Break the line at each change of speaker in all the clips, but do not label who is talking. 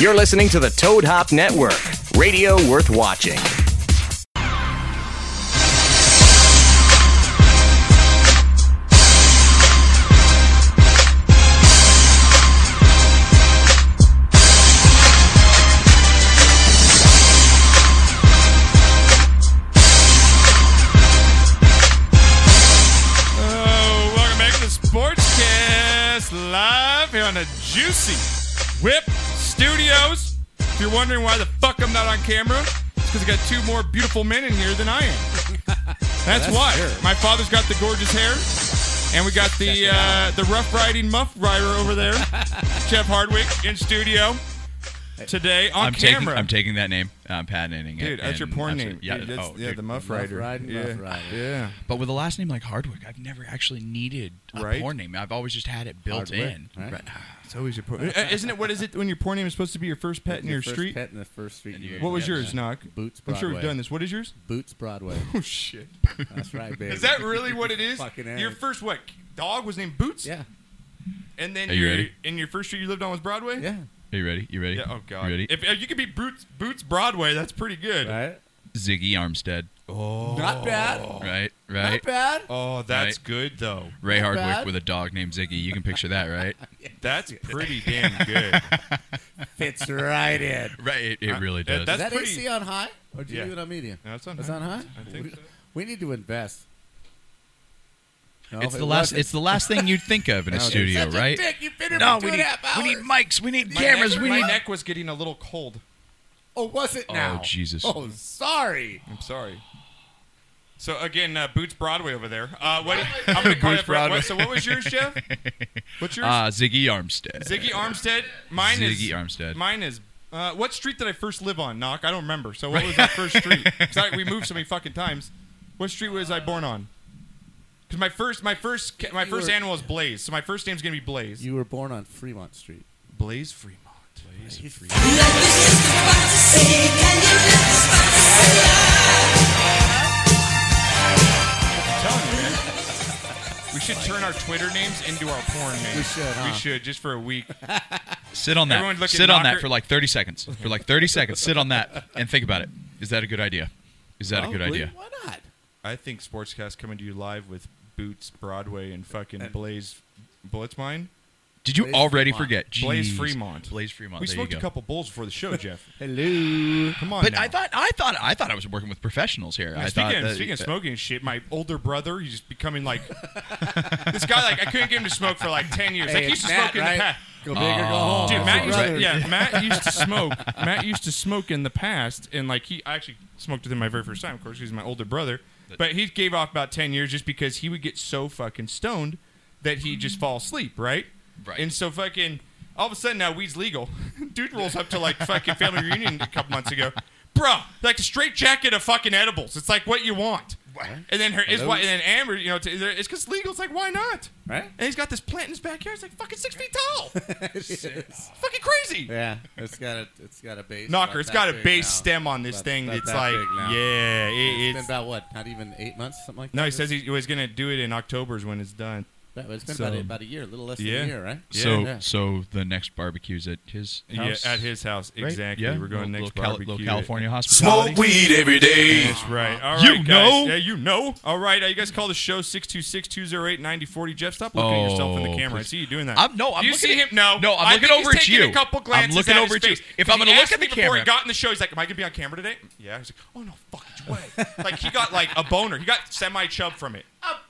You're listening to the Toad Hop Network, radio worth watching.
Oh, welcome back to the Sportscast live here on the Juicy Whip Studios. If you're wondering why the fuck I'm not on camera, it's because I got two more beautiful men in here than I am. That's, why. My father's got the gorgeous hair, and we got the uh, the rough riding muff rider over there, Jeff Hardwick in studio today on
I'm
camera.
Taking, I'm taking that name. I'm patenting it.
Dude, that's your
and
porn
absolute-
name. Yeah,
Yeah,
that's,
oh,
yeah
dude.
the Muff Rider.
Riding
yeah.
Muff Rider.
Yeah.
But with a last name like Hardwick, I've never actually needed a
Right?
porn name. I've always just had it built
Hardwick,
in. Uh,
right?
It's always your porn. Uh, Isn't it? What is it when your porn name is supposed to be your first pet in your
first
street?
Pet in the first street. you
What was
live in.
yours, Knock?
Boots
I'm sure we've
Broadway.
done this. What is yours?
Boots Broadway.
Oh shit!
That's right, baby.
Is that really what it is?
Fucking
your
A.
first what? Dog was named Boots.
Yeah,
And then
Are you
your,
ready?
And your first street you lived on was Broadway.
yeah.
Are you ready? You ready?
Yeah. Oh god.
You ready?
If uh, you could be Boots Boots Broadway, that's pretty good.
Right.
Ziggy Armstead.
Not bad.
Right.
Not
Right.
bad.
Oh, that's
Right.
good though.
Ray
Not
Hardwick
bad.
with a dog named Ziggy. You can picture that, right?
That's pretty damn good. Uh,
Fits right in.
right. It, it really
that-
does.
that's-
Is that
pretty-
AC on high or do you
Yeah.
leave it on medium?
That's on.
It's
high.
on high.
I think
we,
so.
we need to invest. No,
it's
it
the last.
wasn't.
It's the last thing you'd think of in a
You're
studio,
such a
right?
dick. You've been here
No,
for two
we
and
need
a half
we need
hours.
mics. We need
My
cameras.
neck-
we
my
need.
neck was getting a little cold.
Oh, was it
Oh,
now?
Jesus.
Oh, sorry.
I'm sorry. So again, uh, Boots Broadway over there. Uh, what? I'm gonna call
Boots
it Broadway.
Broadway.
So what was yours, Jeff? What's yours?
Ah, Ziggy Armstead.
Ziggy Armstead. Mine is
Ziggy Armstead.
Mine is. Uh, what street did I first live on? Knock. I don't remember. So what was that first street? 'Cause I- we moved so many fucking times. What street was I born on? Because my first, my first, ca- my
You
first
were-
animal is Blaze. So my first name's gonna be Blaze.
You were born on Fremont Street.
Blaze Fremont. Blaze. I'm telling you, man. We should turn our Twitter names into our porn names.
We should, huh?
We should just for a week.
Sit on
Everyone
that.
look at
Sit on
Knocker.
that for like 30 seconds. For like 30 seconds, sit on that and think about it. Is that a good idea? Is that a good
Probably.
idea?
Why not?
I think Sportscast coming to you live with Boots Broadway and fucking Blaze Blitzmine.
Did you
Blaze
already
Fremont.
forget?
Blaze
Jeez.
Fremont.
Blaze Fremont.
We
there
smoked
you
a
go.
couple bowls before the show, Jeff.
Hello.
Come on.
But
now.
I thought I thought I thought I was working with professionals here.
Now,
I
speaking,
thought
of,
that-
speaking of smoking and shit, my older brother, he's just becoming like this guy. Like I couldn't get him to smoke for like ten years. like he
it's
used to
Matt,
smoke in
right?
the past.
Go big or go home.
Dude,
That's
Matt
your
used, to,
brother.
yeah, Matt used to smoke. Matt used to smoke in the past, and like he, I actually smoked with him my very first time. Of course, he's my older brother, but he gave off about ten years just because he would get so fucking stoned that he just fall asleep, right?
Right.
And so fucking all of a sudden now weed's legal. Dude rolls up to like fucking family reunion a couple months ago. Bro, like a straight jacket of fucking edibles. It's like what you want. And then her is
Hello?
why and then Amber, you know, t- it's because legal. It's like why not?
Right?
And he's got this plant in his backyard. It's like fucking six feet tall.
It's-
It's fucking crazy.
yeah, it's got a it's got a base.
Knocker,
about
it's
that
got a
big
base
now.
stem on this
About-
thing.
about
It's
that
like,
big now.
yeah, it,
It's been
it's.
about what? Not even eight months, something like that.
No, he says he, he was gonna do it in October is when it's done.
Yeah, but it's been
so-
about, a, about a year, a little less
Yeah.
than a year, right?
so
Yeah.
so the next barbecue's at his house.
Yeah, at his house,
right?
exactly.
Yeah?
We're going
Little-
next
little Cali-
barbecue.
little California hospitality.
Smoke weed every day.
That's right. All right,
You
guys.
know?
Yeah, you know. All right, uh, you guys call the show 626-208-9040. Jeff, stop looking at yourself in the
Oh,
camera. I
please.
see you doing that.
I'm- no, I'm
you
looking
see
at-
him? No,
no, I'm
I
looking
think he's
over at
taking
you.
A couple
I'm
glances
looking
at
over
his
at you.
face.
If
'Cause
I'm
he
gonna look
asked
at
me
the
before he
camera-
got in the show, he's like, "Am I gonna be on camera today?" Yeah. He's like, "Oh no, fucking way!" like he got like a boner. He got semi chub from it.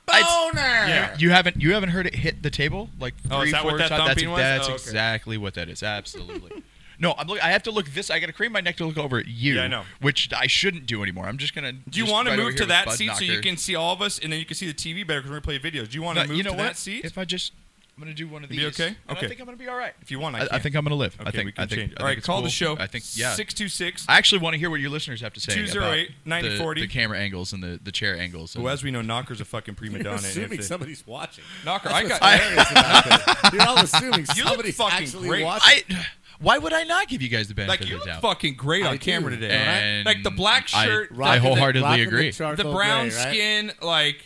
Boner.
Yeah.
You haven't you haven't heard it hit the table like
Oh, is
three
that what
four
that
times? That's,
thumping was?
that's
Oh, okay.
exactly what that is. Absolutely. no, I'm look, I have to look this. I got to crane my neck to look over at you.
Yeah, I know.
Which I shouldn't do anymore. I'm just gonna.
Do you
want to
move to that seat so you can see all of us and then you can see the TV better because we're gonna play videos? Do you want to move
you know
to
what?
that seat? If,
If I just, I'm gonna do one of
You
these.
be okay?
and
Okay.
I think I'm gonna be all right.
you want, I,
I, I
can.
think I'm gonna live. I
Okay,
think.
we can
I think.
change.
I
all
think
right,
it's
call
cool.
the show.
I think. Yeah.
Six two six.
I actually want to hear what your listeners have to say. about
208 9040.
The, the camera angles and the, the chair angles. and-
Well, as we know, Knocker's a fucking prima
You're
donna. and if
assuming
they-
somebody's watching.
Knocker,
That's
I
what's
got-
hilarious about this. You're all assuming
You look
somebody's
fucking
actually
great.
watching.
I. Why would I not give you guys the benefit
like you
of
look
the doubt?
fucking great on
I do.
camera today.
And
all right? Like the black
I-
shirt,
I,
Rocking the-
wholeheartedly
rocking
agree.
The, charcoal
the brown
gray, right?
skin, like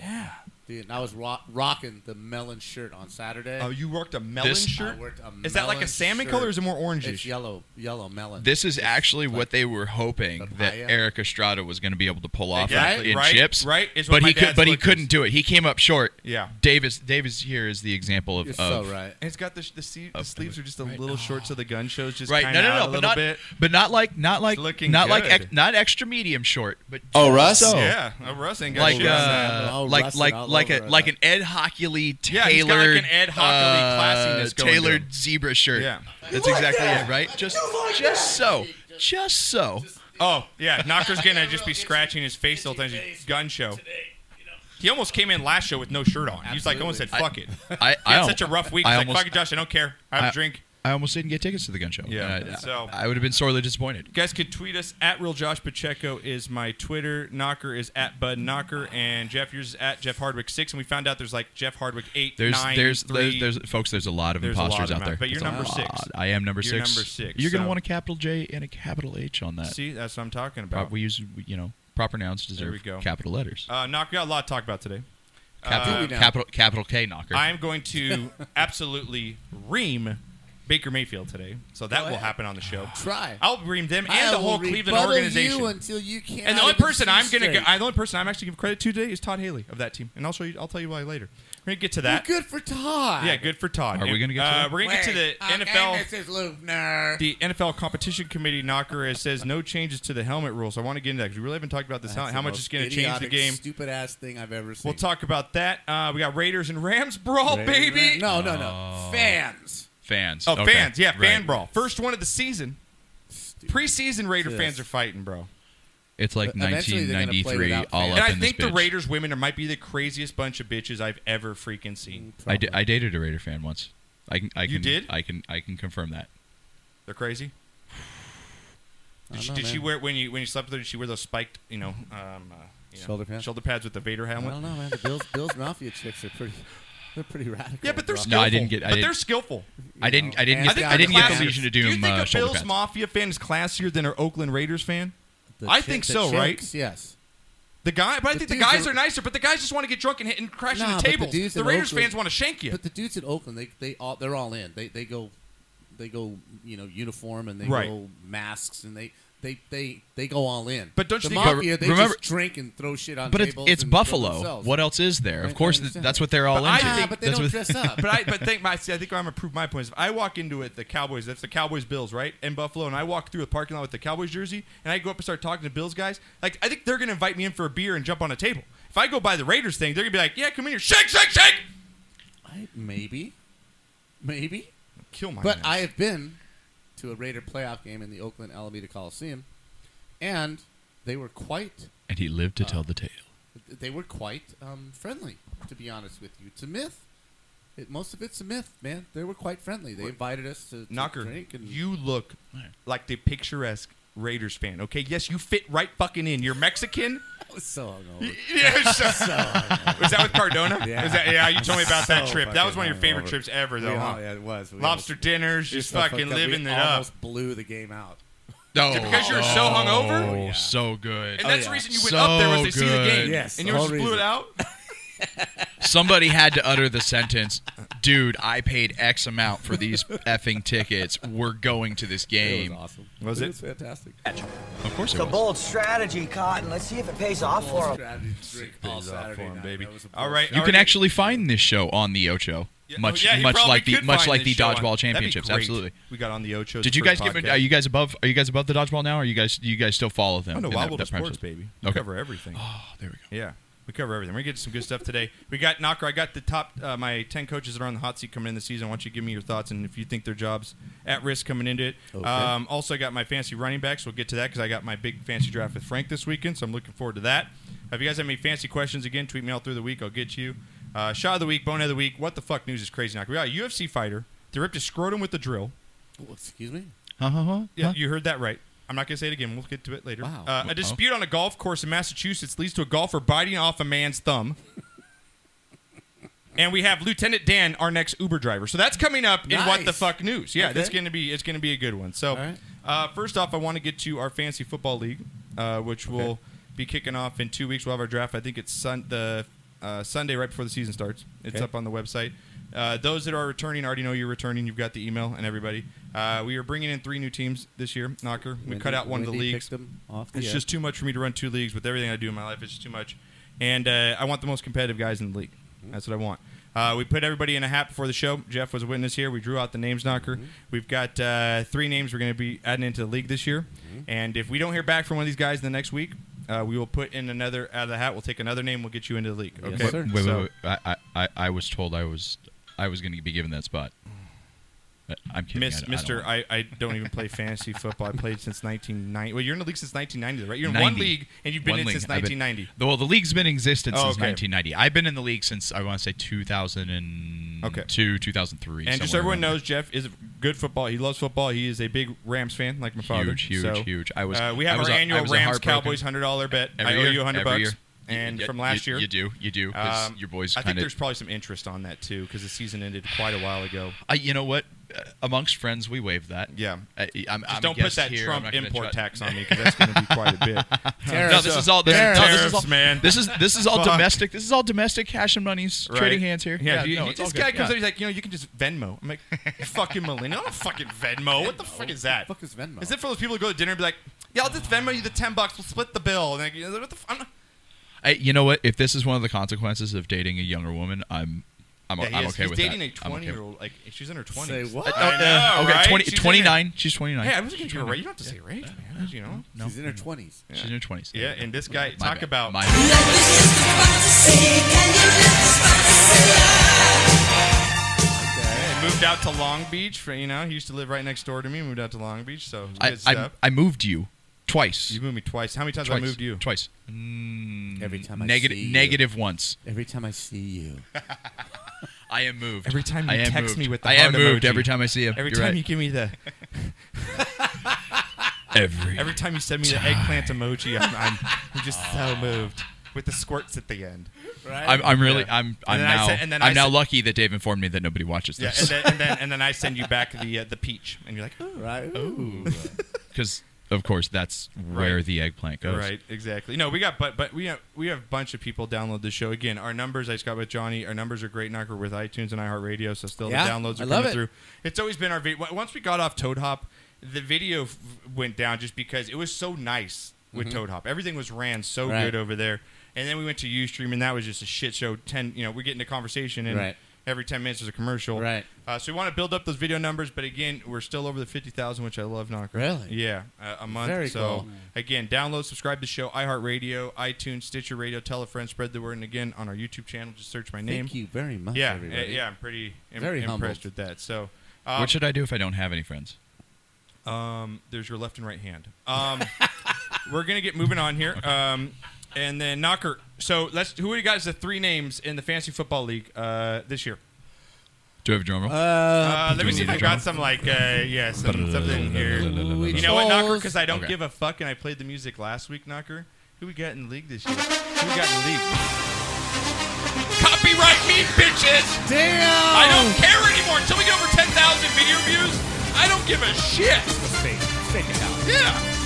yeah,
Dude, and I was rock- rocking the melon shirt on Saturday.
Oh, you worked a melon
This-
shirt.
I worked a
is that like a
melon
salmon
shirt.
color? or Is it more
It's
orangey?
yellow, yellow melon.
This is actually what they were hoping that
papaya.
Eric Estrada was going to be able to pull
uh,
off
Exactly,
in
right,
chips,
right, is what
but
my
he
dad's
could, but he
look is.
couldn't do it. He came up short.
Yeah.
Davis Davis here is the example of,
You're
of
so right.
And it's got the sh- the, se- the
Of-
sleeves are just a little short, so the gun shows just
right.
Kinda
No, no,
out
no,
a
but
little
not
bit.
but not like not like
looking
not like
good.
ex, not extra medium short, but
Oh, Russ.
Yeah, uh, Russ ain't got
like
shit on that.
uh,
Oh,
like
rusted
like
all
like
over
a
it.
like an Ed Hockley tailored
Yeah, he's got like an Ed Hockley classiness
uh,
going to
tailored
him.
zebra shirt.
Yeah.
that's exactly it. Right, just just so, just so.
Oh yeah, Knocker's gonna just be scratching his face the whole time. Gun show. He almost came in last show with no shirt on. He's like, almost said, "Fuck it."
I,
He
I
had
al-
such a rough week.
I
He's like,
almost-
"Fuck it, Josh. I don't care. I have a
I-
drink."
I almost didn't get tickets to the gun show.
Yeah,
And I,
so-
I would have been sorely disappointed.
Guys could tweet us at Real Josh Pacheco is my Twitter. Knocker is at Bud Knocker, and Jeff yours is at Jeff Hardwick six. And we found out there's like Jeff Hardwick eight,
There's,
nine,
there's,
three.
there's, there's, folks. There's a lot of
There's a lot
imposters
of
out there.
them, but you're
It's a
number six.
lot. I am number
You're
six.
number six,
You're
so-
gonna want a capital J and a capital H on that.
See, that's what I'm talking
Pro-
about.
we use, you know, proper nouns deserve
we go.
capital letters.
uh, Knocker, we got a lot to talk about today. Uh,
capital,
do we now?
capital, capital K knocker.
I am going to absolutely ream Baker Mayfield today, so that will
ahead.
happen on the show.
Try.
I'll ream them and
I
the
will
whole Cleveland
rebuttal
organization.
You
and
until you can't.
the only person I'm gonna go, I, the only person I'm actually giving credit to today is Todd Haley of that team, and I'll show you. I'll tell you why later. We're gonna get to that.
good for Todd.
Yeah, good for Todd.
Are we gonna get to
uh,
that?
We're gonna get to the NFL.
This is Lubner.
the NFL competition committee knocker is- says no changes to the helmet rules. I want to get into that because we really haven't talked about this. How, how much it's going to change the game?
Stupid ass thing I've ever seen.
We'll talk about that. Uh, we got Raiders and Rams brawl, baby.
No, no, no. Fans.
fans.
Oh,
Oh. Okay.
fans. Yeah, fan
Right.
brawl. First one of the season. Preseason Raider
Yes.
fans are fighting, bro.
It's like
Eventually they're gonna play
1993 all
without fans.
and
up
I
in
think
this
the
bitch.
Raiders women are, might be the craziest bunch of bitches I've ever freaking seen.
Mm,
I, d- I dated a Raider fan once. I can. I
You
can.
did?
I can. I can confirm that.
They're crazy. Did, she,
know,
did she
man.
wear when you when you slept with her? Did she wear those spiked, you know, um, uh, you know,
Shoulder pads?
shoulder pads with the Vader
I
helmet?
don't know, man. The Bills, Bills Mafia chicks are pretty. They're pretty radical.
Yeah, but they're
bro.
skillful.
No, I didn't get- I
but they're
didn't-
skillful.
I didn't. I didn't.
I
Get,
think
I didn't get the
classier.
Legion of
Do you
Doom
think
uh,
a
shoulder
Bills
pads.
Mafia fan is classier than an Oakland Raiders fan?
The
I
chick-
think
the
so, right?
chicks, Yes.
The guy, but I
The
think the
dudes
guys
are-
are nicer. But the guys just want to get drunk and hit and crash
Nah,
into
Ah, but the
tables. The,
dudes in
Raiders
Oakland-
fans want to shank you.
But the dudes in Oakland, they they all they're all in. They they go, they go you know uniform and they
Right.
go masks and they. They, they they go all in,
But don't you
the
think- But
mafia? They
remember-
just drink and throw shit on
But it's,
tables.
it's
and kill
Buffalo.
themselves.
What else is there?
I- I
Of course, th-
understand.
that's what they're all
But I
into.
Nah,
think-
but they
That's
don't
what-
dress up.
but I but think my see, I think I'm gonna prove my point. Is if I walk into it, the Cowboys. That's the Cowboys Bills, right? In Buffalo, and I walk through a parking lot with the Cowboys jersey, and I go up and start talking to Bills guys. Like I think they're gonna invite me in for a beer and jump on a table. If I go by the Raiders thing, they're gonna be like, "Yeah, come in here, shake, shake, shake."
I- maybe, maybe.
Kill my.
But
man.
I have been to a Raider playoff game in the Oakland Alameda Coliseum, and they were quite
And he lived to tell the tale.
they were quite um, friendly. To be honest with you, it's a myth. It, most of it's a myth, man. They were quite friendly. They invited us to, to
Knocker,
drink and
you look like the picturesque Raiders fan. Okay, yes, you fit right fucking in. You're Mexican.
I was so hungover.
Yeah, so, was that with Cardona? Yeah, was that, yeah. You told me about that
So
trip. That was
fucking
one of your favorite
hungover.
trips ever, though.
We
huh?
all- yeah, it was. We
Lobster
almost-
dinners,
we
just
so
fucking
fucked up.
living
we
it up.
Almost blew the game out.
No,
because you're so hungover?
Oh, so good.
And that's
yeah.
the reason you went
So
up there was to see the
good.
game.
Yes,
and you
the
just
whole
blew it
reason.
out.
Somebody had to utter the sentence, "Dude, I paid X amount for these effing tickets. We're going to this
It
game."
was awesome.
Was it?
was fantastic.
Of
It's
course, it
a
was.
bold strategy, Cotton. Let's see if it pays off for him.
Strategy to drink all Saturday night. That was a
All right,
You can actually find this show on the Ocho,
Yeah, oh,
much
yeah, you
much
probably
like the
could
much
find
like the
this show on-
dodgeball
that'd be
championships.
great.
Absolutely.
We got on the Ocho.
Did you guys give? A, are you guys above? Are you guys above the dodgeball now? Or are you guys? Do you guys still follow them?
Oh no,
in
Wild World
that-
of
that
Sports,
process?
baby. We
Okay.
cover everything.
Oh, there we go.
Yeah, we cover everything. We're gonna get some good stuff today. We got Knocker. I got the top uh, my ten coaches that are on the hot seat coming in the season. I want you to give me your thoughts and if you think their jobs at risk coming into it. Um, also, I got my fancy running backs. We'll get to that because I got my big fancy draft with Frank this weekend, so I'm looking forward to that. If you guys have any fancy questions, again, tweet me all through the week. I'll get you. Uh, shot of the week, bonehead of the week. What the fuck news is crazy, Knocker? We got a UFC fighter. They ripped his scrotum with a drill.
Oh, excuse me.
Huh, huh, huh,
Yeah,
huh.
you heard that right. I'm not going to say it again. We'll get to it later.
Wow.
Uh, a dispute on a golf course in Massachusetts leads to a golfer biting off a man's thumb. and we have Lieutenant Dan, our next Uber driver. So that's coming up in What the
Nice.
Fuck News. Yeah, that's
Okay.
going to be it's going to be a good one. So
right.
uh, first off, I want to get to our fantasy football league, uh, which will be kicking off in two weeks. We'll have our draft. I think it's sun- the uh, Sunday right before the season starts. It's
Okay.
up on the website. Uh, those that are returning already know you're returning. You've got the email and everybody. Uh, we are bringing in three new teams this year. Knocker, we
Wendy-
cut out one of the
Wendy
leagues.
picked them off the
It's
air.
just too much for me to run two leagues with everything I do in my life. It's just too much, and uh, I want the most competitive guys in the league. That's what I want. Uh, we put everybody in a hat before the show. Jeff was a witness here. We drew out the names knocker.
Mm-hmm.
We've got uh, three names we're going to be adding into the league this year,
Mm-hmm.
and if we don't hear back from one of these guys in the next week, uh, we will put in another out of the hat. We'll take another name. We'll get you into the league. Okay.
Yes, sir.
Wait, wait,
So-
wait. I, I- I, I was told I was I was going to be given that spot. I- I'm kidding.
Miss,
I don't- I
Mister,
don't-
I, I don't even play fantasy football. I played since 1990. Well, you're in the league since 1990, right? You're in one
90.
league, and you've been
One
in
league.
since
I've been-
1990.
well, the league's been in existence
Oh,
since
okay.
1990. I've been in the league since I want to say 2002,
Okay.
2003.
And just so
somewhere
everyone
around
knows, Jeff is good football. He loves football. He is a big Rams fan, like my father.
Huge, huge,
So,
huge. I was-
Uh, we
I
have
was
our
a- I
annual
was a
Rams
heartbroken-
Cowboys hundred dollar bet.
there. Every
I owe
year,
you hundred bucks.
every year.
And
You-
from
you-
last year,
you do, you do. 'cause
Um,
your boys.
I
kind
think
of
there's probably some interest on that too, because the season ended quite a while ago.
I, you know what? Uh, amongst friends, we waive that.
Yeah.
I, I'm,
Just
I'm a
don't put
guest
that
here. I'm
Trump
not gonna
import
try-
tax on me, because that's going to be quite a bit.
No, this is all. This,
Tariffs.
no, this is all,
Tariffs, man.
This is this is all
Fuck.
domestic. This is all domestic cash and monies trading hands here.
Yeah, he-
no,
he-
it's all
this
good.
guy comes up.
Yeah.
He's like, you know, you can just Venmo. I'm like, you fucking millennial. I don't fucking Venmo. What the fuck is that?
What the fuck is Venmo?
Is it for those people who go to dinner and be like, yeah, I'll just Venmo you the ten bucks. We'll split the bill. And like, you know, what the f- I'm not-
I, you know what? If this is one of the consequences of dating a younger woman, I'm I'm,
Yeah, he
I'm
is.
okay
He's
with
dating
that.
a
I'm okay
20 year
with-
old. Like, she's in her 20s.
Say what?
I know,
Oh, okay,
right?
20,
She's in her-
29. She's 29.
Hey, I was looking for a rate. You don't have to say rate, man. You know.
no,
She's in her twenties.
she's in her 20s.
Yeah, and this guy
My
talk
bad.
about.
My
Yeah, moved out to Long Beach. For, you know, he used to live right next door to me. Moved out to Long Beach, so good
I, I,
stuff.
I moved you twice.
you moved me twice. How many times
twice.
I moved you?
twice. Mm,
Mm. Every time I
Negative
see you.
negative once.
Every time I see you.
I am moved.
Every time you
I am
text me
moved.
with the
I am
heart
moved
emoji.
every time I see him.
Every
You're
time
right.
you give me the
every
every time you send me the eggplant emoji, I'm, I'm, I'm just so moved with the squirts at the end.
I'm, I'm really
Yeah.
I'm
And
I'm
then I
now
said- and then I
I'm now
said-
lucky that Dave informed me that nobody watches
Yeah,
this
and then and then, and then I send you back the uh, the peach, and you're like, oh,
Right. Ooh.
because of course that's where
Right.
the eggplant goes.
Right, exactly. No, we got but but we have we have a bunch of people download the show. Again, our numbers I just got with Johnny. Our numbers are great. Knocker with iTunes and iHeartRadio, so still
Yeah,
the downloads
I
are
love
coming
it.
through. It's always been our video. Once we got off Toad Hop, the video f- went down just because it was so nice with Toad Hop. Everything was ran so
Mm-hmm. Right.
good over there, and then we went to UStream, and that was just a shit show. Ten, you know, we get into conversation and.
Right.
Every ten minutes is a commercial,
Right.
Uh, so we want to build up those video numbers, but again, we're still over the fifty thousand, which I love, Knocker.
Really?
Yeah, uh, a month.
Very
so
cool.
Again, download, subscribe to the show, iHeartRadio, iTunes, Stitcher Radio, tell a friend, spread the word, and again on our YouTube channel, just search my name.
Thank you very much.
Yeah,
everybody.
uh, yeah, I'm pretty im-
Very humbled.
impressed with that. So, um,
What should I do if I don't have any friends?
um, there's your left and right hand. Um, we're gonna get moving on here, um, and then Knocker. So let's. Who are you guys? The three names in the fantasy football league uh, this year.
Do I have a drum roll?
Uh, let
we
me see
need
if
a
I
drum?
got some like uh, yeah, some, something here. You know what, Knocker? Because I don't give a fuck, and I played the music last week, Knocker. Who we got in the league this year? Who we got in the league? Copyright me, bitches!
Damn.
I don't care anymore until we get over 10,000 video views. I don't give a shit. Yeah.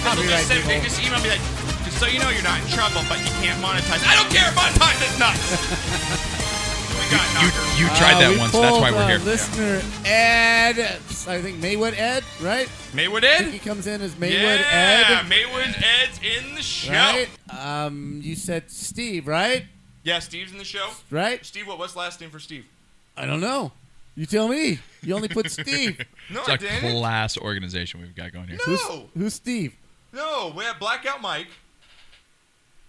They'll just send- they just email me like, just so you know you're not in trouble, but you can't monetize. I don't care. Monetize is nuts. Who we got,
you
Knocker?
you tried that once. That's why we're here.
Listener Ed, I think Maywood Ed, right?
Maywood
I think he
Ed?
comes in as Maywood
Yeah,
Ed,
Maywood Ed's in the show.
right? Um, you said Steve, right?
Yeah, Steve's in the show.
Right?
Steve, what was last name for Steve?
I don't know. You tell me. You only put Steve.
No, I
It's a
didn't.
class organization we've got going here.
No.
Who's, who's Steve?
No, we had Blackout Mike,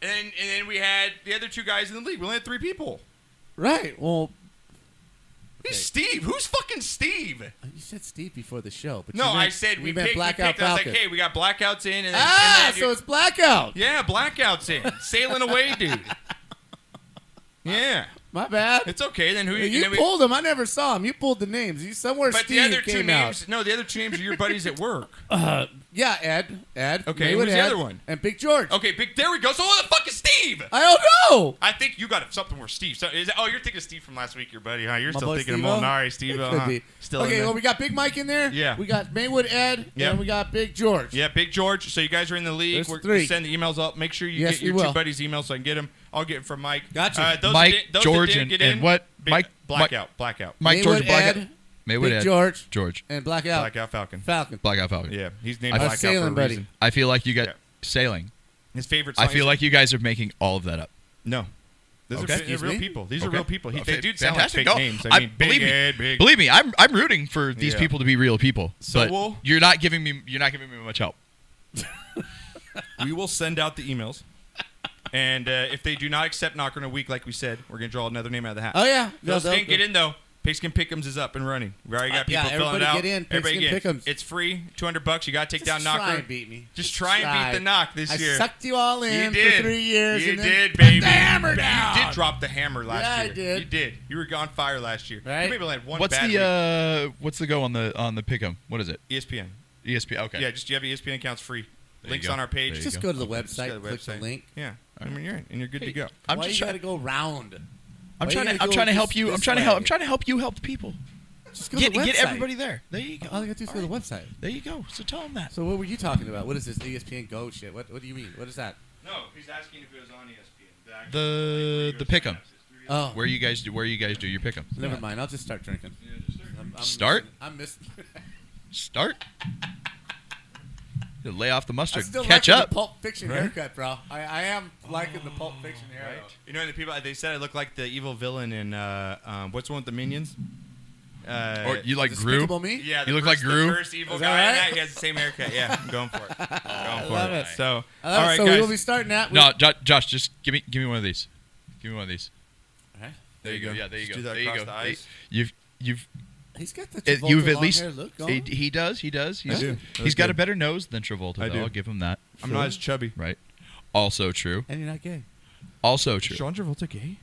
and then, and then we had the other two guys in the league. We only had three people.
Right. Well,
Who's Steve? Who's fucking Steve?
you said Steve before the show, but
No,
you meant,
I said
you
we
meant
picked. we
Blackout
picked I was
Falcon.
like, hey, we got blackouts in, and then,
ah,
and then
so it's blackout.
yeah, blackouts in, sailing away, dude. yeah,
My bad.
it's okay. Then who
you
then we-
pulled them. I never saw them. You pulled the names. You somewhere
But
Steve
the other two
came out.
names, no, the other two names are your buddies at work.
Yeah, Ed. Ed.
Okay,
Maywood
who's the
Ed,
other one?
And Big George.
Okay, big. There we go. So who the fuck is Steve? Steve.
I don't know.
I think you got something where Steve. So is, oh, you're thinking of Steve from last week, your buddy, huh? You're
My
still
boy
thinking
Steve-O?
of Molinari, Steve.
Could
Huh?
be.
Still in
okay,
there.
well, we got Big Mike in there.
Yeah.
We got Maywood Ed,
Yeah.
and we got Big George.
Yeah, Big George. So you guys are in the league.
There's
We're
three.
send the emails up. Make sure you
Yes,
get your
we
two
will.
buddies' emails so I can get them. I'll get it from Mike.
Gotcha.
Uh, those
Mike,
that did- those that
George,
didn't
and-
get
and
in,
what?
Big-
Mike-
blackout, blackout,
Mike
Maywood
George Blackout.
Ed,
Maywood
Big
Ed.
George.
George.
And Blackout.
blackout, Falcon.
Falcon.
Blackout Falcon.
yeah, he's named
I-
blackout for a
Sailing buddy.
reason.
I feel like you got
Yeah.
sailing.
His favorite. Song
I feel
is-
like you guys are making all of that up.
no. These
Okay.
are fi-
Excuse
real
me?
people. These are
Okay.
real people. He,
Okay,
they do sound like
fantastic.
fake
No,
names. I mean, big
believe me,
Ed, big.
believe me, I'm I'm rooting for these
Yeah.
people to be real people.
So
but
we'll-
you're not giving me you're not giving me much help.
we will send out the emails. And uh, if they do not accept Knocker in a week, like we said, we're going to draw another name out of the hat.
Oh, yeah. No,
Those
they'll-
didn't get in, though. Pigskin Pick'ems is up and running. We already got
Uh, yeah,
people filling it
everybody
out.
get in,
Everybody
Pigskin
get in.
Pick'ems.
It's free, 200 bucks. You got to take down
Just
Knocker.
try and beat me.
Just try and
Try.
beat the knock this
I
year.
sucked you all
you
in
did.
for three years.
You
and then
did,
put
baby.
The hammer down.
You did drop the hammer last
Yeah, I
year.
did.
You did. You were on fire last year.
Right?
You maybe only had one
What's
bad E
the uh what's the go on the on the pick'em? What is it? E
week. ESPN?
ESP. uh, Okay.
Yeah, just you have E ESPN accounts free.
you
Links
go.
on our page.
There you
Just
go.
go to the website,
Just go to
click the link.
Yeah, I mean you're in, and you're good to go.
I'm
Why
just
you
trying,
gotta go round?
I'm
why you
trying
gotta
to I'm
go
trying to help
this-
you. I'm
this
trying to help I'm
way?
trying to help you help the people.
Just go
Get
to the website.
get everybody there. There you
All
go.
you gotta do is go to the website.
There you go. So tell them that.
So what were you talking about? What is this E ESPN Go shit? What What do you mean? What is that?
No, he's asking if it was on E ESPN.
The the pick'em.
Oh,
Where you guys do where you guys do your pick'em.
never mind. I'll just start drinking. I'm, I'm
Start?
missing- I'm missing.
Start. Lay off the
I'm
mustard.
still
Catch
liking
up.
The Pulp Fiction haircut, bro. I, I am liking the Pulp Fiction haircut.
You know the people they said I look like the evil villain in uh, um, what's the one with the minions? Uh,
Or Oh, you like Gru?
Despicable Me.
yeah, the
you look
first-
like Gru?
The first evil
Is
guy.
that
in
right?
that, He has the same haircut. Yeah, I'm going for it. I'm going for
love
it.
it.
So
Uh,
all right,
so
guys.
we'll be starting that.
No, jo- Josh, just give me give me one of these. Give me one of these.
Alright.
There you go. Yeah, there you
Just do
go.
that
there you
across
go.
the
There-
eyes.
You've you've
He's got the
it-
Travolta
you've at
long
least
hair look
he,
going.
he does he does he's,
do.
he's
That's
got a
good.
better nose than Travolta.
I
though.
do.
I'll give him that.
I'm not as chubby.
Right. Also true.
and you're not gay.
Also true.
Sean Travolta gay?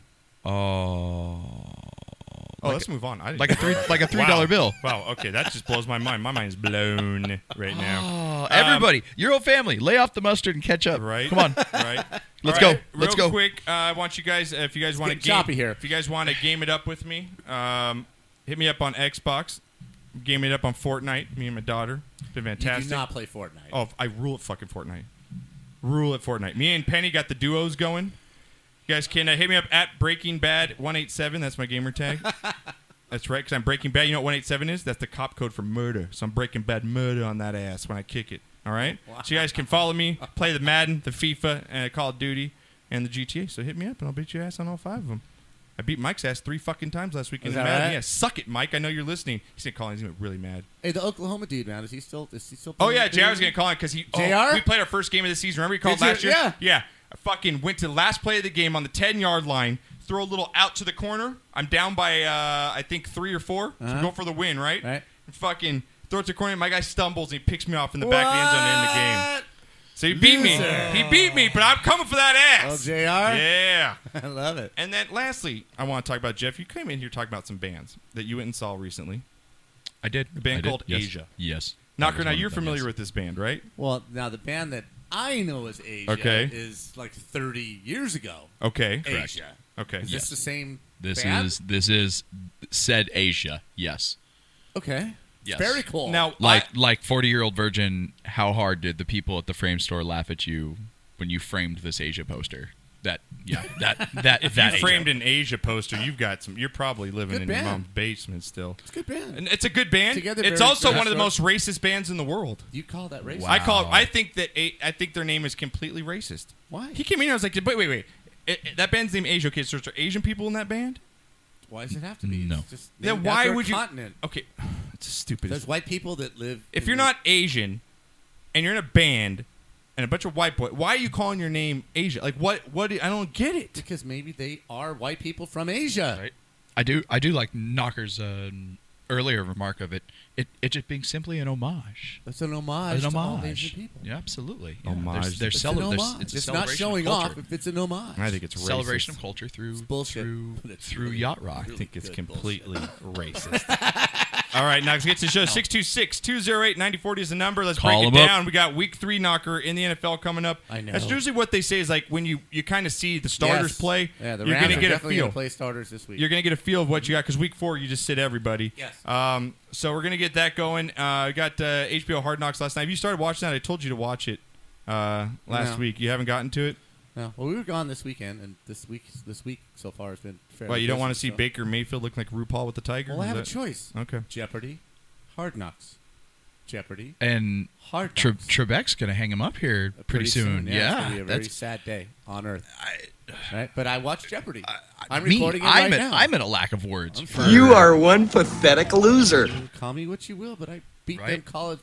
Oh,
Oh, let's move on. I didn't
like a three like a three dollar bill.
Wow. Okay, that just blows my mind. My mind's blown right now. Um,
Oh, everybody, your whole family, lay off the mustard and catch up.
Right.
Come on.
Right.
Let's
All
go. Let's
Real
go.
quick, uh, I want you guys. Uh, if you guys want to
getting
game,
choppy here.
if you guys want to game it up with me, um, hit me up on Xbox. Game it up on Fortnite. Me and my daughter. It's been
You
fantastic.
do not play Fortnite.
Oh, I rule at fucking Fortnite. Rule at Fortnite. Me and Penny got the duos going. You guys can uh, hit me up at Breaking Bad one eight seven. That's my gamer tag. That's right, because I'm Breaking Bad. You know what one eight seven is? That's the cop code for murder. So I'm Breaking Bad murder on that ass when I kick it. All right. So you guys can follow me, play the Madden, the FIFA, and Call of Duty, and the GTA. So hit me up, and I'll beat your ass on all five of them. I beat Mike's ass three fucking times last week in
Is
the
that
Madden.
right?
Yeah, suck it, Mike. I know you're listening. He's gonna call. and He's gonna get really mad.
Hey, the Oklahoma dude, man. Is he still? Is he still?
Oh
playing
yeah,
the
JR was
dude?
gonna call in because he. oh,
JR?
we played our first game of the season. Remember he called
Did you?
last year?
Yeah.
Yeah. I fucking went to the last play of the game on the ten yard line. Throw a little out to the corner. I'm down by uh, I think three or 4 So we're
Uh-huh.
going for the win, right?
Right.
Fucking throw it to the corner. My guy stumbles and he picks me off in the back of the end zone to end the game.
What?
So he beat
Loser.
me. He beat me, but I'm coming for that
Oh,
ass.
JR?
Yeah.
I love it.
And then lastly, I want to talk about Jeff. You came in here talking about some bands that you went and saw recently.
I did.
A band
I did.
called
Yes.
Asia.
Yes.
Knocker, now
That was one
you're
of them,
familiar
yes.
with this band, right?
Well, now the band that I know as Asia
Okay.
is like 30 years ago.
Okay.
Asia.
Okay.
Is
Yeah.
this the same?
This
band?
is this is said Asia. Yes.
okay.
Yes.
Very cool.
Now,
Like
I-
like forty year old virgin. How hard did the people at the frame store laugh at you when you framed this Asia poster? That yeah that that
if
that
you
Asia.
framed an Asia poster, you've got some. You're probably living
Good
in
band.
your mom's basement still.
it's a good band.
And it's a good band.
Together,
it's
very-
also
very
one of the
short.
most racist bands in the world.
you call that racist?
Wow.
I call. I think that. A- I think their name is completely racist.
Why?
He came in. and I was like, wait, wait, wait. It- it- that band's name Asia. Okay, so there's Asian people in that band.
Why does it have to be?
No.
It's just
Then
named
why
after a
would you?
Continent.
Okay, it's the stupidest.
There's white people that live.
if
in
you're
the-
not Asian, and you're in a band, and a bunch of white boy, why are you calling your name Asia? Like what? What? I don't get it.
because maybe they are white people from Asia.
Right. I do I do like Knocker's uh, earlier remark of it. It it just being simply an homage.
It's an homage.
An
to all Asian
homage.
people.
Yeah, absolutely. Yeah.
Homage.
There's, there's
It's
cele-
an
there's-
homage.
it's a
it's
celebration
not showing
of culture.
off if it's an homage.
I think it's racist.
celebration of culture through
bullshit,
through
but it's
through
really-
yacht rock.
I think it's
Good bullshit.
completely racist. All right, Knox, get to the show. 626 208 9040 is the number. Let's
Call
break it
'em up.
down. We got week three knocker in the NFL coming up.
I know.
That's usually what they say is like when you, you kind of see the starters
Yes.
play,
Yeah, the
you're
Rams
going to
are
get a
definitely
feel.
Gonna play starters this week.
You're going to get a feel of what you got because week four, you just sit everybody.
Yes.
Um, so we're going to get that going. Uh, we got uh, HBO Hard Knocks last night. If you started watching that, I told you to watch it uh, last
No.
week. You haven't gotten to it?
No. Well, we were gone this weekend, and this week this week so far has been fairly.
Well, you don't want to
busy,
see
so-
Baker Mayfield looking like RuPaul with the Tiger?
Well, I
Is
have a
that-
choice.
Okay.
Jeopardy, Hard Knocks, Jeopardy,
And
Hard
Tre-
Knocks.
Trebek's going to hang him up here pretty, soon.
Yeah, it's gonna
Yeah.
be a very
that's
sad day on Earth. right, but I watch Jeopardy. I, am
me.
recording it
I'm
right
at,
now.
I'm at a lack of words. for-
You are one pathetic loser.
Call me what you will, but I beat them
Right.
college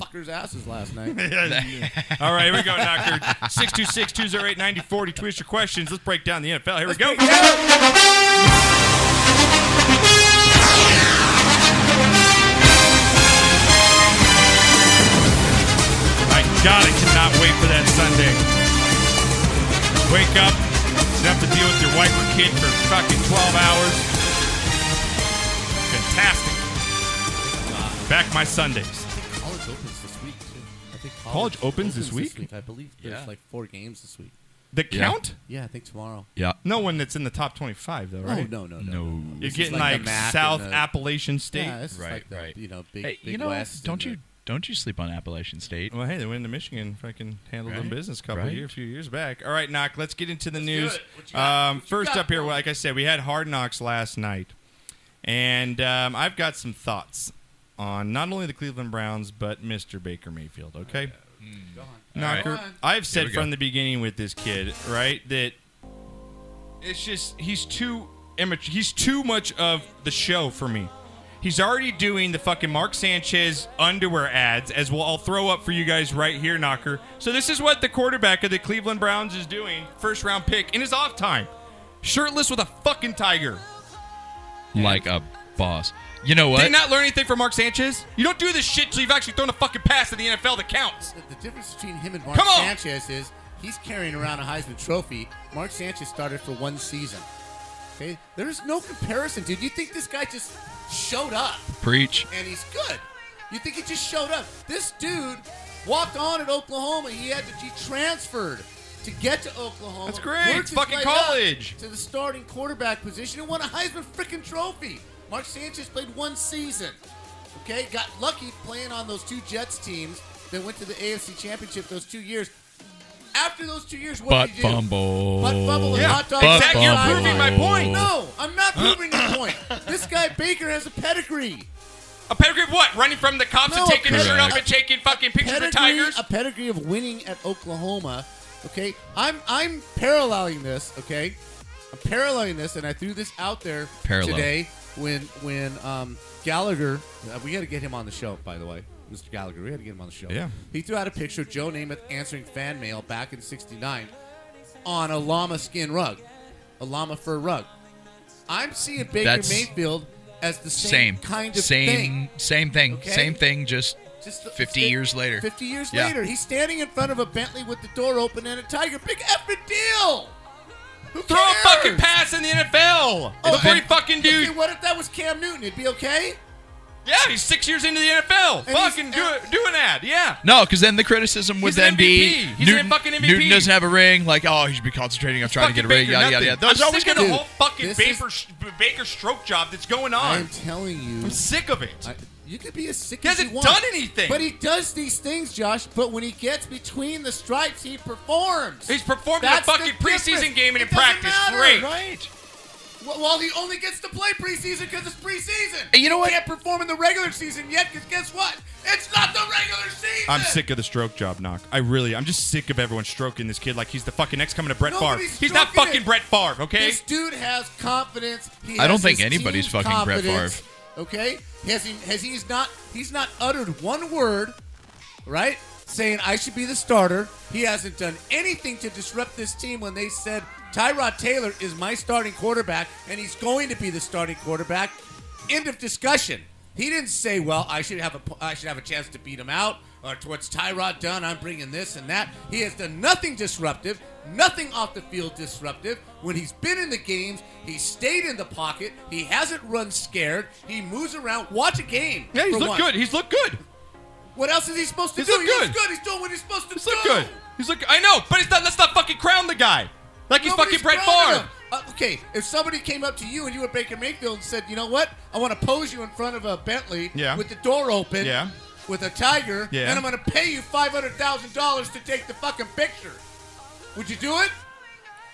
fuckers' asses last night.
All right, here we go, Knocker. 626 208 9040. Tweet us your questions. Let's break down the NFL. Here we go. My God, I cannot wait for that Sunday. Wake up, not have to deal with your wife or kid for fucking 12 hours. Fantastic. Back my Sundays.
college opens this week too. I think
College opens this week?
I believe there's
Yeah.
like four games this week.
The
Yeah.
count?
Yeah, I think tomorrow.
yeah.
No one that's in the top 25, though, right?
Oh no, no, no.
No.
You're
This is
getting
like
like,
the map
South
and the-
Appalachian State.
Yeah, this is
Right,
like the,
right.
You know, big,
Hey,
big
you know,
West.
don't
and
you don't you sleep on Appalachian State?
Well, hey, they went to Michigan. Fucking handled them
Right,
business a couple
right.
year, few years back. All right, knock. Let's get into the
do
news.
it. What you got?
Um,
What you
first
got,
up here,
bro?
like I said, we had Hard Knocks last night, and um, I've got some thoughts on not only the Cleveland Browns but Mr. Baker Mayfield. Okay,
Uh,
knocker.
Go on.
I've
Here
said
we go.
from the beginning with this kid, right, that it's just he's too immature. He's too much of the show for me. He's already doing the fucking Mark Sanchez underwear ads, as well. I'll throw up for you guys right here, Knocker. So this is what the quarterback of the Cleveland Browns is doing, first round pick in his off time, shirtless with a fucking tiger.
Like a boss. You know what?
Did not learn anything from Mark Sanchez? You don't do this shit till you've actually thrown a fucking pass in the NFL that counts.
The, the difference between him and Mark
Come on.
Sanchez is he's carrying around a Heisman Trophy. Mark Sanchez started for one season. Okay, there's no comparison, dude. You think this guy just showed up
Preach.
and he's good? You think he just showed up? This dude walked on at Oklahoma. He had to he transferred to get to Oklahoma.
That's great.
worked
It's
his
fucking
way up
college.
to the starting quarterback position and won a Heisman freaking trophy. Mark Sanchez played one season. Okay, got lucky playing on those two Jets teams that went to the AFC Championship those two years. After those two years, what
Butt
did you do?
fumble.
Butt fumble and
Yeah,
hot dog.
butt
exactly. You're
fumble.
proving my point.
No, I'm not proving your point. This guy Baker has a pedigree.
A pedigree of what? Running from the cops
No,
and taking his shirt
correct.
off and taking fucking pictures
pedigree,
of tigers?
A pedigree of winning at Oklahoma. Okay, I'm I'm paralleling this. Okay, I'm paralleling this, and I threw this out there
Parallel.
today when when um, Gallagher. uh, we got to get him on the show, by the way, Mr. Gallagher. We got to get him on the show.
Yeah.
he threw out a picture of Joe Namath answering fan mail back in '69 on a llama skin rug, a llama fur rug. I'm seeing Baker
That's-
Mayfield as the same,
Same.
kind of
same
thing.
same thing.
Okay?
Same thing just
Just the-
50
fif-
years later.
50 years
Yeah.
later, he's standing in front of a Bentley with the door open and a tiger. Big effing deal. Who
Throw a
cares?
fucking pass in the NFL.
Oh,
the free fucking dude.
Okay, what if that was Cam Newton? It'd be okay.
Yeah, he's six years into the NFL.
And
fucking
he's-
do it, doing that. Yeah.
No, because then the criticism would
He's
then
an
be
MVP. He's
Newton,
a fucking MVP.
Newton doesn't have a ring. Like, oh, he should be concentrating on trying to
Fucking
get a ring.
Baker
Yada
nothing.
yada yada.
There's always
sick
got
of
a
it.
whole fucking
This
Baker, sh- Baker stroke job that's going on.
I'm telling you.
I'm sick of it.
I- you could be as sick
He
as
hasn't
you want.
done anything.
But he does these things, Josh. But when he gets between the stripes, he performs.
he's performed in a
That's the
fucking preseason
difference.
game and
It
in
doesn't
practice.
matter,
Great.
right.
Wh- While he only gets to play preseason because it's preseason.
And you know what?
Can't perform in the regular season yet because guess what? It's not the regular season.
I'm sick of the stroke job, knock. I really, I'm just sick of everyone stroking this kid like he's the fucking next coming to Brett Favre.
Nobody's
He's not
stroking
fucking
it.
Brett Favre, okay?
This dude has confidence. He has
I don't think
his
anybody's
team's
fucking Brett
confidence, Okay, has he? Has he's not? He's not uttered one word, right? Saying I should be the starter. He hasn't done anything to disrupt this team when they said Tyrod Taylor is my starting quarterback and he's going to be the starting quarterback. End of discussion. He didn't say, "Well, I should have a I should have a chance to beat him out." or what's Tyrod done? I'm bringing this and that. He has done nothing disruptive, nothing off the field disruptive. When he's been in the games, he stayed in the pocket. He hasn't run scared. He moves around. Watch a game.
Yeah, he's
for
looked
once.
good. He's looked good.
What else is he supposed to
He's
do?
looked
He looks
good.
good. He's doing what he's supposed to
He's
do.
looked good. He's look. I know, but it's not. Let's not fucking crown the guy. Like he's
Nobody's
fucking Brett
proud of
Favre.
him. Uh, okay, if somebody came up to you and you were Baker Mayfield and said, "You know what? I want to pose you in front of a Bentley
Yeah.
with the door open,
Yeah.
with a tiger,
Yeah.
and I'm going to pay you five hundred thousand dollars to take the fucking picture," would you do it?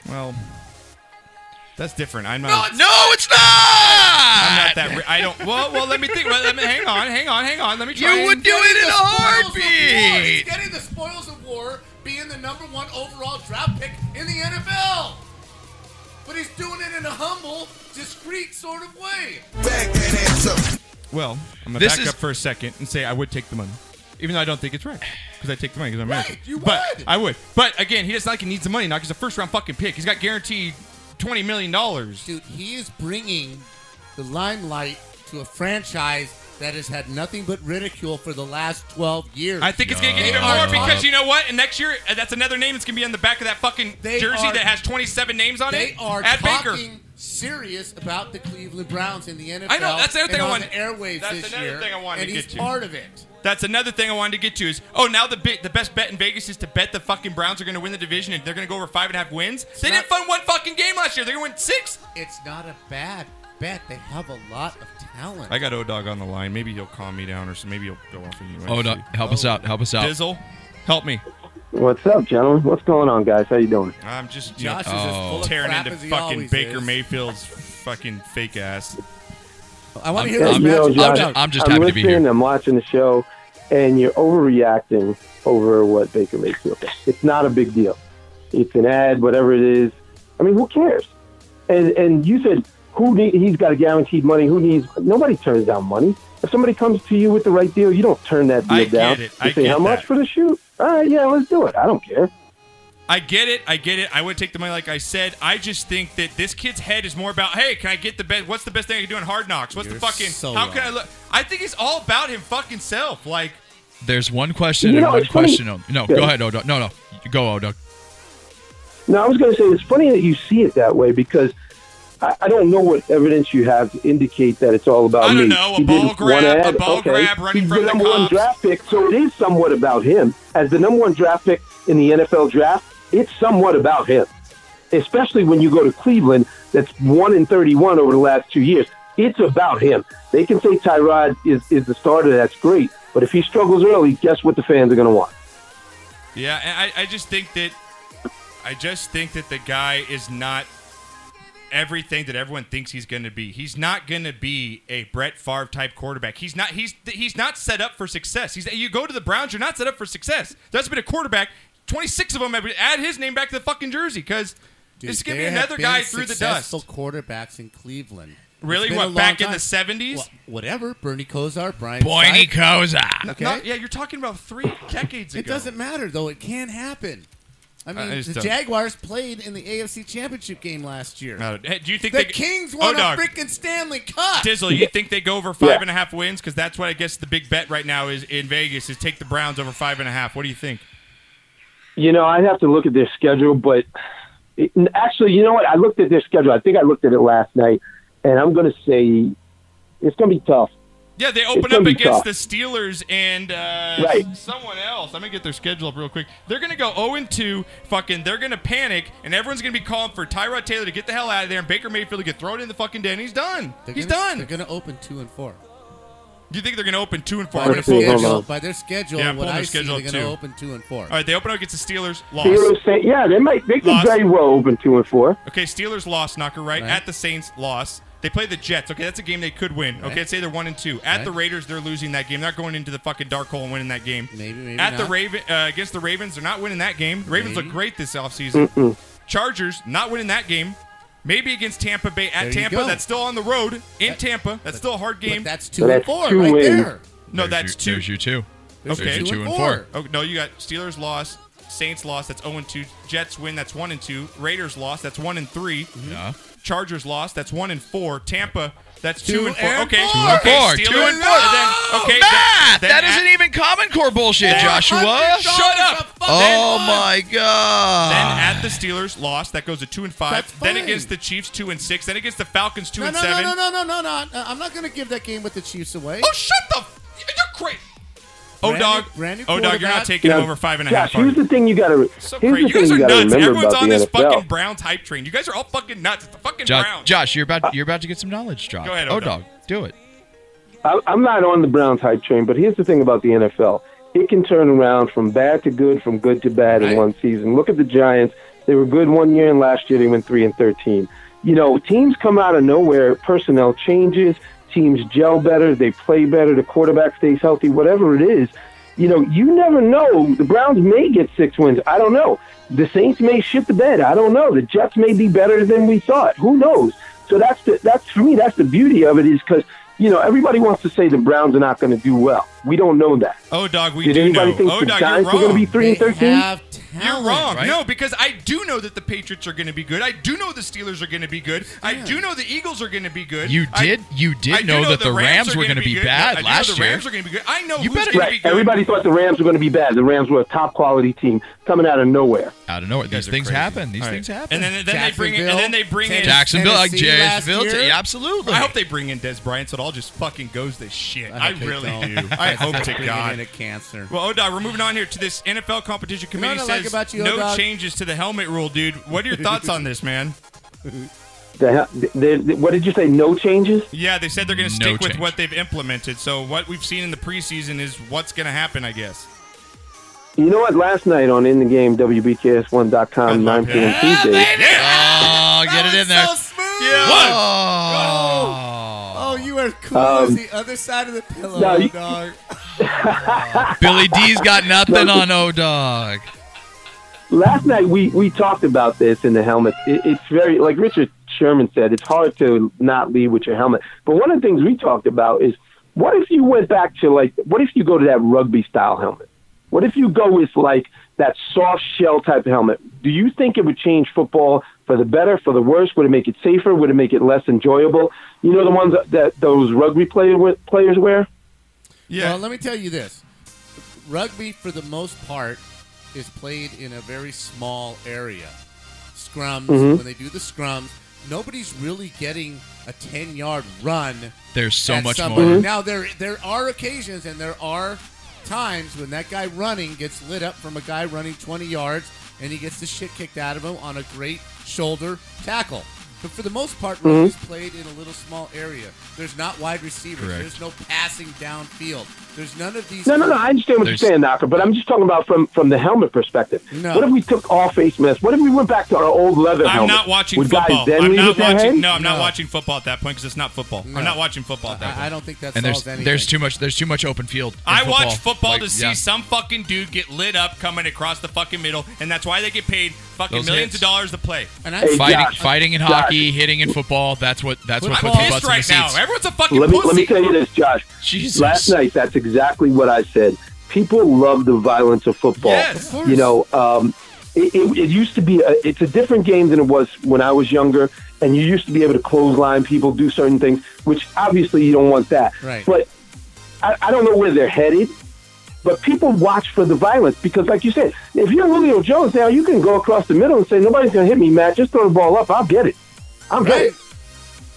Well, that's different. I'm not.
No, it's
No, it's not.
I'm not that. Re- I don't. Well, well. Let me think. Well, let me hang on. Hang on. Hang on. Let me try.
You
and-
would do it in a heartbeat.
He's getting the spoils of war, being the number one overall draft pick in the NFL. But he's doing it in a humble, discreet sort of way.
Well, I'm gonna
This
back
is-
up for a second and say I would take the money, even though I don't think it's right because I take the money because I'm
Right,
American.
you
but
would.
I would. But again, he doesn't like he needs the money now because a first round fucking pick. He's got guaranteed twenty million dollars.
Dude, he is bringing the limelight to a franchise that has had nothing but ridicule for the last 12 years.
I think it's gonna get
They
even
are
more
top.
because you know what? And next year, uh, that's another name that's gonna be on the back of that fucking
They
jersey
are-
that has 27 names on
they
it.
are
At
talking
Baker.
serious about the Cleveland Browns in the NFL.
I know, that's the other thing
and
I
on
wanted-
the airwaves
that's
this
another
year,
thing I wanted
and
to
he's
get to.
part of it.
That's another thing I wanted to get to is oh now the bit, the best bet in Vegas is to bet the fucking Browns are gonna win the division and they're gonna go over five and a half wins. they
not-
didn't fund one fucking game last year. They're gonna win six.
It's not a bad bet. They have a lot of talent.
I got O Dog on the line. Maybe he'll calm me down, or so maybe he'll go off on you.
Oh no! Help us out. Help us out.
Dizzle, help me.
What's up, gentlemen? What's going on, guys? How you doing?
I'm just you know,
Josh is as full of
tearing
crap
into
as he
fucking
always
Baker
is.
Mayfield's fucking fake ass.
I want to
I'm-
hear his
I'm-
you know,
matchup.
Josh,
I'm just- I'm just
I'm
happy to be
listening.
here.
I'm watching the show, and you're overreacting over what Baker Mayfield does. It's not a big deal. It's an ad, whatever it is. I mean, who cares? And and you said who need, he's got guaranteed money. Who needs? Nobody turns down money. If somebody comes to you with the right deal, you don't turn that deal
I get
down.
it.
You
I
say
get
how much
that."
for the shoot? All right, yeah, let's do it. I don't care.
I get it. I get it. I would take the money, like I said. I just think that this kid's head is more about, hey, can I get the best? What's the best thing I can do in Hard Knocks? What's
You're
the fucking?
so
how
wrong.
can I look? I think it's all about him fucking self. Like
There's one question
You
and
know,
one
it's funny-
question only. No,
Yeah.
go ahead, Odog. No, no, You go, Odog.
No, I was going to say it's funny that you see it that way because I, I don't know what evidence you have to indicate that it's all about
I don't
me.
know, a
He
ball
didn't
grab-
wanna
a
add-
ball grab running
He's
from the
the number one
cops.
draft pick, so it is somewhat about him. As the number one draft pick in the NFL draft, it's somewhat about him. Especially when you go to Cleveland, that's one in thirty-one over the last two years. It's about him. They can say Tyrod is, is the starter. That's great, but if he struggles early, guess what the fans are going to want?
Yeah, and I, I just think that I just think that the guy is not everything that everyone thinks he's going to be. He's not going to be a Brett Favre type quarterback. He's not he's he's not set up for success. He's you go to the Browns, you're not set up for suess. There's been a quarterback, 26 of them have add his name back to the fucking jersey cuz
Dude,
this is going to
there
be
have
another
been
guy through the dust.
successful quarterbacks in Cleveland. It's
Really?
been
What,
a long
back in
time.
the 70s?
Well, whatever. Bernie Kosar, Brian.
Boiny
Seif.
Koza.
Okay.
Not- yeah, you're talking about 3 decades ago.
It doesn't matter though. It can happen. I mean,
I just
the
don't-
Jaguars played in the AFC Championship game last year.
Uh, hey, do you think
the
they,
Kings won
oh, dog.
a freaking Stanley Cup.
Dizzle, you think they go over five
Yeah.
and a half wins? Because that's what I guess the big bet right now is in Vegas is take the Browns over five and a half. What do you think?
You know, I'd have to look at their schedule, but it, actually, you know what? I looked at their schedule. I think I looked at it last night, and I'm going to say it's going to be tough.
Yeah, they open
gonna
up
be
against
tough.
the Steelers and uh,
Right.
someone else. I'm gonna get their schedule up real quick. They're gonna go 0 and 2. Fucking, they're gonna panic, and everyone's gonna be calling for Tyrod Taylor to get the hell out of there, and Baker Mayfield to get thrown in the fucking den. He's done.
They're
He's
gonna-
done.
They're going to open two and four.
Do you think they're gonna open two and four?
By
I'm
their
gonna pull
Hold on.
schedule, by their schedule,
Yeah, I'm
what
pulling
I
their
see, they're
schedule
going
too.
to open two and four.
All right, they open up against the Steelers. Lost.
Steelers, say, yeah, they might. They could
Lost.
very well open two and four.
Okay, Steelers lost, knocker, right?
Right.
At the Saints, lost. They play the Jets. Okay, that's a game they could win. Okay, let's say they're one and two. At the
Right.
Raiders, they're losing that game. They're not going into the fucking dark hole and winning that game.
Maybe, maybe
At the
not.
Raven uh, against the Ravens, they're not winning that game. The Ravens
Maybe.
look great this offseason. Chargers not winning that game. Maybe against Tampa Bay
There
at
you
Tampa.
go.
That's still on the road in Tampa. That's still a hard
But
game.
that's two
So
and
that's
four
two
right
wins.
there.
no, that's
you,
two.
There's you two.
There's
Okay.
two,
Two
and
and
four.
Oh no, you got Steelers loss, Saints loss. That's zero and two. Jets win. That's one and two. Raiders loss. That's one and 3
Yeah.
Chargers lost. That's one and four. Tampa That's two,
Two
and four.
and
okay,
four.
okay,
Four,
steal
two
it.
and four.
then, okay,
Matt,
then-
that
then
isn't even Common Core bullshit, Joshua.
$100
Shut
a
up.
fucking
Oh
month.
my god.
Then at the Steelers lost, that goes to two and five.
That's
Then
fine.
against the Chiefs, two and six. Then against the Falcons, two
No,
and
no,
seven.
no, no, no, no, no, no. I'm not going to give that game with the Chiefs away.
Oh, shut the! F- you're crazy. Oh
Brand new-
dog,
brand new
oh dog, you're not
quarterback.
taking
You know,
him over five and a half.
Josh, here's
are
the thing you got to
you? so
here's
crazy.
the
You guys are
thing you got to
nuts.
remember
Everyone's
about
on
the
this
NFL.
fucking Browns hype train. You guys are all fucking nuts. It's the fucking
Jo-
Browns.
Josh, you're about you're about to get some knowledge drop.
Go ahead,
oh
Odog.
dog, do it.
I- I'm not on the Browns hype train, but here's the thing about the NFL. It can turn around from bad to good, from good to bad in one season. Look at the Giants. They were good one year, and last year they went 3 and 13. You know, teams come out of nowhere, personnel changes, teams gel better, they play better, the quarterback stays healthy, whatever it is. You know, you never know. The Browns may get six wins. I don't know. The Saints may shit the bed. I don't know. The Jets may be better than we thought. Who knows? So that's the that's for me. That's the beauty of it is because you know everybody wants to say the Browns are not going to do well. We don't know that.
Oh dog, we
Did
do
anybody
know.
think
oh
the
dog,
Giants
you're
are going
wrong.
to be three and
They
thirteen?
have
You're
talent.
wrong.
right?
No, because I do know that the Patriots are going to be good. I do know the Steelers are going to be good. I do know the Eagles are going to be good.
You
I-
did you did
I do
know, that the Rams, were
gonna
going to be
good. I
bad
do know
last
the
year.
Rams are going to be good. I know
You
who's
better-
going to be
Right.
good.
Everybody thought the Rams were going to be bad. The Rams were a top quality team coming out of nowhere.
Out of nowhere, these
are
things
crazy.
happen. These
All right.
things happen.
And then, then they bring in, and then they bring in.
Jacksonville,
Jacksonville, like
Tennessee last
Jacksonville,
year.
yeah, absolutely.
I hope they bring in Des Bryant so it all just fucking goes to shit. I,
hope they
really
don't.
do. I
That's
hope
like
to
bringing
God.
in a cancer.
Well, Odog, we're moving on here to this NFL competition
know
committee
what I like
says
about you, oh,
no
Odog?
changes to the helmet rule, dude. What are your thoughts on this, man?
The, the, the, what did you say? No changes.
Yeah, they said they're going to
No
stick with
change.
what they've implemented. So what we've seen in the preseason is what's going to happen, I guess.
You know what? Last night on In the Game, WBKS1.com, 9 p.m. Tuesday.
oh, get it in there.
So smooth.
Oh.
Oh, you are cool as
Um,
the other side of the pillow,
no, you-
dog.
Billy D's got nothing on O Dog.
last night we, we talked about this in the helmet. It, it's very like Richard Sherman said. It's hard to not lead with your helmet. But one of the things we talked about is what if you went back to like what if you go to that rugby style helmet? What if you go with like that soft shell type helmet? Do you think it would change football for the better, for the worse? Would it make it safer? Would it make it less enjoyable? You know the ones that, that those rugby player, players wear.
Yeah.
Well, let me tell you this: rugby, for the most part, is played in a very small area. Scrums. When they do the scrums, nobody's really getting a ten-yard run.
There's so
at
much
somebody.
more.
Now there there are occasions and there are times when that guy running gets lit up from a guy running 20 yards and he gets the shit kicked out of him on a great shoulder tackle. But for the most part, rugby's played in a little small area. There's not wide receivers.
Correct.
There's no passing downfield. There's none of these.
No, no, no. I understand what
There's-
you're saying, Knocker, but I'm just talking about from from the helmet perspective.
No.
What if we took all face masks? What if we went back to our old leather
I'm
helmet?
not watching
Would
football.
guys then
I'm
leave
not
with their
watching.
hand?
No, I'm not
No.
watching football at that point because it's not football.
No.
I'm not watching football at that
I, I
point.
don't think that
And there's
solves anything.
there's too much there's too much open field. in
I, watch football
Like,
to see
yeah.
some fucking dude get lit up coming across the fucking middle, and that's why they get paid fucking
Those
millions
hits.
of dollars to play.
And I
Hey,
fight.
fighting
Josh,
fighting in
Josh.
hockey, hitting in football. That's what that's what
I'm
puts the butts
pissed
in the
right now.
seats.
Everyone's a fucking
Let me
pussy.
let me tell you this, Josh.
Jesus.
Last night, that's exactly what I said. People love the violence of football.
Yes. Of
course.
You know, um, it, it, it used to be a, it's a different game than it was when I was younger, and you used to be able to clothesline people, do certain things, which obviously you don't want that.
Right.
But I, I don't know where they're headed. But people watch for the violence because, like you said, if you're Julio Jones now, you can go across the middle and say, "Nobody's going to hit me, Matt. Just throw the ball up. I'll get it. I'll get
Right.
it."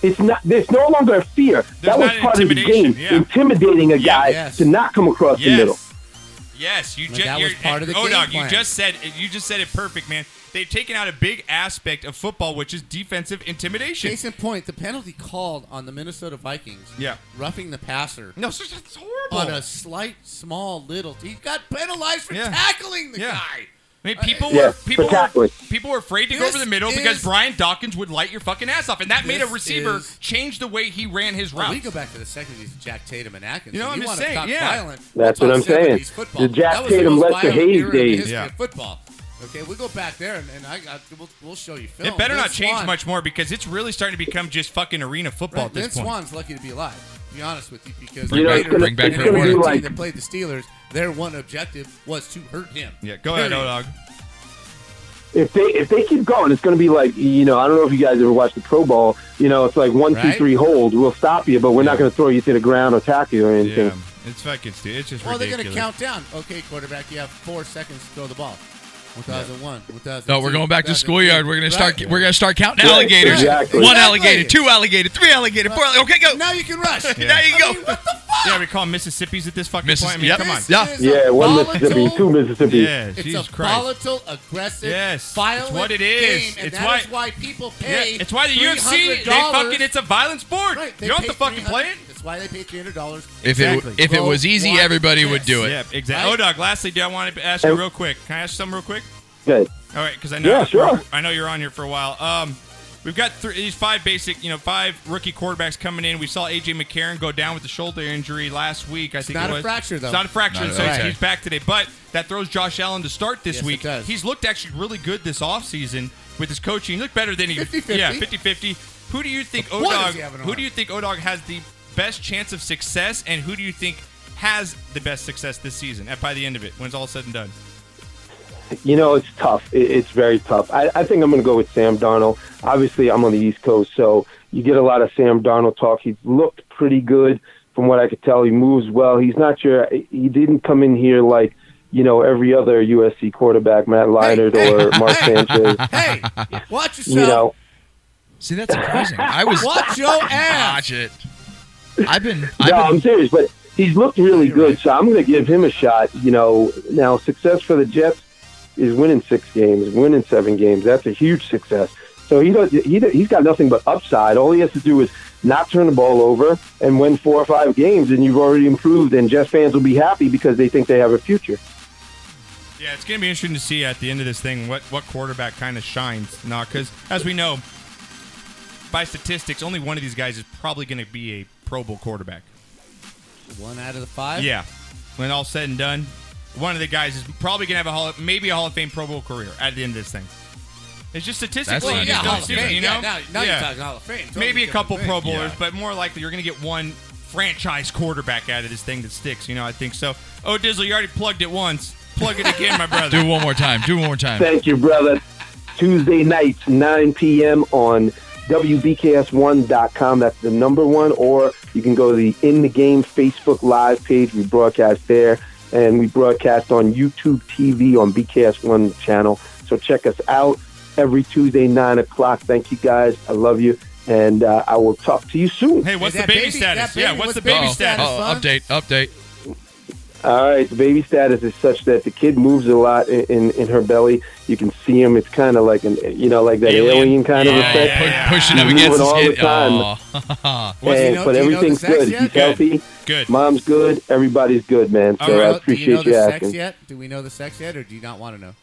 It's not. There's no longer a fear. that was
not an
part of the
intimidation,
game,
yeah.
intimidating a guy
yes.
to not come across the middle.
Yes, you
Like,
just
that was part of the
oh,
game
dog, you
plan.
just said you just said it perfect, man. They've taken out a big aspect of football, which is defensive intimidation.
Case in point, the penalty called on the Minnesota Vikings.
Yeah.
Roughing the passer.
No, it's, just- it's horrible.
on a slight, small, little. He got penalized for
Yeah.
tackling the
Yeah.
guy.
I mean, people
Yeah,
were people were,
exactly.
people were afraid to go
Uh, This
over the middle
is-
because Brian Dawkins would light your fucking ass off, and that made a
This
receiver
is-
change the way he ran his
Well,
route.
we go back to the secondaries of Jack Tatum and Atkins.
You know, I'm
you
just
wanna
saying,
talk
yeah.
violent,
That's
talk
what I'm saying.
70s Football.
The Jack
That was the
Tatum,
most
Lester
violent
Hayes
era in the
days.
history
Yeah.
of Football. Okay, we go back there, and, and I, I we'll, we'll show you film.
It better
Vince
not change
Vaughn-
much more because it's really starting to become just fucking arena football
Right,
at this
Vince
point.
Swan's lucky to be alive. To be honest with you, because the
You know, it's
Raiders-
gonna- Bring
back
the
Kurt
Raiders
Warner.
team that played the Steelers. Their one objective was to hurt him.
Yeah, go ahead,
Period.
Odog.
if they if they keep going, it's going to be like you know I don't know if you guys ever watched the Pro Bowl. You know, it's like one, two, three,
Right.
hold. We'll stop you, but we're not going to throw you to the ground or tackle you or anything.
Yeah, it's fucking stupid. It's just
Well, they're
ridiculous.
going to count down. Okay, quarterback, you have four seconds to throw the ball. 1001, 1002.
No, we're going back to schoolyard. We're gonna start.
Right.
We're gonna start counting
Right,
alligators.
exactly.
One
Exactly.
alligator, two alligator, three alligator, four. Alligator. Okay, go.
Now you can rush.
There you go.
I mean, what the fuck?
Yeah, we call them Mississippi's at this fucking
Missis-
point. I mean,
yep.
come on.
This
Yeah.
is a
Yeah, one
volatile-
Mississippi, two Mississippi.
Yeah,
It's
Jesus
a
Christ.
volatile, aggressive,
Yes,
violent
it's what it is.
game, and
It's
that
why-
is why people
Yeah,
pay.
it's why the UFC, they
$300
fucking, it's a violent sport.
Right, they
you don't have
pay
to fucking play it.
$300 That's why they pay three hundred dollars.
If it
Exactly.
if it was easy,
Go
everybody
watch
would do it.
Yeah, exactly.
Right?
Oh, Doug, lastly, do I want to ask you
And-
real quick? Can I ask you something real quick?
Good.
All right, because I know
Yeah, sure.
I know you're on here for a while. Um, we've got three, these five basic, you know, five rookie quarterbacks coming in. We saw AJ McCarron go down with the shoulder injury last week. I think
not
it
a
was.
fracture, though.
It's not a fracture,
Not at
so
all.
he's-
Okay.
he's back today. But that throws Josh Allen to start this
Yes,
week.
it does.
He's looked actually really good this offseason with his coaching. He looked better than he
50-50.
yeah 50-50. Who do you think
point is
Odog?
he having an
Who
arm.
do you think Odog has the best chance of success, and who do you think has the best success this season? At by the end of it, when it's all said and done.
You know, it's tough. It, it's very tough. I, I think I'm going to go with Sam Darnold. Obviously, I'm on the East Coast, so you get a lot of Sam Darnold talk. He looked pretty good from what I could tell. He moves well. He's not your. He didn't come in here like you know every other USC quarterback, Matt Leinart
hey,
or Mark
hey.
Sanchez.
Hey, watch yourself.
You know,
See, that's surprising. I was
watch your ass.
watch it. I've been. I've
no,
been
I'm serious, but he's looked really good, so I'm going to give him a shot. You know, now success for the Jets is winning six games, winning seven games. That's a huge success. So he does, he does, he's got nothing but upside. All he has to do is not turn the ball over and win four or five games, and you've already improved. And Jets fans will be happy because they think they have a future.
Yeah, it's going to be interesting to see at the end of this thing what, what quarterback kind of shines. Nah, because as we know, by statistics, only one of these guys is probably going to be a Pro Bowl quarterback.
One out of the five.
Yeah. When all said and done, one of the guys is probably going to have a Hall of, maybe a Hall of Fame Pro Bowl career at the end of this thing. It's just
That's
statistically,
Well,
not
you
yeah,
just
Hall
even
don't
of
see
Fame.
it, you know?
Yeah, now, now
Yeah.
you're talking Hall of Fame. Totally
maybe a
different
couple
thing.
Pro Bowlers,
Yeah.
but more likely you're going to get one franchise quarterback out of this thing that sticks. You know, I think so. Oh, Dizzle, you already plugged it once. Plug it again, my brother.
do it one more time. Do it one more time.
Thank you, brother. Tuesday nights, 9 p.m. on WBKS1.com. That's the number one. Or you can go to the In the Game Facebook Live page. We broadcast there. And we broadcast on YouTube TV on BKS1 channel. So check us out every Tuesday, 9 o'clock. Thank you, guys. I love you. And uh, I will talk to you soon.
Hey, what's
Hey, that
the baby,
baby-
status?
that baby-
yeah, what's,
what's
the
the baby
baby
oh,
status?
oh, update, update.
All right, the baby status is such that the kid moves a lot in, in, in her belly. You can see him. It's kind of like an, you know, like that
Alien.
alien, kind of
Yeah,
effect.
yeah, yeah. Oh.
Pu- pushing up
He's
against
moving all the
Aw.
What's he
And-
know-
but
do you know the
everything's
sex
good.
yet?
He's
Good.
healthy.
Good.
Mom's good. Everybody's good, man. So
All
Well,
right.
I
do you know
appreciate
the
you
sex
asking.
yet? Do we know the sex yet, or do you not want to know?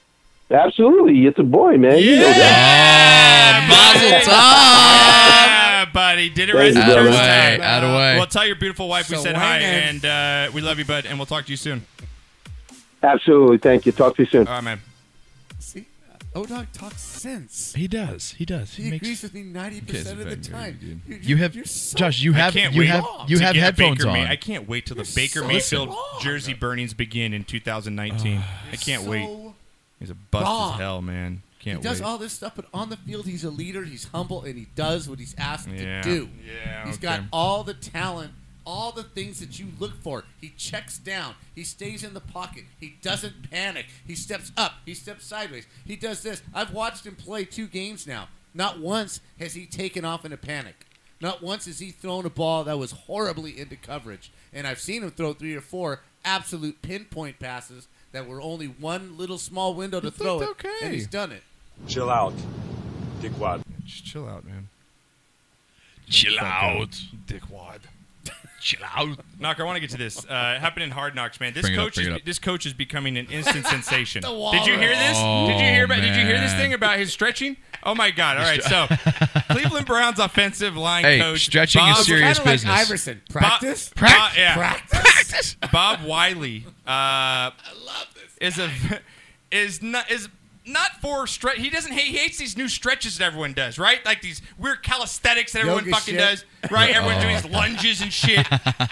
Absolutely, it's a boy, man. You know that.
Ah, Mazel tov.
Yeah, Ah, buddy. Did it right
Thank
the
you, brother.
first
Out
time.
of way. Out of way.
Well, tell your beautiful wife we
So
said
when
hi,
is-
and uh, we love you, bud, and we'll talk to you soon.
Absolutely. Thank you. Talk to you soon.
All right, man.
See, Odog talks sense.
He does. He does.
He agrees with me ninety percent of the
Kids are
time.
very
You,
You have
you're so
Josh. You have.
I can't
You
wait.
have. You
to
have
get
headphones
Baker
on.
May- I can't wait till the Baker
so
Mayfield
wrong.
jersey burnings begin in 2019. I can't
so-
wait. He's a bust
wrong.
as hell, man. Can't
He does
wait.
all this stuff, but on the field, he's a leader. He's humble, and he does what he's asked to
Yeah.
do.
Yeah,
he's
okay.
got all the talent, all the things that you look for. He checks down. He stays in the pocket. He doesn't panic. He steps up. He steps sideways. He does this. I've watched him play two games now. Not once has he taken off in a panic. Not once has he thrown a ball that was horribly into coverage. And I've seen him throw three or four absolute pinpoint passes that were only one little small window to throw it.
okay.
And he's done it.
Chill out, dickwad.
Just chill out, man.
Chill out.
Dickwad.
Chill out.
Knock, I want to get to this. Uh, it happened in Hard Knocks, man. This
Bring it up,
coach
bring it
is
up.
this coach is becoming an instant sensation.
The
Did you hear this? Did you hear about? Did you hear this
Oh, man.
thing about his stretching? Oh my God! All right, so Cleveland Browns offensive line
Hey,
coach
stretching is
Bob,
serious.
Kinda like
business.
Iverson. Practice?
Bob, Bob, yeah.
Practice.
Bob Wiley. Uh, is a is not is not for stretch. He doesn't hate. He hates these new stretches that everyone does, right? Like these weird calisthenics that everyone
Yoga
fucking
shit.
does, right? Everyone's
Oh.
doing these lunges and shit.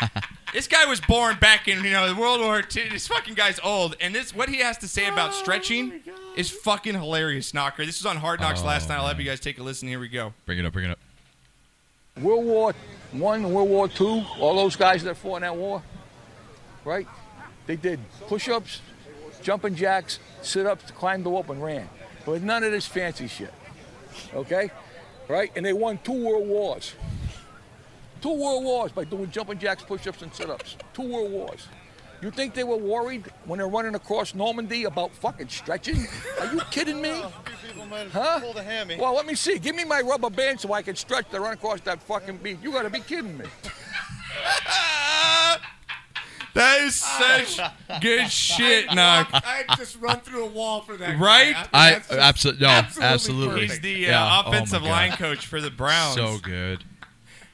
this guy was
Oh,
born back in you know the World War II. This fucking guy's old, and this what he has to say about stretching is fucking hilarious, Knocker. This was on Hard Knocks last night. I'll
Oh,
have you guys take a listen. Here we go.
Bring it up, bring it up.
World War One, World War Two, all those guys that fought in that war, right? They did push-ups, jumping jacks, sit-ups, climbed the rope and ran. But none of this fancy shit. Okay? Right? And they won two world wars. Two world wars by doing jumping jacks, push-ups, and sit-ups. Two world wars. You think they were worried when they're running across Normandy about fucking stretching? Are you kidding me? Huh? Well, let me see. Give me my rubber band so I can stretch to run across that fucking beach. You gotta be kidding me.
That is such good shit, Knock.
I just run through a wall for that. guy.
Right?
think
I
that's just
absolutely no,
absolutely
absolutely.
He's the uh,
Yeah. Oh, my
offensive
God.
line coach for the Browns.
So good.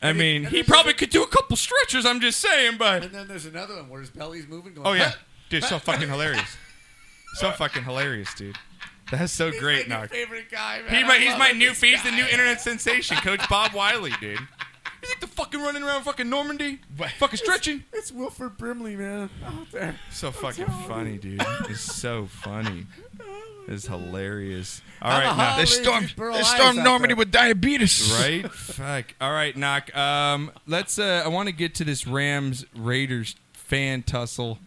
I mean, he probably could do a couple stretchers. I'm just saying, but
And then there's another one where his belly's moving. Going,
oh yeah, dude, so fucking hilarious. So fucking hilarious, dude. That's so great,
My
Knock.
favorite guy. Man.
He
I
my, he's
love
my
it.
new he's the new internet sensation, Coach Bob Wiley, dude. You think the fucking running around fucking Normandy, fucking stretching?
It's Wilford Brimley, man. Oh, Out there.
So fucking funny, dude. It's so funny. It's hilarious. All
Oh, I'm a
right, Knock.
hot-
They
Please,
stormed
Pearl
they
Eyes
stormed
out
Normandy
there.
with diabetes.
right? Fuck. All right, knock. Um, let's. Uh, I want to get to this Rams Raiders fan tussle.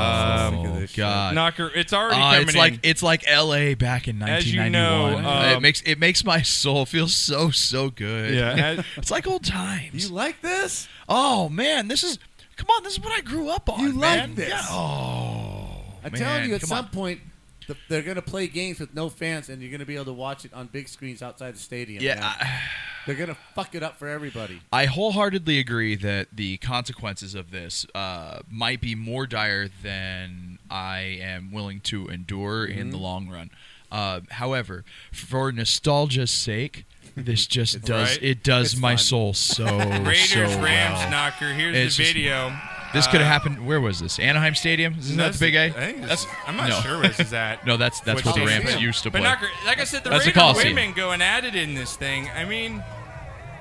Oh God.
Knocker, it's already
Uh,
coming
it's like
in.
it's like L.A. back in
As you
1991.
know, um,
it makes it makes my soul feel so so good.
Yeah, as-
it's like old times.
You like this?
oh man, this is come on. This is what I grew up on.
You like
man.
this.
Yeah. Oh,
I'm
man,
telling you, at
come
some
on.
point, the, they're going to play games with no fans, and you're going to be able to watch it on big screens outside the stadium.
Yeah,
man. they're going to fuck it up for everybody.
I wholeheartedly agree that the consequences of this uh, might be more dire than I am willing to endure in the long run. Uh, however, for nostalgia's sake, this just does
right.
it does my soul so
Raiders
so
Rams
well.
knocker. Here's
It's
the
just-
video. Uh,
This could have happened. Where was this? Anaheim Stadium? Isn't that the Big
I
A?
think this
That's-
is- I'm not
no.
sure where this is at.
No, that's that's
Which
what the
stadium.
Rams used to
But
play.
knocker, like I said, the
That's the
Raider
Coliseum.
women going at it in this thing. I mean,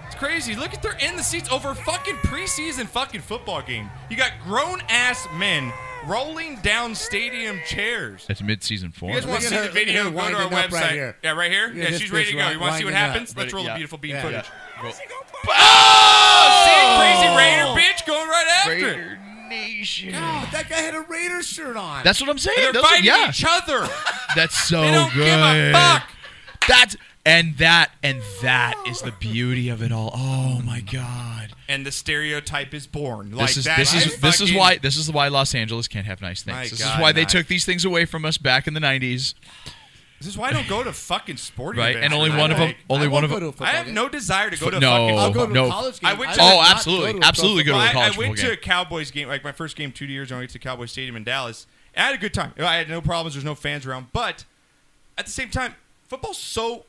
it's crazy. Look at they're in the seats over a fucking preseason fucking football game. You got grown ass men rolling down stadium chairs.
That's mid-season four.
You guys want to
Look
see
at her-
the video?
look at
Go
her
to our
winding up
website.
right here.
Yeah, right here.
Yeah,
Yeah,
this
she's ready
bitch
to go. You want to see what
winding up.
happens? Let's roll the
Yeah.
beautiful beam
Yeah.
footage.
Oh,
Raider bitch going right after. it.
Raider Nation.
But that guy had a Raider shirt on.
That's what I'm saying.
They're
Those are-
fighting
yeah.
each other.
That's so
They don't
good.
give a fuck.
That's and that and that is the beauty of it all. Oh my god.
And the stereotype is born. Like
This is
that
this is this is
fucking-
why this is why Los Angeles can't have nice
My
things. This
God,
is why they
Knock.
took these things away from us back in the 90s,
This is why I don't go to fucking sporting
right?
events.
And only
I
one of them
like-
only
I
one
won't
of
go to a
them
football
I have
game.
no desire to go to a
No.
fucking.
I'll go to
no.
a college game.
I went to-
will
Oh,
not go
absolutely.
to a pro
Absolutely go to
football-
a
Well, I-
college
I went
football
to a
game.
Cowboys game, like my first game two years. ago, I went to Cowboys Stadium in Dallas. And I had a good time. I had no problems. There's no fans around, but at the same time, football's so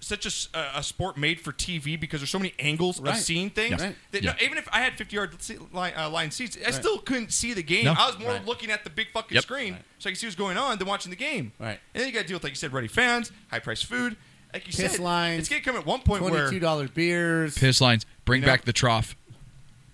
such a, s- a- a sport made for TV because there's so many angles
Right.
of seeing things.
Yeah. Right.
That,
Yeah.
no, even if I had 50 yard se- line, uh, line seats, I still couldn't see the game.
No.
I was more
Right.
looking at the big fucking
Yep.
screen so I could see what's going on than watching the game.
Right.
And then you got to deal with, like you said, ready fans, high priced food. Like you
Piss
said,
lines.
it's going to come at one point where
Twenty-two dollar beers.
piss lines. Bring
No.
back the trough.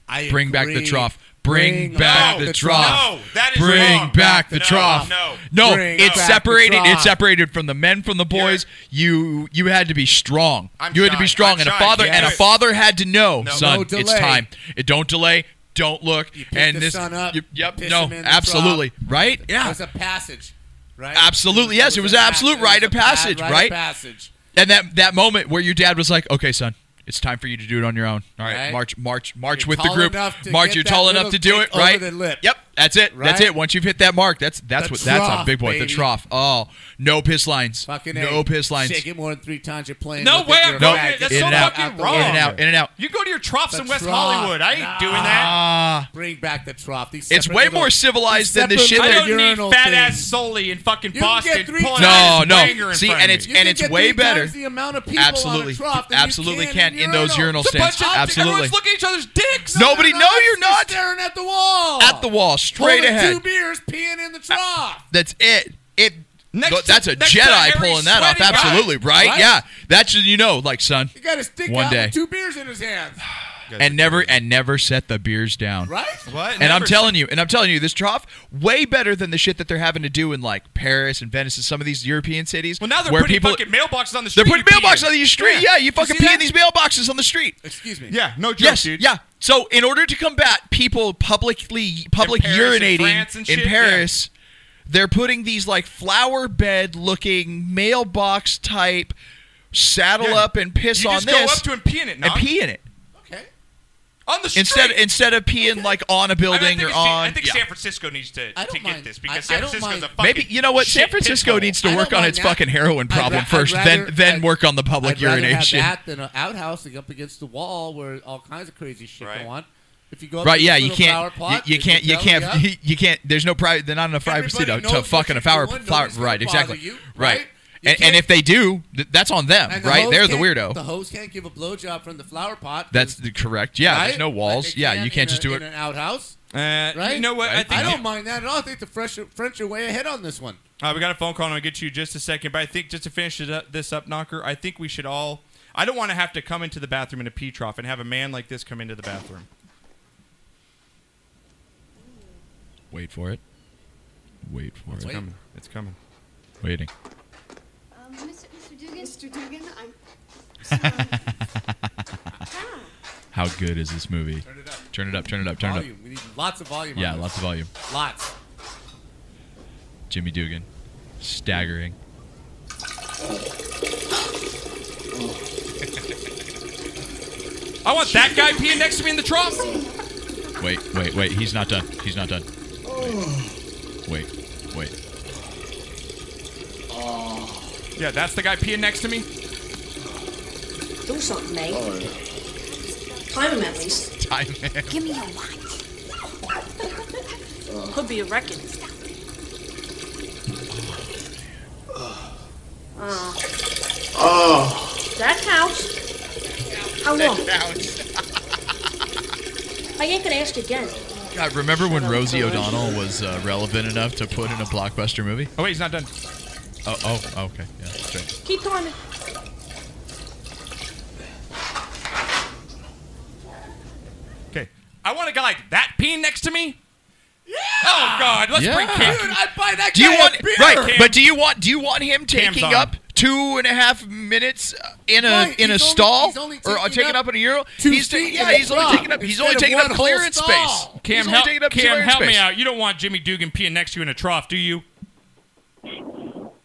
I
Bring back
agree.
the trough. Bring back
No,
the
No,
trough.
that is
Bring
wrong.
back the
No,
trough.
no.
no,
Bring
it's
back the
separated.
trough.
It's separated from the men from the boys. You you had to be strong.
I'm
you had to
trying.
be strong,
I'm
and a
trying.
father and a
Yes.
father had to know,
No.
son.
No
it's
delay.
time. It don't delay. Don't look.
You pick
and
the
this.
son up,
you- yep.
piss
No.
him in the
Absolutely. Right.
It
Yeah.
was a passage, right?
Absolutely, yes, it was
a
an
pa-
absolute
it was
rite
a
of
pa-
passage,
rite of
right?
Passage.
And that that moment where your dad was like, "Okay, son, it's time for you to do it on your own. All right,
Right.
march, march, march
You're
with the
tall
group.
enough to
March,
get
you're
that
tall enough
little
to do
kick
it, right?
over the lip.
Yep, that's it. That's
Right?
it. Once you've hit that mark, that's that's
The
what that's on
trough,
big boy. The
baby.
trough. Oh, no piss lines.
Fucking
no
A.
piss lines.
Shake it more than three times. You're playing.
No
with
way
It,
I'm
you're a
going
fag.
to- that's
In
so
and out.
fucking
In
wrong.
and out. In and out.
You go to your troughs
The
in West
trough.
Hollywood. I ain't doing that.
Ah,
Bring back the trough. These
It's
separate
way
little-
more civilized
these
than the
separate
shit
I
that-
little
don't need
urinal
fat
things.
ass Soli in fucking
You can get
Boston
three
pulling
times-
out his
No, no.
banger in
See,
front
and
of
it's-
me.
You can
it's
get
way
three
better.
times The amount of people on
absolutely,
a trough than you
absolutely
can
can in those urinal
urinals.
It's a bunch
stands.
of optics.
Absolutely.
Everyone's looking at each other's dicks.
No,
Nobody,
they're
no,
not.
you're
They're
not.
staring at the wall.
At the wall, straight
Holding
ahead.
Two beers, peeing in the trough.
That's it. It.
Next to-
that's a
next to
Jedi
Harry
pulling that off.
sweating guy.
Absolutely, right?
Right?
Yeah. That's you know, like son.
You got to stick
One
out
day.
with two beers in his hands.
and never and never set the beers down.
Right?
What?
And I'm telling you, and I'm telling you, this trough way better than the shit that they're having to do in like Paris and Venice and some of these European cities. Well,
now they're
where
putting
people,
fucking mailboxes on the
They're
street.
putting
you pee
mailboxes
in.
on the street. Yeah, you fucking
see
pee
that?
in these mailboxes on the street.
Excuse me.
Yeah, no joke,
yes,
dude.
Yeah. So in order to combat people publicly public
In Paris and
urinating
France and
in
shit,
Paris, they're putting these like flower bed looking mailbox type saddle
Yeah.
up and piss
You
on
just
this.
go up to and pee in it,
And
Nog.
pee in it.
On the street.
Instead instead of peeing like on a
I, mean, I
building
think
or
it's-
on
I think
yeah.
San Francisco needs to,
I
to
don't
get
mind. I-
this
I
because San
don't
Francisco's
mind.
a fucking
Maybe you know what San
shit
Francisco
pit bull.
needs to
I
work
don't
on
mind
its
that.
fucking heroin
I'd ra-
problem
I'd
1st
rather-
then then
I'd-
work on the public
I'd rather
urination.
Have that than an outhouse like, up against the wall where all kinds of crazy shit go on. If you go up
Right?
to
Yeah,
this
you
little flower
can't. You,
Pot,
you
they
can't. You
belly
can't.
up.
You, can't. There's no private. There's not enough privacy to,
Everybody
to
knows
fuck in a
what
flower.
you're doing.
flower
Nobody's gonna
right? Exactly.
bother you,
right.
right? You
And, and
can't-
if they do, th- that's on them.
And
right?
hose
They're the
can't-
weirdo.
The hose can't give a blowjob from the flower pot.
that's the, correct. Yeah.
right?
There's no
Like they
walls. yeah.
can
You
in
can't just
a-
do
in
it.
an outhouse.
Uh,
right?
You know what? I think
don't mind that at all. I think the French, French are way ahead on this one.
Uh, we got a phone call, and I'll get to you in just a second. But I think just to finish it up, this up, Knocker, I think we should all. I don't want to have to come into the bathroom in a pee trough and have a man like this come into the bathroom.
Wait for it. Wait for
It's
it.
coming. It's coming.
Waiting.
Um, Mr. Mr. Dugan? Mr. Dugan, I'm.
How good is this movie?
Turn it up.
Turn it up. Turn it up. Turn it
volume. We need lots of volume.
up. Yeah.
on
Lots
this.
of volume.
Lots.
Jimmy Dugan, staggering.
I want that guy peeing next to me in the trough.
Wait, wait, wait. He's not done. He's not done. Wait, wait.
Yeah, that's the guy peeing next to me.
Do something, mate. Time him at least.
Time him.
Give me a watch. Could be a record. Uh, Oh.
Oh.
That house. How long? I ain't gonna ask again.
God, remember when Rosie O'Donnell was uh, relevant enough to put in a blockbuster movie?
Oh wait, he's not done.
Oh, oh, oh, okay. Yeah, that's right.
Keep timing.
Okay. I want a guy like that peeing next to me. Yeah. Oh God, let's
Yeah.
bring Cam.
Dude,
I'd buy that
Do you want right?
Cam,
But do you want do you want him
Cam's
taking
on.
up two and a half minutes uh, in a
Right,
in a
he's only-
stall
he's only
or uh,
taking
taking
up
up in a euro?
two
He's ta-
feet in
yeah,
a
he's only
truck
taking up he's only
instead of
taking up
one whole
clearance space.
stall.
he's
Cam,
only
help,
taking up
Cam,
clearance
help me
space.
out. You don't want Jimmy Dugan peeing next to you in a trough, do you?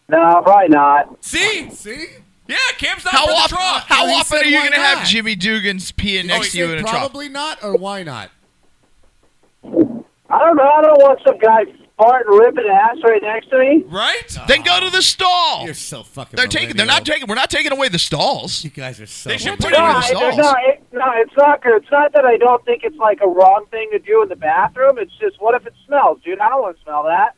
No, probably not.
See?
See?
Yeah, Cam's not
How
for
often
the Oh, trough.
how often are you
why
going to have
not?
Jimmy Dugan's peeing next to you in a trough?
Probably not, or why not?
I don't know. I don't want some guy farting, ripping ass right next to me.
Right?
Then go to the stall. You're
so fucking.
They're taking. They're not taking. We're not taking away the stalls. You
guys are so.
They should
No,
put away the
I-
stalls.
no, it, no, it's not good. It's not that I don't think it's like a wrong thing to do in the bathroom. It's just, what if it smells, dude? I don't want to smell that.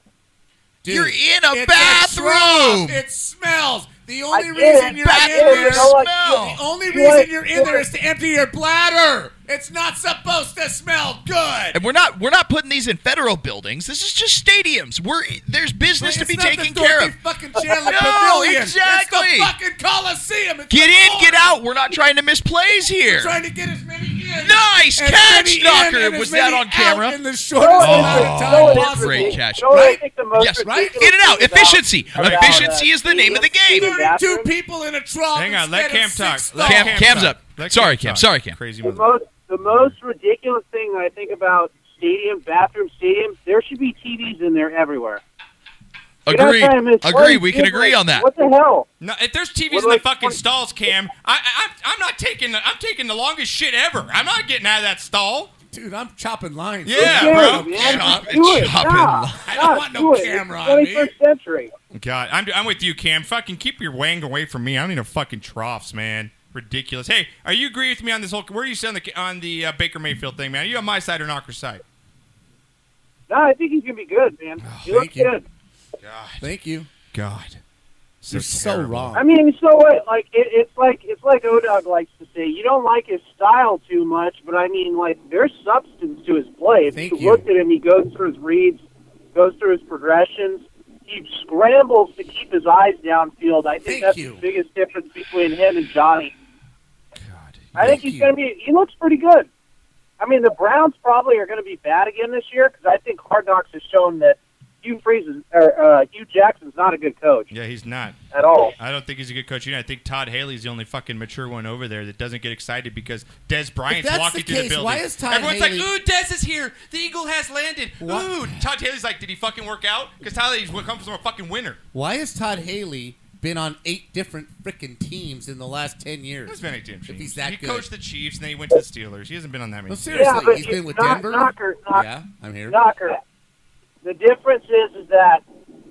You're
in a
bathroom. it smells. The only
I get
reason
it.
you're
Back
in
there,
there,
you know, like,
the
look,
only
look,
reason you're in
look.
there is to empty your bladder. It's not supposed to smell good.
And we're not. We're not putting these in federal buildings. This is just stadiums. We're there's business to
It's
be
not the
taken
Dorothy
care of.
Fucking Chandler
No,
Pavilion. It's
exactly.
the fucking Coliseum. It's
Get
the
in,
floor.
get out. We're not trying to miss plays here.
We're trying to get as many in.
Nice
as many in
catch,
and
Knocker.
as
Was that
many
on camera?
out In the shortest amount of time
Oh,
possible.
great catch.
Right?
Right?
most
Yes, right.
ridiculous
In and out.
thing about-
Efficiency.
about, uh,
Efficiency is the name of the game.
Thirty-two people in a trough.
Hang on, let
instead
Cam
of
talk.
six
Let
Cam,
Cam
Cam's
talk.
up.
Let
Sorry,
Cam
Cam.
talk.
Sorry, Cam.
Crazy
The most, the most ridiculous thing I think about stadium, bathroom, stadiums, there should be TVs in there everywhere. You're not
Agree.
trying to miss
Agree.
one
We can
kid,
agree
like,
on that.
What the hell?
No, if there's TVs
What
in the
like
fucking stalls, Cam, I, I, I'm- I'm not taking. The, I'm taking the longest shit ever. I'm not getting out of that stall.
Dude, I'm chopping lines.
Yeah,
Who
bro.
cares, man?
Chop-
Do it.
chop
Nah.
and-
I don't want no camera on me.
century.
God, I'm, I'm with you, Cam. Fucking keep your wang away from me. I don't need no fucking troughs, man. Ridiculous. Hey, are you agree with me on this whole? Where do you stand on the on the uh, Baker Mayfield thing, man? Are you on my side or Knocker's side?
No, I think he's gonna be good, man. He looks
Oh, you.
good.
Thank you.
God,
you're so wrong.
I mean, so what? Like, it, it's like it's like Odog likes to say, you don't like his style too much, but I mean, like, there's substance to his play. If you, looked at him, he goes through his reads, goes through his progressions. He scrambles to keep his eyes downfield. I think that's the biggest difference between him and Johnny. I think he's gonna be. He looks pretty good. I mean, the Browns probably are going to be bad again this year because I think Hard Knocks has shown that Hugh Freeze is, or uh, Hugh Jackson's not a good coach.
Yeah, he's not
At all.
I don't think he's a good coach. You know, I think Todd Haley's the only fucking mature one over there that doesn't get excited because Des Bryant's
that's
walking
the
through the
case,
building.
why is Todd
Everyone's
Haley-
like, "Ooh, Des is here. The eagle has landed."
Wha-
Ooh, Todd Haley's like, "Did he fucking work out?" Because Todd Haley's comes from a fucking winner.
Why has Todd Haley been on eight different freaking teams in the last ten years?
He's been at teams.
If he's that
he
good.
coached the Chiefs and then he went to the Steelers. He hasn't been on that many.
No,
teams.
seriously,
Yeah, but
he's been with
knock-
Denver.
knocker, knock-
yeah, I'm here.
Knocker. The difference is, is that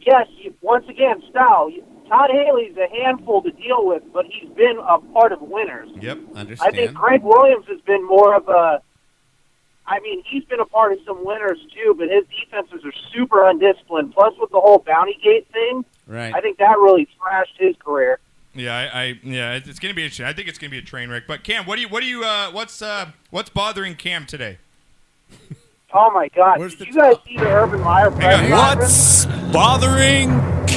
yes, you, once again, style. You, Todd Haley's a handful to deal with, but he's been a part of winners.
Yep,
I
understand.
think Greg Williams has been more of a. I mean, he's been a part of some winners too, but his defenses are super undisciplined. Plus, with the whole bounty gate thing,
Right.
I think that really trashed his career.
Yeah, I, I yeah, it's- it's gonna be interesting. I think it's gonna be a train wreck. But Cam, what do you, what do you, uh, what's, uh, what's bothering Cam today?
Oh my God! Did you guys see the Urban Meyer press conference?
Bothering Cam.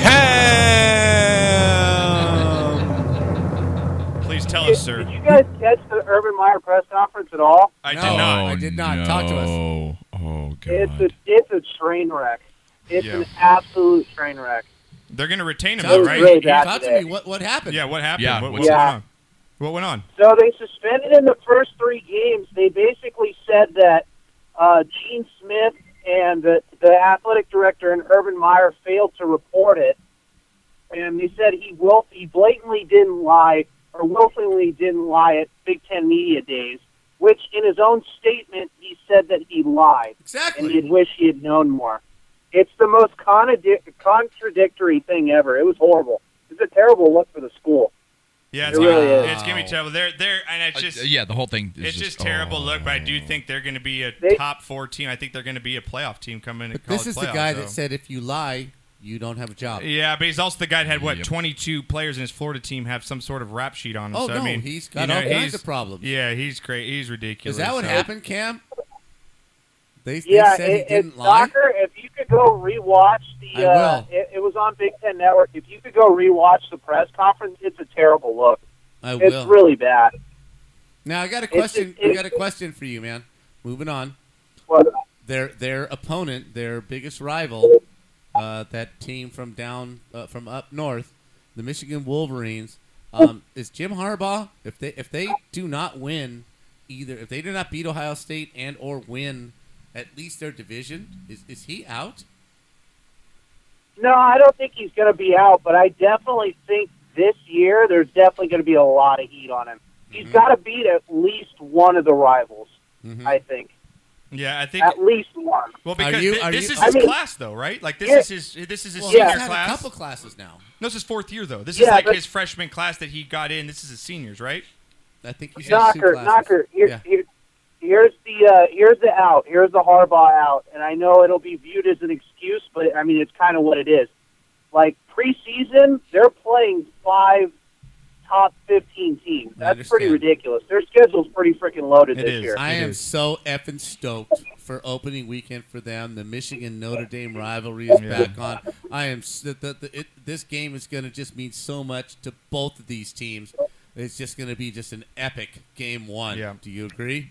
Please tell us,
Did
sir.
you guys catch the Urban Meyer press conference at all?
I did not.
Oh, I did not talk to us.
Oh, oh,
It's a it's a train wreck. It's
Yeah.
an absolute train wreck.
They're gonna retain him,
That
though,
was
right?
really bad Talk to today. me.
What, what happened? Yeah, what happened?
Yeah,
what,
what's
what's
Yeah.
going on? What went on?
So they suspended in the first three games. They basically said that uh, Gene Smith and the, the athletic director and Urban Meyer failed to report it, and they said he will he blatantly didn't lie or willfully didn't lie at Big Ten media days. Which, in his own statement, he said that he lied. Exactly. And he'd wish he had known more. It's the most conadi- contradictory thing ever. It was horrible. It's a terrible look for the school.
Yeah,
It
it's, gonna,
really is.
it's gonna be terrible. They're, they're, and it's just,
Uh, yeah, the whole thing is oh,
it's just terrible. Look, but I do think they're gonna be a
They-
top four team. I think they're gonna be a playoff team coming. in.
This is the guy that
said.
said if you lie, you don't have a job.
Yeah, but he's also the guy that had what twenty-two players in his Florida team have some sort of rap sheet on him.
Oh,
so,
no,
I mean,
he's
you
got
know,
all kinds
he's-
of problems.
Yeah, he's crazy. He's ridiculous.
Is that what
so-
happened, Cam? They, they
yeah,
said
it,
he didn't
it's
lie.
soccer. If you could go rewatch
I
the, uh, it, it was on Big Ten Network. If you could go rewatch the press conference, it's a terrible look.
I
it's
will.
really bad.
Now I got a
It's-
question.
it's-
I got a question for you, man. Moving on.
What?
Their their opponent, their biggest rival, uh, that team from down uh, from up north, the Michigan Wolverines. Um, is Jim Harbaugh? If they if they do not win either, if they do not beat Ohio State and or win at least their division, is is he out?
No, I don't think he's going to be out, but I definitely think this year there's definitely going to be a lot of heat on him. He's
Mm-hmm.
got to beat at least one of the rivals. I think.
Yeah, I think.
at least one.
Well, because thi- this is
I
his
mean-
class, though, right? Like this
Yeah.
is his this is his
Well, he's
senior
had a
class.
couple classes now.
No, this is fourth year though. This is
Yeah,
like
but-
his freshman class that he got in. This is his seniors, right?
I think he's
knocker, knocker. Here, here, here's the uh, here's the out. Here's the Harbaugh out, and I know it'll be viewed as an excuse, but I mean it's kind of what it is. Like preseason, they're playing five top fifteen teams. That's pretty ridiculous. Their schedule's pretty freaking loaded this year.
I am so effing stoked for opening weekend for them. The Michigan Notre Dame rivalry is
Yeah.
back on. I am s- the, the, the, it, this game is going to just mean so much to both of these teams. It's just going to be just an epic game one. Do you agree?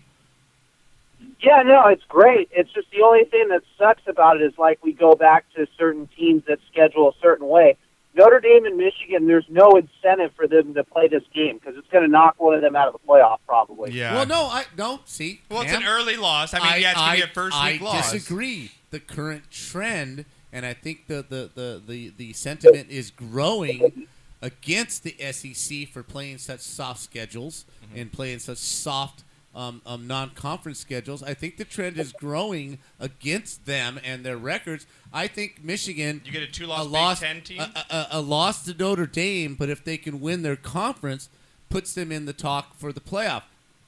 Yeah, no, it's great. It's just the only thing that sucks about it is like we go back to certain teams that schedule a certain way. Notre Dame and Michigan, there's no incentive for them to play this game because it's going to knock one of them out of the playoff probably.
Yeah.
Well, no, I no. See,
Well, it's
Cam,
an early loss. I mean, yeah, it's gonna be a first
I
week loss.
disagree. The current trend, and I think the the the the, the sentiment is growing against the SEC for playing such soft schedules
Mm-hmm.
and playing such soft. Um, um, non-conference schedules. I think the trend is growing against them and their records. I think Michigan.
You get a two-loss Big Ten team?
a- a, a loss to Notre Dame, but if they can win their conference, puts them in the talk for the playoff,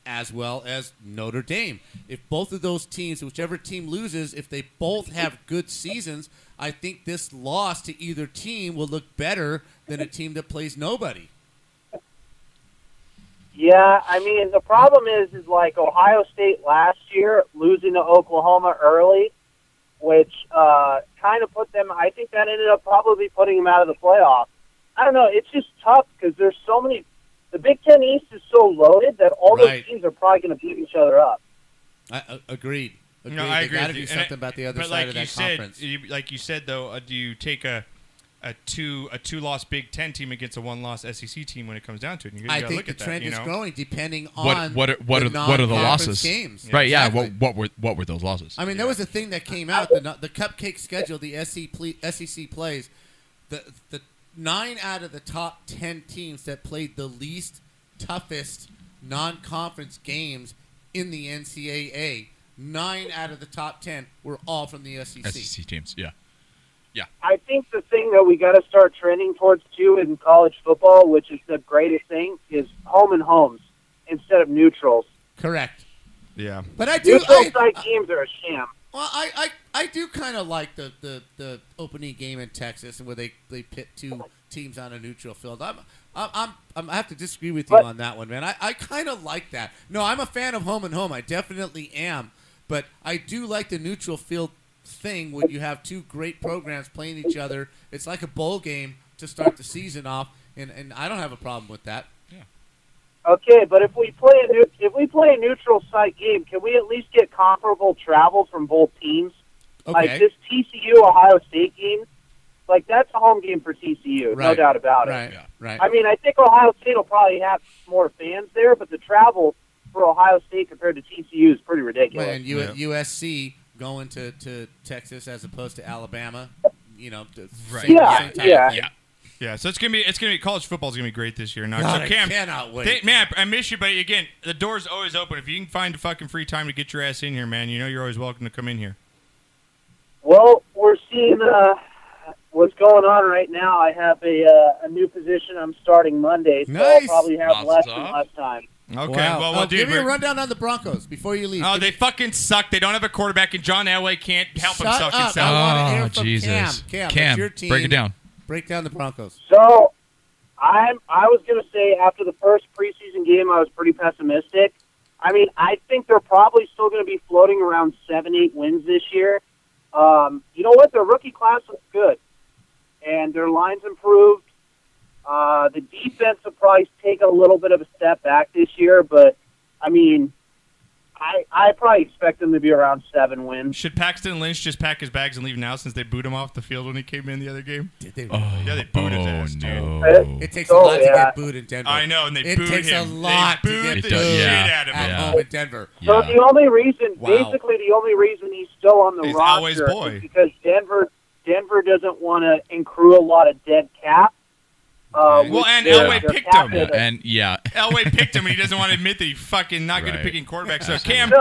as well as Notre Dame. If both of those teams, whichever team loses, if they both have good seasons, I think this loss to either team will look better than a team that plays nobody.
Yeah, I mean the problem is is like Ohio State last year losing to Oklahoma early, which uh, kind of put them. I think that ended up probably putting them out of the playoff. I don't know. It's just tough because there's so many. The Big Ten East is so loaded that all
Right.
those teams are probably going to beat each other up.
I, uh, agreed. agreed.
No, I agree.
They got to
with you.
do
And
something
I-
about the other
but
side
like
of
you
that
said,
conference.
you- like you said, though, uh, do you take a a two a two loss Big Ten team against a one loss SEC team when it comes down to it? And you
I
gotta
think
look
the
at that,
trend
you
is
know?
growing depending
What
on
what are, what
the
are what are the
non-conference
losses?
Games.
Right? Yeah.
Exactly.
What what were what were those losses?
I mean, there was a thing that came out the the cupcake schedule the E SEC, ple- SEC plays. The the nine out of the top ten teams that played the least toughest non-conference games in the NCAA. Nine out of the top ten were all from the E SEC.
SEC E teams. Yeah.
I think the thing that we got to start trending towards too in college football, which is the greatest thing, is home and homes instead of neutrals.
Correct.
Yeah.
But I do.
Neutral
I,
side teams are a sham.
Well, I, I, I do kind of like the, the, the opening game in Texas where they, they pit two teams on a neutral field. I'm, I'm, I'm, I'm I have to disagree with you on that one, man. I, I kind of like that. No, I'm a fan of home and home. I definitely am. But I do like the neutral field thing when you have two great programs playing each other. It's like a bowl game to start the season off, and, and I don't have a problem with that.
Okay, but if we play a new, if we play a neutral site game, can we at least get comparable travel from both teams?
Okay.
Like this TCU Ohio State game, like that's a home game for TCU, no
Right.
doubt about it.
Right, right.
I mean, I think Ohio State will probably have more fans there, but the travel for Ohio State compared to TCU is pretty ridiculous.
And U- USC going to, to Texas as opposed to Alabama, you know, the
Right.
same- same type of thing.
yeah. Yeah, so it's gonna be it's gonna be college football's gonna be great this year. Knox.
God,
so
I
Cam,
cannot wait.
th- man, I miss you, but again, the door's always open. If you can find a fucking free time to get your ass in here, man, you know you're always welcome to come in here.
Well, we're seeing uh, what's going on right now. I have a, uh, a new position I'm starting Monday, so I'll
Nice.
probably have
Lots
less
of
and
time.
less time.
Okay,
Wow.
well,
Oh,
well, dude,
give me a
we're-
rundown on the Broncos before you leave.
Oh, they fucking suck. They don't have a quarterback, and John Elway can't help
Shut
himself.
up.
himself.
I wanna
Oh,
hear from Cam, Cam, that's your team.
break it down.
Break down the Broncos.
So, I'm I was gonna say after the first preseason game, I was pretty pessimistic. I mean, I think they're probably still gonna be floating around seven, eight wins this year. Um, you know what? Their rookie class was good, and their lines improved. Uh, the defense will probably take a little bit of a step back this year, but I mean, I I probably expect them to be around seven wins.
Should Paxton Lynch just pack his bags and leave now since they booed him off the field when he came in the other game?
Did they?
yeah, they
Oh.
booed his
Oh,
ass, dude.
It takes a lot to get booed in Denver.
Oh. I know, and they
it
booed
takes
him.
a
They
lot to
booed
get
the
booed
shit out of
at
him.
home in Denver.
So the only reason,
Wow.
basically, the only reason he's still on the
He's always
roster
boy.
is because Denver, Denver doesn't want to accrue a lot of dead cap. Uh,
Well,
which
and
their-
Elway
their
picked
cap
him.
is a-
And yeah,
Elway picked him, and he doesn't want to admit that he's fucking not good at picking quarterbacks. So Cam,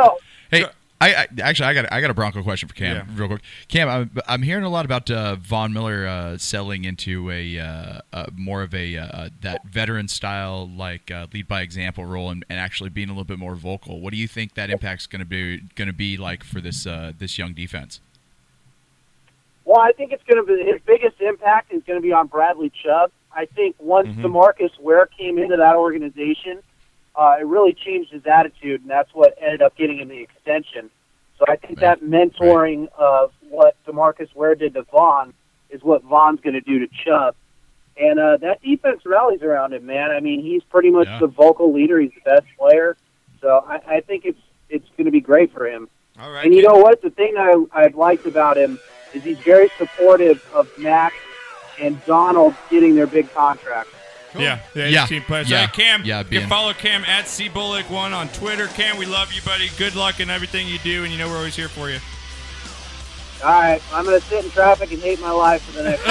Hey, I, I actually I got a, I got a Bronco question for Cam real quick. Cam, I'm, I'm hearing a lot about uh, Von Miller uh, selling into a uh, uh, more of a uh, that veteran style like uh, lead by example role and, and actually being a little bit more vocal. What do you think that impact's going to be going to be like for this uh, this young defense?
Well, I think it's going to be his biggest impact is going to be on Bradley Chubb. I think once Demarcus Ware came into that organization, uh, it really changed his attitude, and that's what ended up getting him the extension. So I think that mentoring of what Demarcus Ware did to Vaughn is what Vaughn's going to do to Chubb. And uh, that defense rallies around him, man. I mean, he's pretty much
Yeah.
the vocal leader. He's the best player. So I, I think it's it's going to be great for him.
All right.
And you know what? The thing I, I liked about him is he's very supportive of Max and Donald getting their big contract.
Yeah, yeah,
Yeah.
yeah. Team players.
Yeah.
All right, Cam,
Yeah,
you
BM.
can follow Cam at cbullock1 on Twitter. Cam, we love you, buddy. Good luck in everything you do, and you know we're always here for you.
All right, I'm going to sit in traffic and hate my life for the next.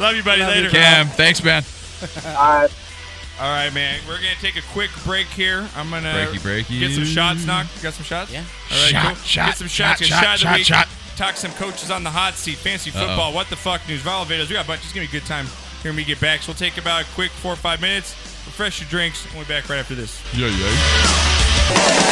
Love you, buddy. Later,
Uh, Cam. Thanks, man.
All right.
All right, man. We're gonna take a quick break here. I'm gonna
Breaky, breaky.
get some shots. Knock. You got some shots? Yeah. All right,
Shot,
cool.
shot,
get some shots.
shot,
get shot, of
shot,
the week.
shot,
Talk some coaches on the hot seat. Fancy
Uh-oh.
football. What the fuck news? Viral videos. We got a bunch. It's gonna be a good time here when we get back. So we'll take about a quick four or five minutes. Refresh your drinks. and We'll be back right after this.
Yeah, yeah.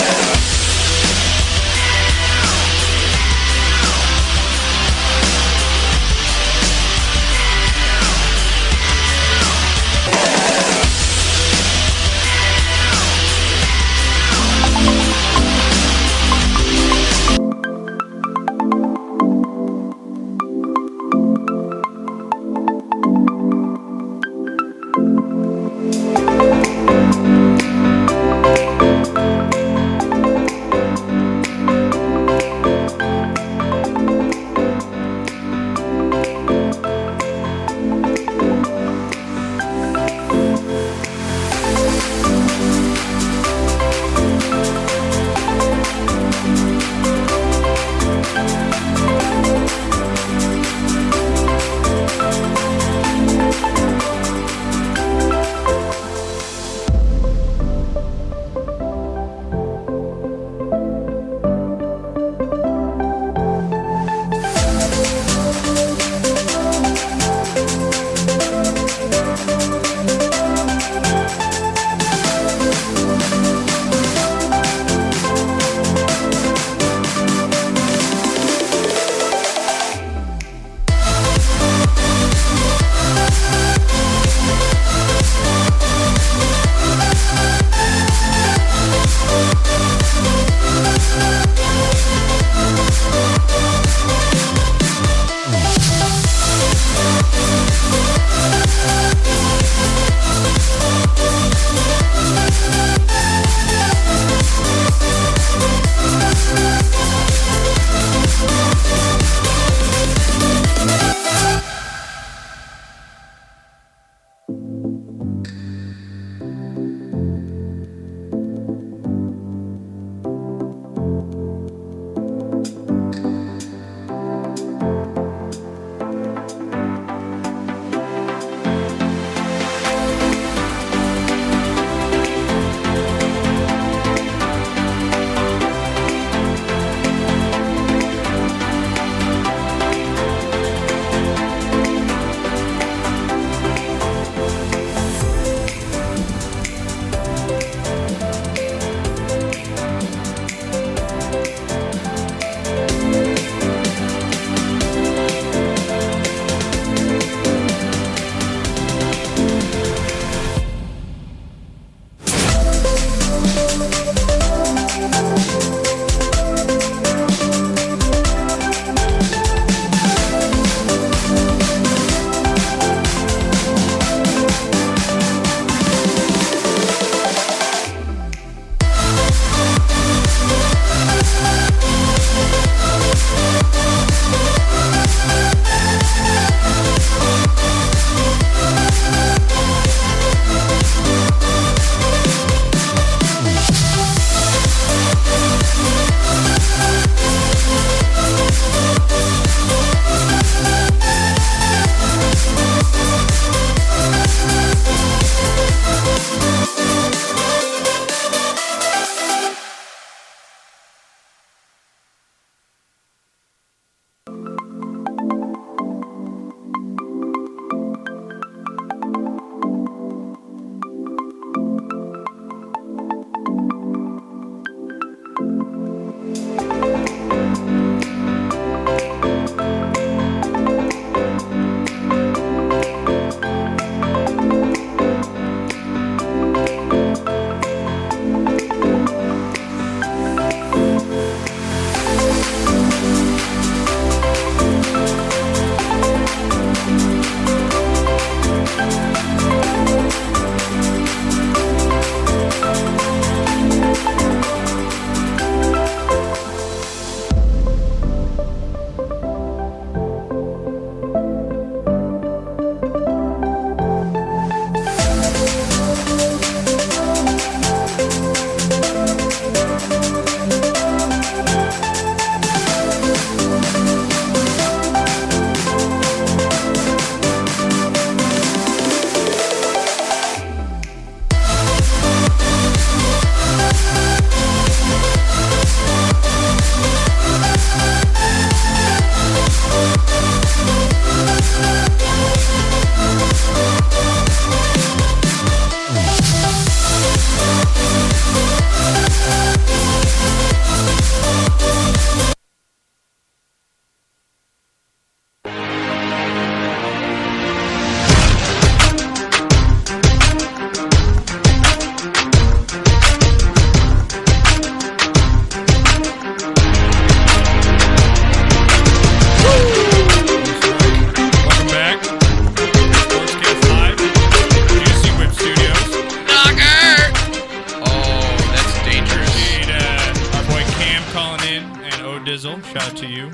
Oh, uh, Shout out to you.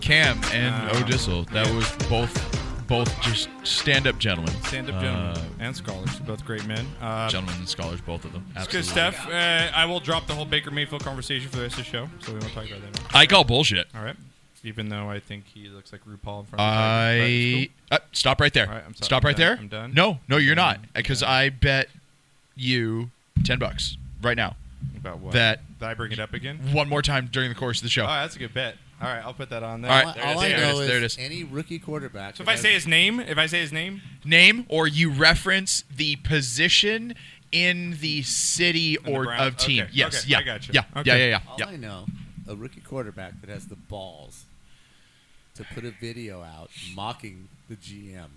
Cam and Odissel. That was both both just stand up gentlemen.
Stand up
Uh,
gentlemen and scholars, both great men. Uh,
gentlemen and scholars, both of them.
It's good stuff. Uh, I will drop the whole Baker Mayfield conversation for the rest of the show, so we won't talk about that.
I call bullshit. Uh,
All right. Even though I think he looks like RuPaul in front of the camera, but it's
I uh, stop right there.
All right, I'm sorry.
stop
I'm
right
done.
there.
I'm done.
No, no, you're not. Because I bet you ten bucks right now.
About what?
That
Did I bring it up again?
one more time during the course of the show.
Oh, that's a good bet. All right, I'll put that on there.
All right, All I- all I
there it
know
is,
is
there it is.
Any rookie quarterback.
So if I say his name, if I say his name,
Name or you reference the position in the city
the
or
Browns?
of team.
Okay,
Yes.
okay,
Yeah.
I gotcha.
Yeah. Yeah. Yeah. Yeah.
All
yeah.
I know, a rookie quarterback that has the balls to put a video out mocking the GM.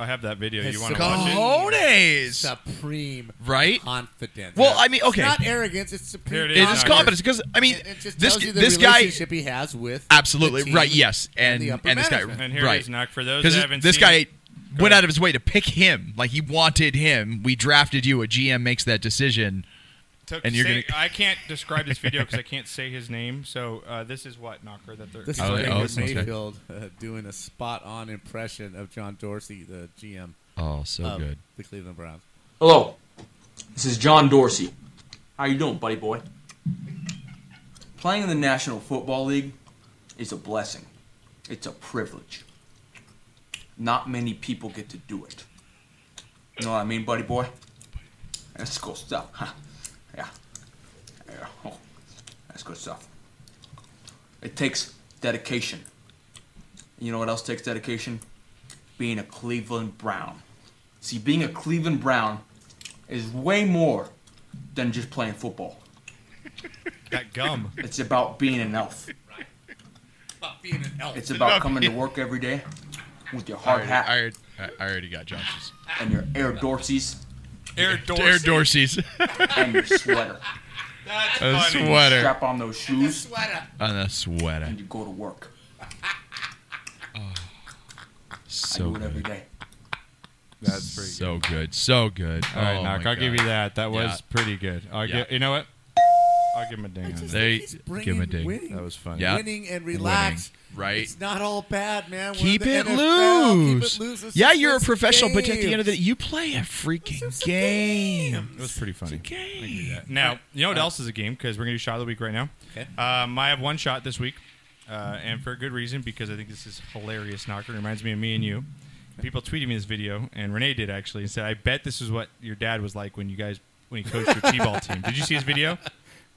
I have that video.
His
You want to watch it?
Cojones!
Supreme
Oh, Right?
confidence.
Well, I mean, okay.
It's not arrogance. It's supreme.
Here it is. It's confidence, 'cause, I mean,
it, it just
this-
tells you the
this guy-
relationship he has with
Absolutely.
the team
right. Yes. And
the
and,
upper
this guy.
management.
And here it
right.
is, Knock, for those
'Cause
that
this-
haven't
this
seen
guy
it,
went out of his way to pick him. Like he wanted him. We drafted you. A GM makes that decision.
Took-
and you're
say-
gonna.
I can't describe this video because I can't say his name. So uh, this is what Knocker that they're.
This is
Oh,
Baker
oh, okay.
Mayfield uh, doing a spot-on impression of John Dorsey, the GM.
Oh, so
of
good.
The Cleveland Browns.
Hello, this is John Dorsey. How you doing, buddy boy? Playing in the National Football League is a blessing. It's a privilege. Not many people get to do it. You know what I mean, buddy boy? That's cool stuff, huh? Yeah. yeah. Oh, that's good stuff. It takes dedication. You know what else takes dedication? Being a Cleveland Brown. See, being a Cleveland Brown is way more than just playing football.
That gum.
It's about being an elf.
About being an elf.
It's about coming to work every day with your
I
hard
already-
hat.
I already, I already got Johnson's.
And your Air Dorseys.
Air
Air Dorsey's.
and your sweater.
That's A funny. sweater.
Strap on those shoes.
On a sweater.
And you go to work.
So
I do it every
good.
day.
That's pretty
so good. So good.
All right,
oh
Knock.
my
I'll give
God.
you that. That was
Yeah.
pretty good. I'll
Yeah.
gi- you know what? I'll give him a ding. on
There you-
that.
give him a ding.
winning.
That was fun.
Yeah.
Winning and relax.
Winning, right.
It's not all bad, man. We're
Keep
the
it,
NFL.
loose.
Keep it loose. This
Yeah,
is
you're a
just
professional, but at
games.
the end of the day, you play a freaking game.
It was pretty funny. Now, you know what else is a game? Because we're going to do Shot of the Week right now.
Okay.
Um, I have one shot this week, uh, and for a good reason, because I think this is hilarious, Knocker. It reminds me of me and you. People tweeted me this video, and Renee did actually, and said, I bet this is what your dad was like when you guys, when he coached your T-ball team. Did you see his video?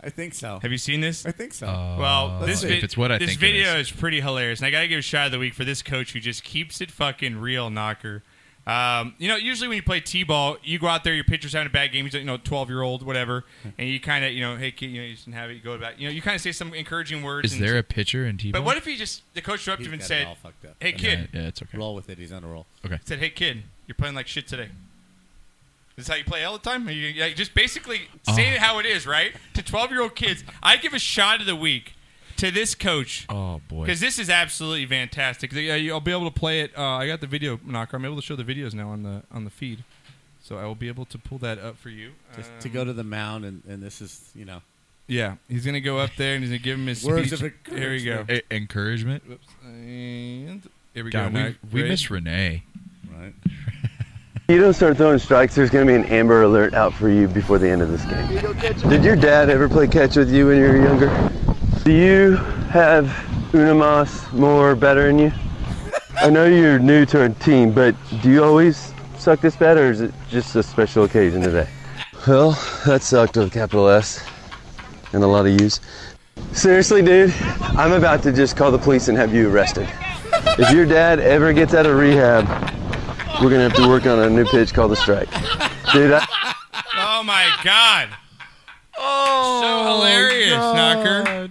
I think so.
Have you seen this? I
think so.
Uh,
well,
Let's
this,
see.
vi- this video is. pretty hilarious, and I got to give a shot of the week for this coach who just keeps it fucking real, knocker. Um, you know, usually when you play t-ball, you go out there, your pitcher's having a bad game, he's you know, twelve year old, whatever, and you kind of you know, hey kid, you know, you shouldn't have it. You go about, you know, you kind of say some encouraging words.
Is
and-
there a pitcher in T-ball?
But what if he just the coach
He's
interrupted him and
got it
said,
all fucked up.
"Hey kid,
Yeah, yeah, it's okay.
Roll with it. He's on a roll.
Okay.
said, "Hey kid, you're playing like shit today." This is how you play all the time. You, yeah, you just basically
Oh.
say it how it is, right? To twelve-year-old kids, I give a shot of the week to this coach.
Oh boy.
because this is absolutely fantastic. Yeah, you- I'll be able to play it. Uh, I got the video knocker. I'm able to show the videos now on the on the feed, so I will be able to pull that up for you.
Just to
Um,
go to the mound, and, and this is, you know.
Yeah, he's gonna go up there and he's gonna give him his
Words
speech.
of
Here we go.
E- encouragement.
And here we
God,
go.
we,
Knock.
we
Ready?
miss Renee.
Right.
You don't start throwing strikes, there's going to be an amber alert out for you before the end of this game. Did your dad ever play catch with you when you were younger? Do you have Unamas more better in you? I know you're new to our team, but do you always suck this bad, or is it just a special occasion today? Well, that sucked with a capital S and a lot of U's. Seriously, dude, I'm about to just call the police and have you arrested. If your dad ever gets out of rehab, we're gonna have to work on a new pitch called the strike. Dude, I,
Oh my god! Oh, so hilarious, knocker.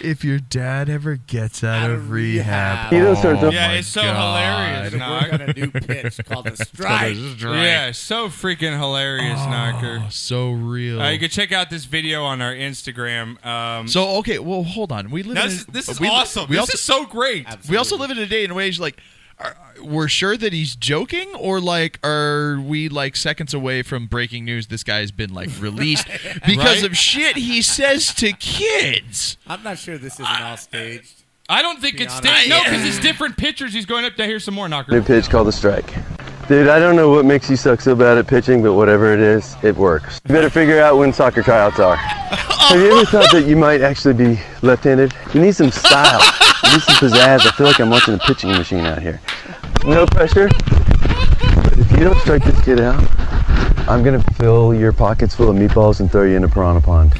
If your dad ever gets out, of rehab,
You don't start
oh
throwing-
Yeah,
my
it's so
God.
hilarious, Knock. Yeah, so freaking hilarious, Knocker.
Oh, So real.
Uh, you can check out this video on our Instagram. Um,
So okay, well hold on. We live.
No,
in
this is-
a-
this is
we,
awesome. This is so great.
We also live in a day and age like, we're sure that he's joking, or like are we like seconds away from breaking news? This guy's been like released because
Right?
of shit he says to kids.
I'm not sure this isn't all staged.
I don't think
Be
it's
honest.
staged. No, because it's different pictures. He's going up to hear some more knocker.
New pitch called a strike. Dude, I don't know what makes you suck so bad at pitching, but whatever it is, it works. You better figure out when soccer tryouts are. Have you ever thought that you might actually be left-handed? You need some style. You need some pizzazz. I feel like I'm watching a pitching machine out here. No pressure. But if you don't strike this kid out, I'm gonna fill your pockets full of meatballs and throw you in a piranha pond.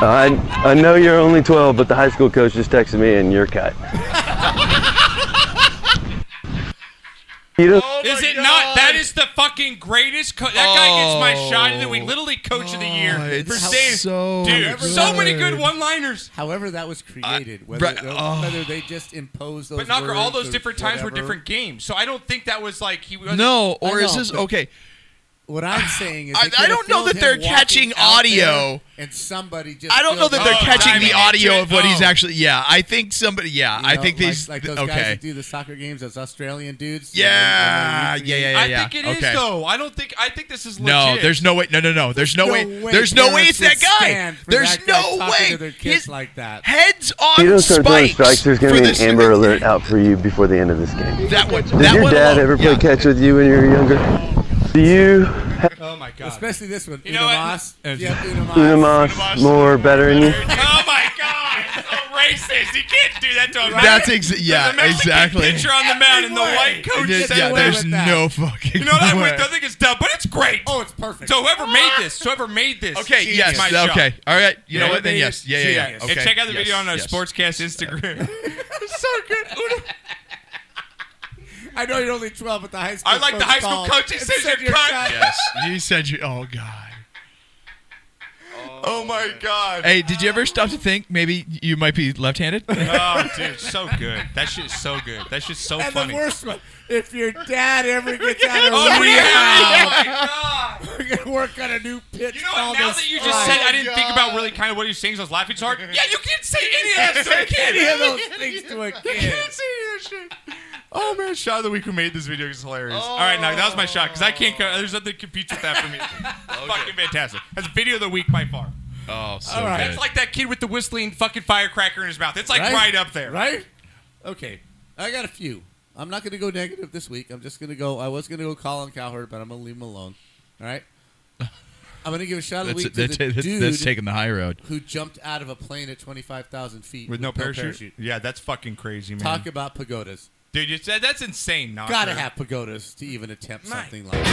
I, I know you're only 12, but the high school coach just texted me and you're cut. You don't-
is it not? That is the fucking greatest. Co- that guy gets my shot of the week, Little League Coach
Oh,
of the Year. for saying, dude, so many good one-liners.
However, that was created. whether,
right- oh.
whether they just imposed those.
But Knocker, all
words
those
or
different times were
whatever.
different games, so I don't think that was like he was
No, or
I
is
know,
this
but
okay?
What I'm saying is,
I-
they
I don't
could've
know
filmed
that they're
him walking
catching
out there
audio.
And somebody just.
I don't know that
filmed
they're
it.
catching the audio of what he's
Oh.
actually. Yeah, I think somebody. Yeah,
You
I
know,
think
like-
these.
like, those guys
okay.
that do the soccer games, those Australian dudes.
Yeah, yeah, yeah, yeah.
I
yeah.
think
It is,
okay.
though. I don't think. I think this is legit.
No, there's no way. No, no, no. There's no,
No
way.
way
There's no way it's
parents
that
would
guy.
stand for
There's
that guy
no
talking
way.
to their
kids
His
like that.
heads
If you
on
don't start throwing
spikes.
strikes, there's
for
going to be
this-
an Amber Alert out for you before the end of this game.
That one.
Did
that
your
one
dad
alone.
ever play catch with you when you were younger? Do you have
Oh my god! Especially this one, you Unamas. Yeah,
Unamas more better than you?
racist. You can't do that to a
That's ex-
There's
yeah,
a Mexican
exactly.
Picture on the mound and the white coach.
There's-
said
yeah,
that.
there's no fucking.
You know what? I,
way.
went, I think it's dumb, but it's great. Oh, it's perfect. So whoever made this, whoever made this,
Okay,
genius.
yes,
my shot.
okay. All right, you know
Yeah.
what, then yes. Yeah, yeah, yeah.
Genius.
Okay,
And check out the video
yes,
on our
yes.
Sportscast Instagram.
it's so good. I know you're only 12 at the high school.
I like the high school coach. He says you're cut.
Yes, you said you. Oh god.
Oh my god.
Hey, did you ever stop to think maybe you might be left-handed?
Oh, dude, so good. That shit is so good. That shit's so
and
funny.
the worst one, if your dad ever gets out of Oh rehab,
Oh, yeah.
we're gonna work on a new pitch. You know
Now that you just said, I didn't think about really kind of what he was saying. So I was laughing so hard. Yeah, you can't say any of that to a kid.
Any of those things to a
You
kid.
can't say any of that shit. Oh man, shot of the week who made this video is
Oh.
hilarious. All right, now that was my shot because I can't. Co- there's nothing that competes with that for me. Fucking fantastic. That's video of the week by far.
Oh, so
All right. That's like that kid with the whistling fucking firecracker in his mouth. It's like right, up there.
right? Okay, I got a few. I'm not gonna go negative this week. I'm just gonna go. I was gonna go Colin Cowherd, but I'm gonna leave him alone. All right. I'm gonna give a shout out of the
That's,
week to
that's,
the
that's,
dude
that's taking the high road.
who jumped out of a plane at 25,000 feet
With no parachute? Yeah, that's fucking crazy, man.
Talk about pagodas.
Dude, you said that's insane. Knocker.
Gotta have pagodas to even attempt something like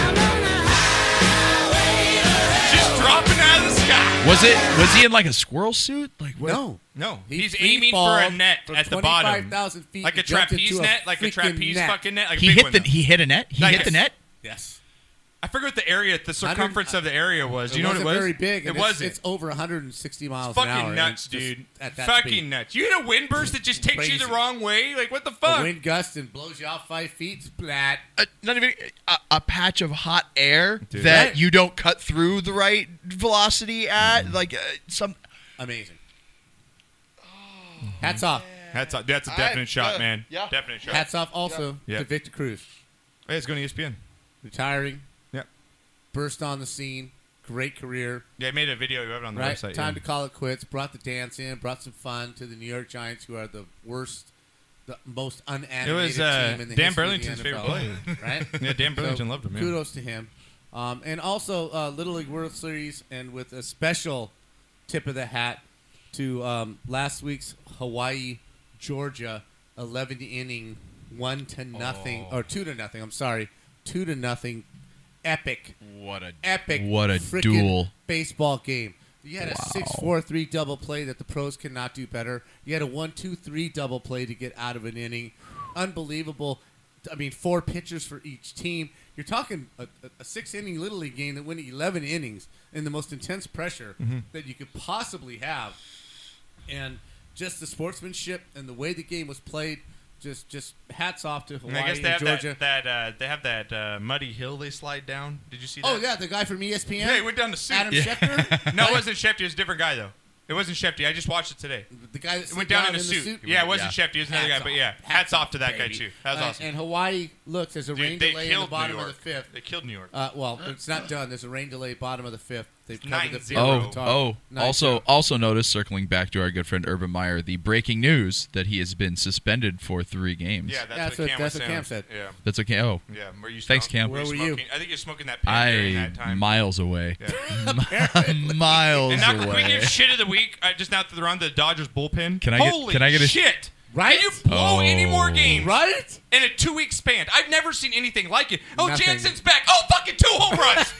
Just dropping out of the sky.
Was it? Was he in like a squirrel suit? Like what?
No.
No,
He
he's
free
aiming for a
falled
net
from
at the bottom,
25,000 feet
like a
and jumped
trapeze
into a
net, like a
freaking
trapeze
net.
fucking net, like a
He
big
hit
one,
the
though.
he hit a net. He
Like
hit
a-
the net.
Yes.
I forget what the area, the circumference of the area was. Do you know what
wasn't
it was?
very big.
It
and
wasn't.
It's, it's over 160 miles
fucking
an hour. and
nuts,
it's just
dude.
At that
fucking
speed.
nuts. You hit a wind burst that just takes you the
Crazy.
wrong way. Like what the
A
fuck?
wind gust and blows you off five feet. Splat.
Not even a, a patch of hot air
Dude.
that
Right.
you don't cut through the right velocity
Mm-hmm.
at. Like uh, some.
Amazing. Hats off.
That's a, that's a
I-
definite shot,
uh,
man.
yeah.
Definite shot.
Hats off also
Yeah.
to Victor Cruz.
Hey, it's going to E ESPN.
Retiring.
Yeah.
Burst on the scene. Great career.
Yeah, I made a video of it on the
right?
website.
Time to
yeah.
call it quits. Brought the dance in. Brought some fun to the New York Giants, who are the worst, the most unanimated
It was, uh,
team in the
Dan
history of the
Burlington's favorite
NFL,
player.
right?
Yeah, Dan Burlington
So,
loved him, yeah.
Kudos to him. Um, and also uh, Little League World Series, and with a special tip of the hat to um, last week's Hawaii Georgia 11 inning one to nothing
Oh.
or two to nothing. I'm sorry, two to nothing. Epic.
What a
epic.
what a
frickin'
duel.
baseball game. You had a six four three double play that the pros cannot do better. You had a one two three double play to get out of an inning. Unbelievable. I mean, four pitchers for each team. You're talking a, a- a six inning little league game that went 11 innings in the most intense pressure
Mhm.
that you could possibly have, and just the sportsmanship and the way the game was played. Just, just hats off to
And
Hawaii
I guess they
and
have
Georgia.
that, that uh, they have that uh, muddy hill they slide down. Did you see that?
Oh yeah, the guy from ESPN.
Yeah, he went down to suit.
Adam Schefter.
no, it wasn't Shefty. It was a different guy though. It wasn't Shefty. I just watched it today.
The guy that
it
slipped
went down,
down
in a
in the
suit.
suit?
Yeah, it wasn't
Yeah.
Shefty. It was another
Hats
guy. But
off.
yeah,
Hats
hats off to that guy
baby.
too. That was
Uh,
awesome.
And Hawaii looks there's a
Dude,
rain
they
delay in the
killed
bottom
New
of the
York.
fifth.
They killed New York.
Uh, well, it's not done. There's a rain delay bottom of the fifth. They've covered the field.
Oh,
with the
oh!
tarp. Nine
Also, also notice circling back to our good friend Urban Meyer, the breaking news that he has been suspended for three games.
Yeah, that's, what, Cam was saying. Yeah.
That's okay. Oh,
Yeah. Were you
Thanks,
smoking-
Cam.
were you smoking- I think you're smoking that pen during
I
that time.
miles away. miles
And now, can we
away.
give shit of the week uh, just now that they're on the Dodgers bullpen?
Can I get-
Holy
can I get a-
shit?
Right?
Can you blow any more
Oh.
games?
Right?
In a two week span. I've never seen anything like it. Oh,
Nothing.
Jansen's back. Oh, fucking two home runs.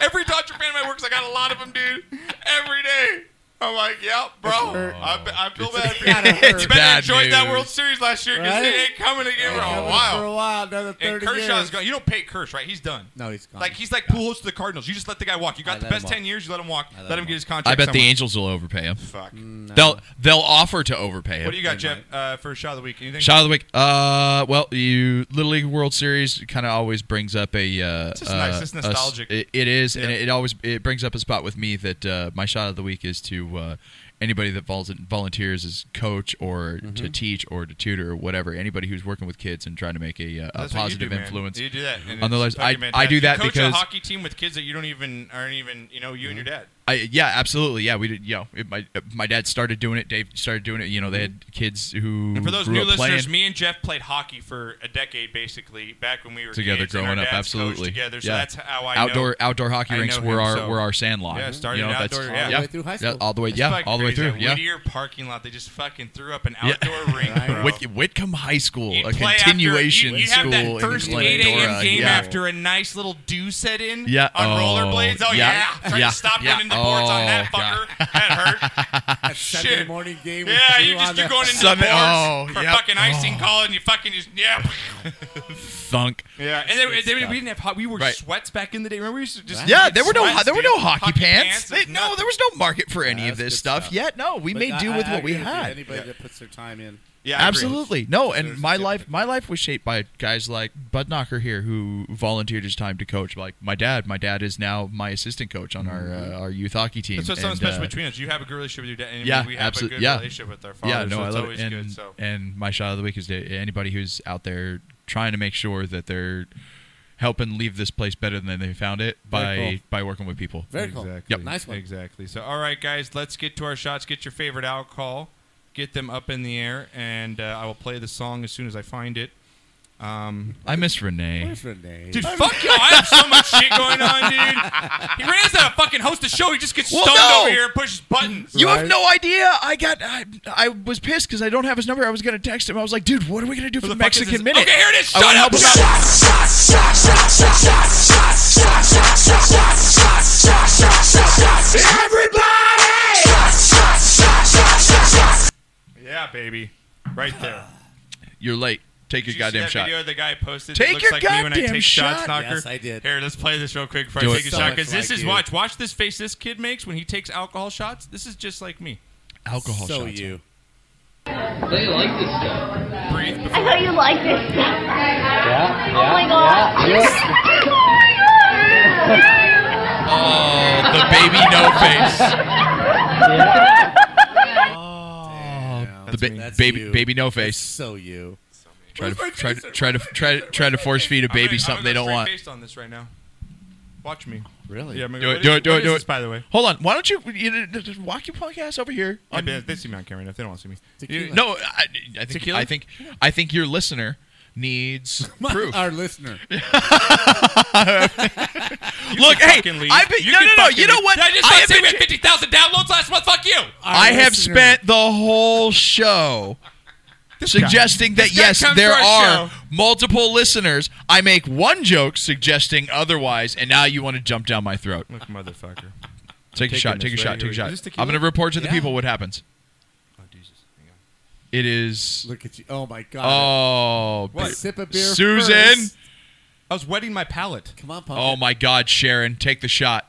Every Dodger fan in my works, I got a lot of them, dude. Every day. I'm like, yep, bro. I, I feel bad for you.
gotta hurt.
You better
Bad
enjoyed that
news.
World Series last year because
Right?
it ain't coming again for a
coming
while.
for a while, another 30
And Kershaw's
years.
gone. You don't pay Kersh, right? He's done.
No, he's gone.
Like he's like Pujols to the Cardinals. You just let the guy walk. You got the
let
best
him
ten
walk.
years. You let him walk. Let,
let
him
him
get his contract.
I bet the
somewhere.
Angels will overpay him.
Fuck. Mm, No.
They'll they'll offer to overpay him.
What do you got, Jeff, uh, for shot of the week? Anything?
Shot of the week. Uh, well, you Little League World Series kind of always brings up a. Uh,
It's just nice.
uh,
It's
a-
nostalgic.
it- it is, and it, it always it brings up a spot with me that uh, my shot of the week is to uh, anybody that vol- volunteers as coach or to
Mhm.
teach or to tutor or whatever. Anybody who's working with kids and trying to make a, uh, a
That's what you do,
positive
man.
influence
You do that. and
on their
it's
lives. I,
fucking
I do
fantastic.
that
you coach
because
a hockey team with kids that you don't even aren't even you know you and your dad.
I, yeah, absolutely. Yeah, we did. You know, it, my my dad started doing it. Dave started doing it. You know, they had kids who
And for those
grew
new
up
listeners,
playing.
me and Jeff played hockey for a decade, basically, back when we were
together
kids, and
growing
our
up.
dads
Absolutely.
coached together. So
Yeah.
that's how I know-
outdoor outdoor hockey
I
rinks
know
were
him,
our
so-
were our sandlot.
Yeah, started
you
in
know, that's-
outdoor,
yeah.
yeah.
Yeah, all the way.
It's
Yeah,
fucking
all the way
crazy.
through.
That
Yeah.
Whittier parking lot. They just fucking threw up an outdoor rink.
Yeah.
Bro.
Whit- Whitcomb High School, a
Play after-
continuation
you, you have
school
that first
in
8
Glendora.
a.m. game
yeah.
after a nice little dew set in
Yeah.
on
Oh,
rollerblades. Oh,
yeah.
yeah. Trying
Yeah.
to stop
Yeah.
winning the boards on that
Oh, God.
fucker. That hurt.
Saturday
Shit.
morning game with
Yeah,
you
you just,
on
you're
the-
going into
Sunday-
the
oh,
boards for
yep.
fucking icing call, and you fucking just, yeah.
Thunk.
Yeah, and they, they,
stuff.
we didn't have hot. We wore
Right.
sweats back in the day. Remember, we used to just
Yeah, there were no
sweats,
there were
dude.
no hockey, pants.
is
They- no, there was no market for any of this stuff, yet. No, we
But
made
I-
do
I-
with
I
what we
agree with you.
had.
Anybody that puts their time in.
absolutely. No, and my life, my life was shaped by guys like Bud Knocker here, who volunteered his time to coach. Like my dad, my dad is now my assistant coach on our uh, our youth hockey team.
Mm-hmm. That's what's so
and,
special
uh,
between us. You have a good relationship with your dad, and
yeah,
we have
absolutely.
a good
yeah.
relationship with our father.
Yeah, no,
so
I
it's
love
always
it. And,
good. So
and my shot of the week is to anybody who's out there trying to make sure that they're helping leave this place better than they found it by
Very cool.
by working with people.
Exactly.
Yep.
Exactly. So, all right, guys, let's get to our shots. Get your favorite alcohol. Get them up in the air, and uh, I will play the song as soon as I find it. Um,
I miss Renee.
Where's Renee?
Dude, fuck you! I have so much shit going on, dude. He runs out of fucking host the show. He just gets
Well,
stoned
no.
over here and pushes buttons.
You have no idea. I got. I, I was pissed because I don't have his number. I was gonna text him. I was like, dude, what are we gonna do for the
fuck is this?
Mexican minute?
Okay, here it is.
I wanna
Shut up.
help him out.
Yeah, baby, right there.
You're late. Take your
Did you
goddamn
see that
shot.
Video the guy posted.
Take
it looks
your
like me when I
goddamn
take
shot.
shots, knocker.
Yes, I
did.
Here, let's play this real quick before
Do
I
it.
take a
So
shot
much
because this
like
is
you.
watch. Watch this face this kid makes when he takes alcohol shots. This is just like me.
Alcohol
So
shots.
you.
They like this stuff. Breathe.
I thought you liked this stuff.
Yeah.
Oh my god.
Oh, the baby no face. Oh, the ba- baby baby no face.
so you.
Try to try to try to try to try to force feed a baby something they don't want.
Based on this right now. Watch me.
Really?
Yeah. I'm gonna-
Do
what
it, do
is-
it, do
what
it,
is
do
this,
it.
By the way.
hold on. Why don't you, you just walk your punk ass over here?
Yeah, but they see me on camera. If they don't want to see me,
You- no, I, I think
Tequila?
I think I think your listener needs proof.
Our listener.
Look, hey,
fucking leave.
I've been
You
no,
can
no, no.
fucking
You know
leave.
what?
I just
I
saw
have
say we
been
had fifty thousand downloads last month. Fuck you.
I have spent the whole show
guy.
suggesting that
This guy
yes,
comes
there
to our
are
show.
multiple listeners. I make one joke suggesting otherwise, and now you want to jump down my throat.
Look, motherfucker.
Take a
Taking
shot.
this
Take a
right here. Oh,
shot. Take a
Is
shot.
this tequila?
I'm going to report to the
Yeah.
people what happens. It is.
Look at you. Oh my god.
Oh,
What?
be-
Sip of beer
Susan.
first.
I was wetting my palate.
Come on,
Oh my God, Sharon, take the shot.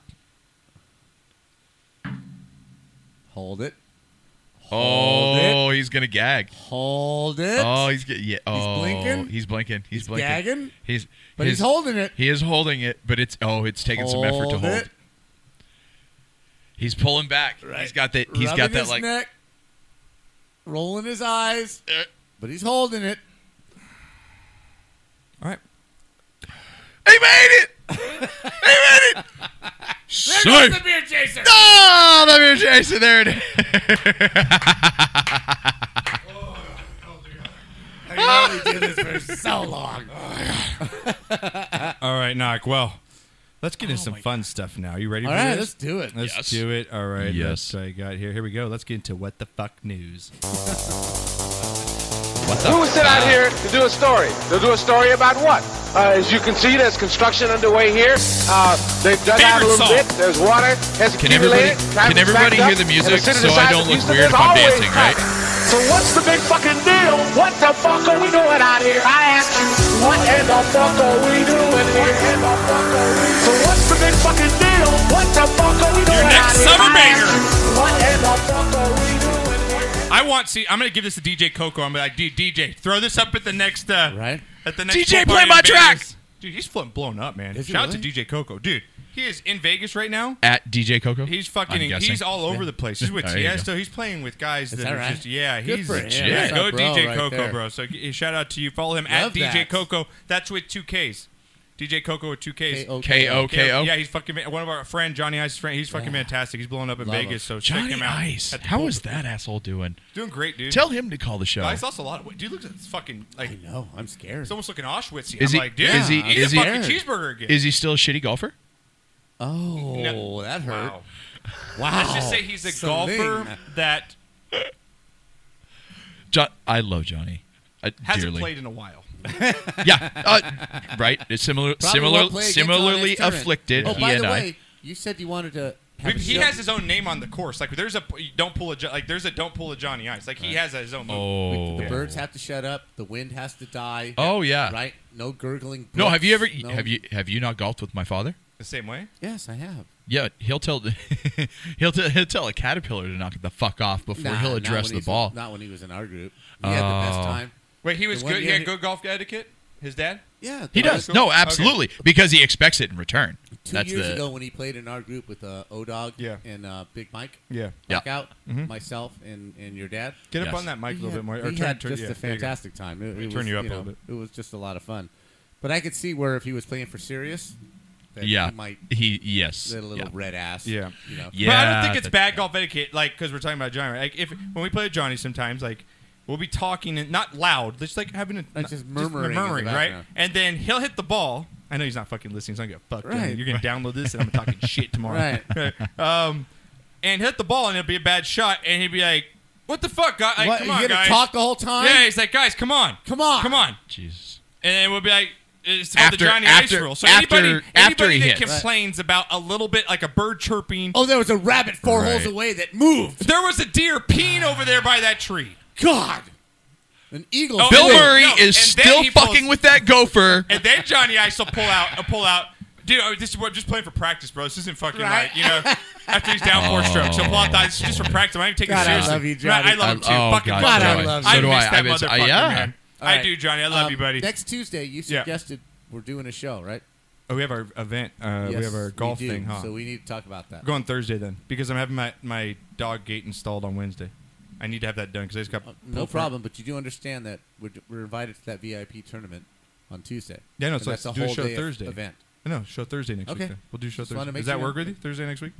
Hold it. Hold
Oh, he's gonna gag.
Hold it.
Oh, he's get, yeah. Oh,
blinking?
He's blinking. He's, blinking.
gagging?
He's
But he's holding it.
He is holding it, but it's oh, it's taking some effort to
Hold
hold.
it.
He's pulling back. He's got that. He's
Rubbing
got that
his
like.
neck, rolling his eyes,
Eh.
but he's holding it.
All right.
He made it. he made it.
Safe.
the beer chaser.
Oh, the beer chaser. There it is.
I really did this for so long.
All right, knock. Well, let's get into some fun stuff now. You ready?
Oh All
for
right,
this?
let's do it.
Let's
Yes.
do it. All right.
Yes.
Yes, I got here. Here we go. Let's get into what the fuck news.
what
We would sit out here to do a story. They'll do a story about what? Uh, as you can see, there's construction underway here. Uh, they've dug out a
Favorite
little
song.
bit. There's water. Has
Can everybody
accumulated.
can
Traffic's
everybody
backed
hear
up.
the
And
music
city the
so I
size of
don't look
Houston
weird if
is
I'm
always
dancing, right?
So what's the big fucking deal? What the fuck are we doing out here? I ask you, what in the fuck are we doing here? So what's the big fucking deal? What the fuck are we doing
Your next
out here?
summer
I ask
banger.
you, What in the fuck are we
I want. See, I'm gonna give this to DJ Coco. I'm like, "D- DJ, throw this up at the next. Uh, right. At the next.
DJ,
pool
play
party
my
in
track.
Vegas. dude. He's flipping blown up, man.
Is he
Shout out
really?
to DJ Coco, dude. He is in Vegas right now.
At DJ Coco.
He's
I'm
fucking.
guessing.
He's all over the place. He's with
There you go.
Tiesto. He's playing with guys
Is
that,
that
are
right?
just yeah.
Good
he's
for him.
legit.
That's
Go
our bro
DJ
right
Coco,
there.
bro. So g- shout out to you. Follow him
Love
at DJ
that.
Coco. That's with two Ks. DJ Coco with two Ks.
K O K O.
Yeah, he's fucking ma- one of our friend Johnny Ice's friend. He's fucking fantastic. He's blowing up in
Love him.
Vegas. So
Johnny
check him out.
Ice.
at the
How
pool.
is that asshole doing?
Doing great, dude.
Tell him to call the show.
Guys lost a lot of weight. Dude looks like it's fucking like. I
know. I'm scared.
It's almost looking Auschwitz.
Is
I'm
he?
like, dude,
is he?
he's
is
a
he?
fucking cheeseburger again.
Is he still a shitty golfer?
Oh,
No.
that hurt. Wow.
Let's just say he's a
Celine.
golfer that
John, I love Johnny. I
hasn't
dearly.
played in a while.
yeah, uh, right. It's similar,
Probably
similar,
won't play against
similarly
Alex Turin.
afflicted.
Oh,
he
by
and
the
I.
way,
You said you wanted to.
We-
Have a
he
show.
has his own name on the course. Like there's a don't pull a Jo- like there's a don't pull a Johnny Ice. Like he has his own.
The
Yeah.
birds have to shut up. The wind has to die.
Oh, yeah.
Right? No gurgling.
No, have you ever?
brooks, no-
Have you? Have you not golfed with my father?
the same way.
Yes, I have.
Yeah, he'll tell he'll tell he'll tell a caterpillar to knock the fuck off before
Nah,
he'll
not
address
when
the
he's-
ball.
Not when he was in our group. He had the best
Oh.
time.
Wait, he was
The one
good. He
year
had good golf etiquette. His dad.
Yeah,
He does. No, absolutely, because he expects it in return.
Two
That's
years
the
ago, when he played in our group with uh, O Dog and uh, Big Mike,
Yeah.
Yeah.
Blackout,
Mhm.
myself, and, and your dad.
Get up Yes. on that
He
mic a little
had-
bit more, or
he
turn-
had
turn-
just
yeah,
a
there you go.
fantastic time. It, it
Turn
was,
you up a
know,
little
It was just a lot of fun, but I could see where if he was playing for serious, that
Yeah.
he might
He- yes.
get a little
Yeah.
red ass.
Yeah.
you know.
Yeah.
But I don't think it's
that-
bad golf etiquette, like because we're talking about Johnny. Like if when we play with Johnny, sometimes like we'll be talking and not loud, just like having a
Like, just murmuring in the
murmuring, right?
background.
And then he'll hit the ball. I know he's not fucking listening. So I'm gonna fuck Johnny.
Right.
You're gonna download this, and I'm talking shit tomorrow.
Right.
um, and hit the ball, and it'll be a bad shot, and he'd be like. What the fuck, guy? Like,
What,
come
you
on,
gonna
guys.
talk the whole time?
Yeah, he's like, guys, come on,
come on,
come on.
Jesus.
And then we'll be like, it's called
After-
the Johnny
after-
Ice rule. So
after-
anybody,
after
anybody
he
that
hits. Right.
complains about a little bit, like a bird chirping.
Oh, there was a rabbit four
Right.
holes away that moved.
There was a deer peeing over there by that tree.
God, an eagle.
Oh,
Bill
and then-
Murray
no, and
is
then
still
he
fucking with that gopher.
And then Johnny Ice will pull out, uh, pull out. Dude, oh, this is what just playing for practice, bro. This isn't fucking right,
Right.
you know. After he's down four
Oh.
strokes, he'll pull out. the- This is just for practice. I'm not even taking
God,
it
I
seriously.
love you,
Right,
Johnny.
I love him too.
Oh,
fucking
God,
love
so
him.
do I.
I
So do
miss
I.
that
I miss- I-
motherfucker,
yeah.
man.
All
I
right.
do, Johnny. I love
Um,
you, buddy.
Next Tuesday, you
Yeah.
suggested we're doing a show, right?
Oh, we have our event. Uh,
Yes,
we have our golf
do.
thing, huh?
So we need to talk about that.
Go on Thursday then, because I'm having my, my dog gate installed on Wednesday. I need to have that done because I just got
Uh, No problem, but you do understand that we're, we're invited to that VIP tournament on Tuesday.
Yeah, no,
And
so
that's a
do
whole
show
day of-
Thursday
event.
No, show Thursday next
Okay.
week. Then. We'll do show
Just wanted
Thursday.
to make
Does that
sure.
work with you? Thursday next week.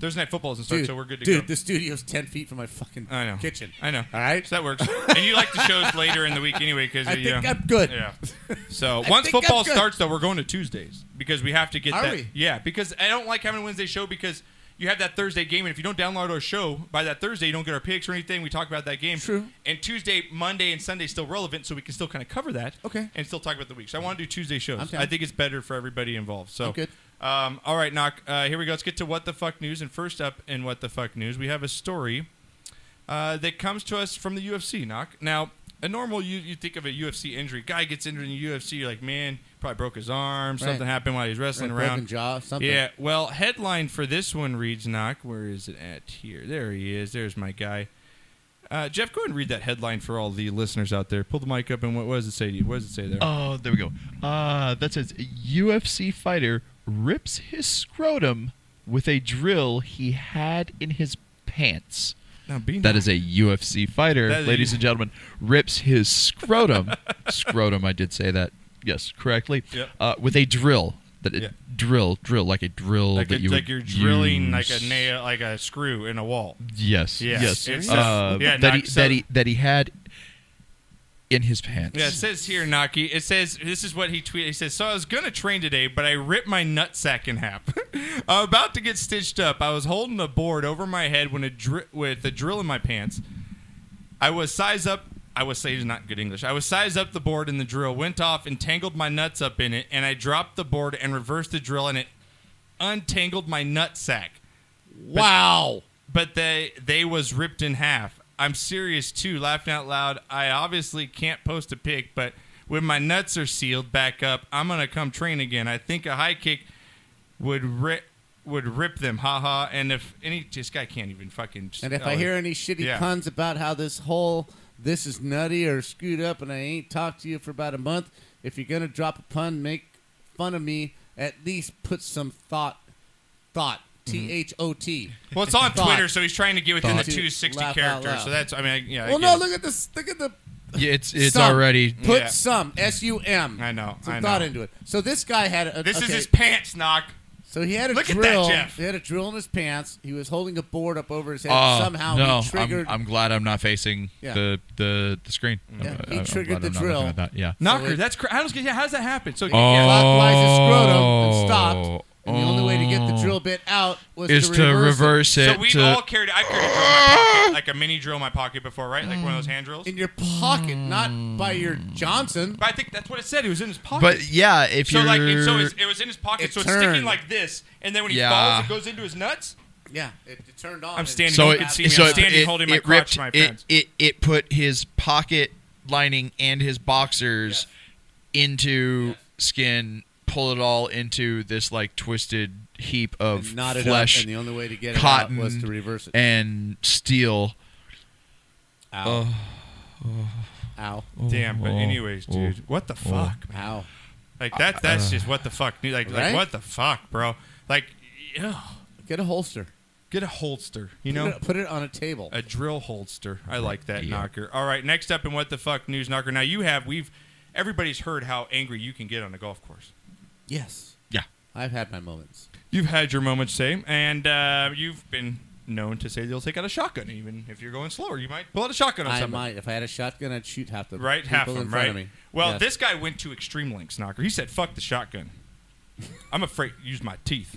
Thursday night football doesn't start,
Dude,
so we're good to
dude,
go.
the studio's ten feet from my fucking
I know.
kitchen.
I know.
All right,
so that works. and you like the shows later in the week anyway because
I
you uh,
think
know,
I'm good.
Yeah. So
I
once
think I'm
football
good.
starts, though, we're going to Tuesdays because we have to get
Are
that.
we?
Yeah, because I don't like having a Wednesday show because you have that Thursday game, and if you don't download our show by that Thursday, you don't get our picks or anything. We talk about that game. True. And Tuesday, Monday, and Sunday is still relevant, so we can still kind of cover that. Okay. And still talk about the week. So I want to do Tuesday
I'm
shows.
down.
I think it's better for everybody involved. So
I'm good.
Um, all right, knock. Uh, here we go. Let's get to what the fuck news. And first up in what the fuck news, we have a story uh, that comes to us from the UFC. Knock. Now, a normal you you think of a UFC injury. Guy gets injured in the UFC. You're like, man, probably broke his arm.
Right.
Something happened while he's wrestling
Right,
around.
broken jaw, something.
Yeah. Well, headline for this one reads, knock. Where is it at? Here. There he is. There's my guy. Uh, Jeff, go ahead and read that headline for all the listeners out there. Pull the mic up, and what, what does it say to you? What does it say there?
Oh, there we go. Uh, that says UFC fighter rips his scrotum with a drill he had in his pants.
Now, be
That is a UFC fighter,
That is-
ladies and gentlemen, rips his scrotum, scrotum, I did say that, yes, correctly,
Yep.
uh, with a drill. That it,
Yeah.
Drill, drill, like a drill
like,
that
a,
you
like
would
you're drilling like
use.
a nail, like a screw in a wall.
Yes. Yes.
It's
Uh,
yeah,
that,
knock-
he, that he that he had in his pants.
Yeah, it says here, Naki. It says this is what he tweeted. He says, "So I was gonna train today, but I ripped my nutsack in half. I'm about to get stitched up. I was holding a board over my head when a dri- with a drill in my pants. I was size up. I was saying it's not good English. I was size up the board and the drill went off and tangled my nuts up in it. And I dropped the board and reversed the drill and it untangled my nutsack. But-
Wow.
But they they was ripped in half. I'm serious too, laughing out loud. I obviously can't post a pic, but when my nuts are sealed back up, I'm gonna come train again. I think a high kick would rip would rip them, haha. And if any this guy can't even fucking oh,
And if I hear any shitty
Yeah.
puns about how this whole this is nutty or screwed up and I ain't talked to you for about a month, if you're gonna drop a pun, make fun of me. At least put some thought, thought, T H O T.
Mm-hmm. Well, it's on
Thought.
Twitter, so he's trying to get within
Thought.
the 260
Laugh out
characters.
loud.
So that's I mean, I- yeah. I
Well,
get
no,
it.
look at this. Look at the.
Yeah, it's it's
Some.
already
Put
Yeah.
some S U M. I know. Some
I
thought
know.
into it. So this guy had a.
This is
okay.
his pants knock.
So he had a
Look at that,
drill.
Jeff.
He had a drill in his pants. He was holding a board up over his head.
Oh,
Somehow
no,
he triggered.
I'm, I'm glad I'm not facing
Yeah.
the, the the screen.
Yeah,
I'm-
he
I'm
triggered
glad
the
I'm not
drill.
looking at that, Yeah.
Knocker, that's cr- I don't get. Yeah, how's that happen? So
Oh.
clockwise his scrotum and stopped. And the only way to get the
Oh.
drill bit out was
Is
to
to
reverse,
reverse it
So we've
to- Ah!
all carried. I carried a drill in my pocket, like a mini drill in my pocket before, right? Like one of those hand drills.
In your pocket, not by your Johnson.
But I think that's what it said. It was in his pocket.
But yeah, if
so like it- so
you're-
it's, it was in his pocket,
It
so it's
turned.
sticking like this, and then when he
Yeah.
falls, it goes into his nuts.
Yeah, it, it turned on.
I'm standing.
So
you can
it,
see me.
so
I'm
it,
standing,
it-
holding my
it
crotch,
ripped-
to my
it,
friends.
it it put his pocket lining and his boxers into skin, pull it all into this like twisted heap of
And knotted up,
flesh.
and the only way to get it out
cotton
was to reverse it.
and steel.
Ow. Ow.
Damn. But
Oh,
anyways,
oh,
dude, what the
oh.
fuck?
Ow.
Like that. That's
Uh,
just what the fuck. dude. Like
Right?
like what the fuck, bro. Like, ugh.
Get a holster.
get a holster. You
Put
know,
it- put it on a table.
A drill holster. I like that knocker. All right, next up in what the fuck news knocker. Now you have we've everybody's heard how angry you can get on a golf course.
Yes.
Yeah.
I've had my moments.
You've had your moments, same, and uh, you've been known to say that you'll take out a shotgun, even if you're going slower. You might pull out a shotgun on
I
somebody.
might. If I had a shotgun, I'd shoot half the
Right,
people
half of
in
them,
front
right?
of me.
Well,
Yes.
this guy went to extreme lengths, knocker. He said, "Fuck the shotgun. I'm afraid to use my teeth."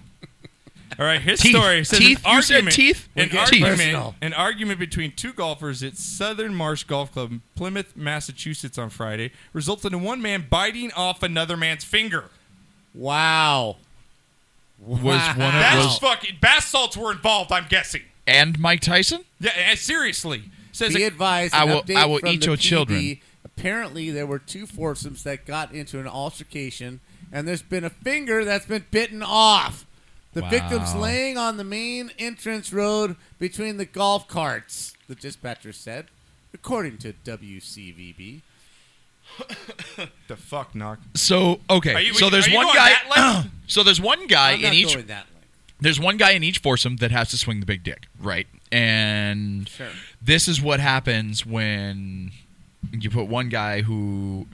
All right, his
Teeth.
story says
Teeth?
an
You said
argument,
teeth?
An
We get teeth.
argument,
Personal.
an argument between two golfers at Southern Marsh Golf Club in Plymouth, Massachusetts on Friday resulted in one man biting off another man's finger.
Wow.
Was one of
That's
was,
fucking bath salts were involved, I'm guessing.
and Mike Tyson.
Yeah, eh, seriously. Says
be
it-
advised.
I
an
will-
update
I will
from
eat
the
your
PD.
children.
Apparently, there were two foursomes that got into an altercation, and there's been a finger that's been bitten off. The
Wow.
victim's laying on the main entrance road between the golf carts. The dispatcher said, according to WCVB.
the fuck, knock.
So okay,
Are you-
so there's
are you
one
going that
guy.
length?
so there's one guy
I'm not
in each.
going that way.
There's one guy in each foursome that has to swing the big dick, right? And
Sure.
this is what happens when you put one guy who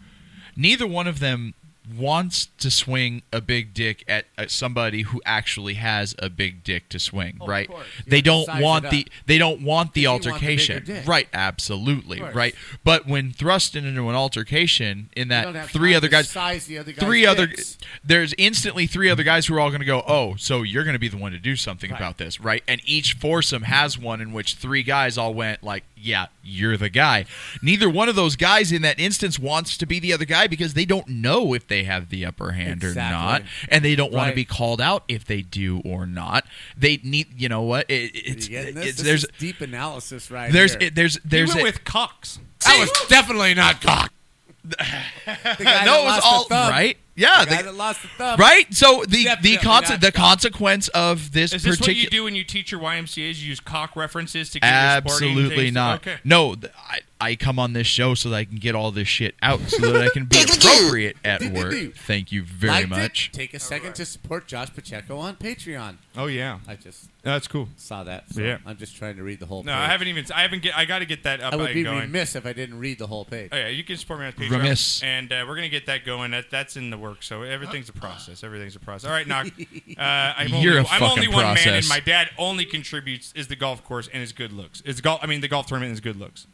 neither one of them wants to swing a big dick at, at somebody who actually has a big dick to swing,
Oh, of
right?
course. You
They
have to
don't
size
want
it
the
up.
they don't want the
You want the bigger
altercation.
dick.
right, absolutely,
Of course.
right? But when thrust into an altercation in
don't
that
have
three
time
other
to
guys
size the other guy's
three other
dicks.
there's instantly three other guys who are all going to go, oh, so you're going to be the one to do something about this, right? And each foursome has one in which three guys all went, like, yeah, you're the guy. Neither one of those guys in that instance wants to be the other guy because they don't know if they have the upper hand or
Exactly.
not. And they don't want
Right.
to be called out if they do or not. They need, you know what? It, it's,
You getting this?
it's-
This
there's,
is deep analysis right
there's,
here.
it, there's, there's,
he went
a-
with Cox.
that was definitely not cock. the guy
no,
that
it was
lost
all
the thumb,
right. Yeah,
The guy
the-
that lost the thumb.
right. So the
Definitely
the conse-
not
the
cock.
consequence of this
Is this what you
particular
do when you teach your YMCA's? You use cock references to get your sporting
Absolutely
taste?
not.
Okay.
No, th- I, I come on this show so that I can get all this shit out so that I can be appropriate at work. Thank you very
Liked it?
much.
Take a second to support Josh Pacheco on Patreon.
Oh yeah,
I just
that's cool.
Saw that. so
Yeah.
I'm just trying to read the whole.
No,
page.
I haven't even. I haven't get. I got to get that up.
I would
and
be
going.
remiss if I didn't read the whole page.
Oh, yeah, you can support me on Patreon.
Remiss.
And uh, we're gonna get that going. That, that's in the works. So everything's a process. Everything's a process. All right, knock. Uh, I'm
You're
only,
a
I'm
fucking
only one man, and
process.
my dad only contributes is the golf course and his good looks. It's golf. I mean, the golf tournament is good looks,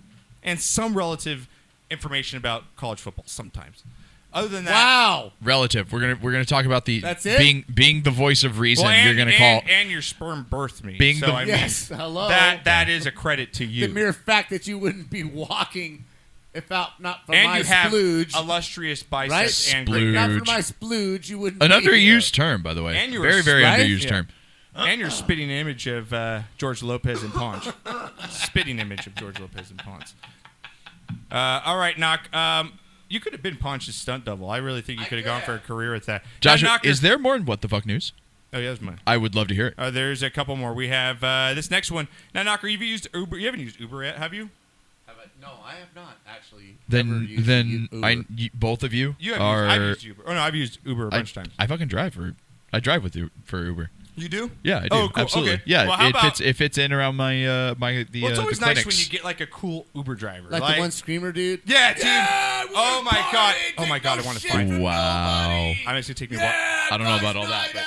and some relative information about college football sometimes. Other than that,
wow.
Relative. We're gonna we're gonna talk about the
That's it?
being being the voice of reason.
Well, and,
you're gonna
and,
call
and your sperm birthed me.
Being
so
the-
I mean,
Yes, hello.
That that is a credit to you.
The mere fact that you wouldn't be walking if out not for
and
my
you have
splooge,
illustrious
right?
biceps and great
Not for
Splooge.
my splooge, you wouldn't.
an
be
underused term, by the way.
And you
very
were-
very
right?
underused
Yeah.
term.
And your spitting image of uh, George Lopez and Ponch. spitting image of George Lopez and Ponch. Uh, all right, Knock. Um, you could have been Ponch's stunt double. I really think you could have gone for a career with that. Now,
Joshua,
Knock,
is there more in what the fuck news?
Oh, yeah, that's mine.
I would love to hear it.
Uh, there's a couple more. We have uh, this next one. Now, Knocker, you've used Uber. You haven't used Uber yet, have you?
No, I have not actually.
Then then I you, both of you,
You have
are.
used, I've used Uber. Oh no, I've used Uber a
I-
bunch of times.
I fucking drive for I drive with you for Uber.
You do?
Yeah, I do.
Oh, cool.
Absolutely.
Okay.
Yeah,
Well, how
it
about-
fits it fits in around my uh my the
well, it's
uh,
always
the
nice when
clinics.
you get like a cool Uber driver,
Like, the one screamer dude.
Yeah, dude. oh my god. Oh my god. I want to find. him.
Wow.
I'm just gonna take me. a while.
I don't know about all that, but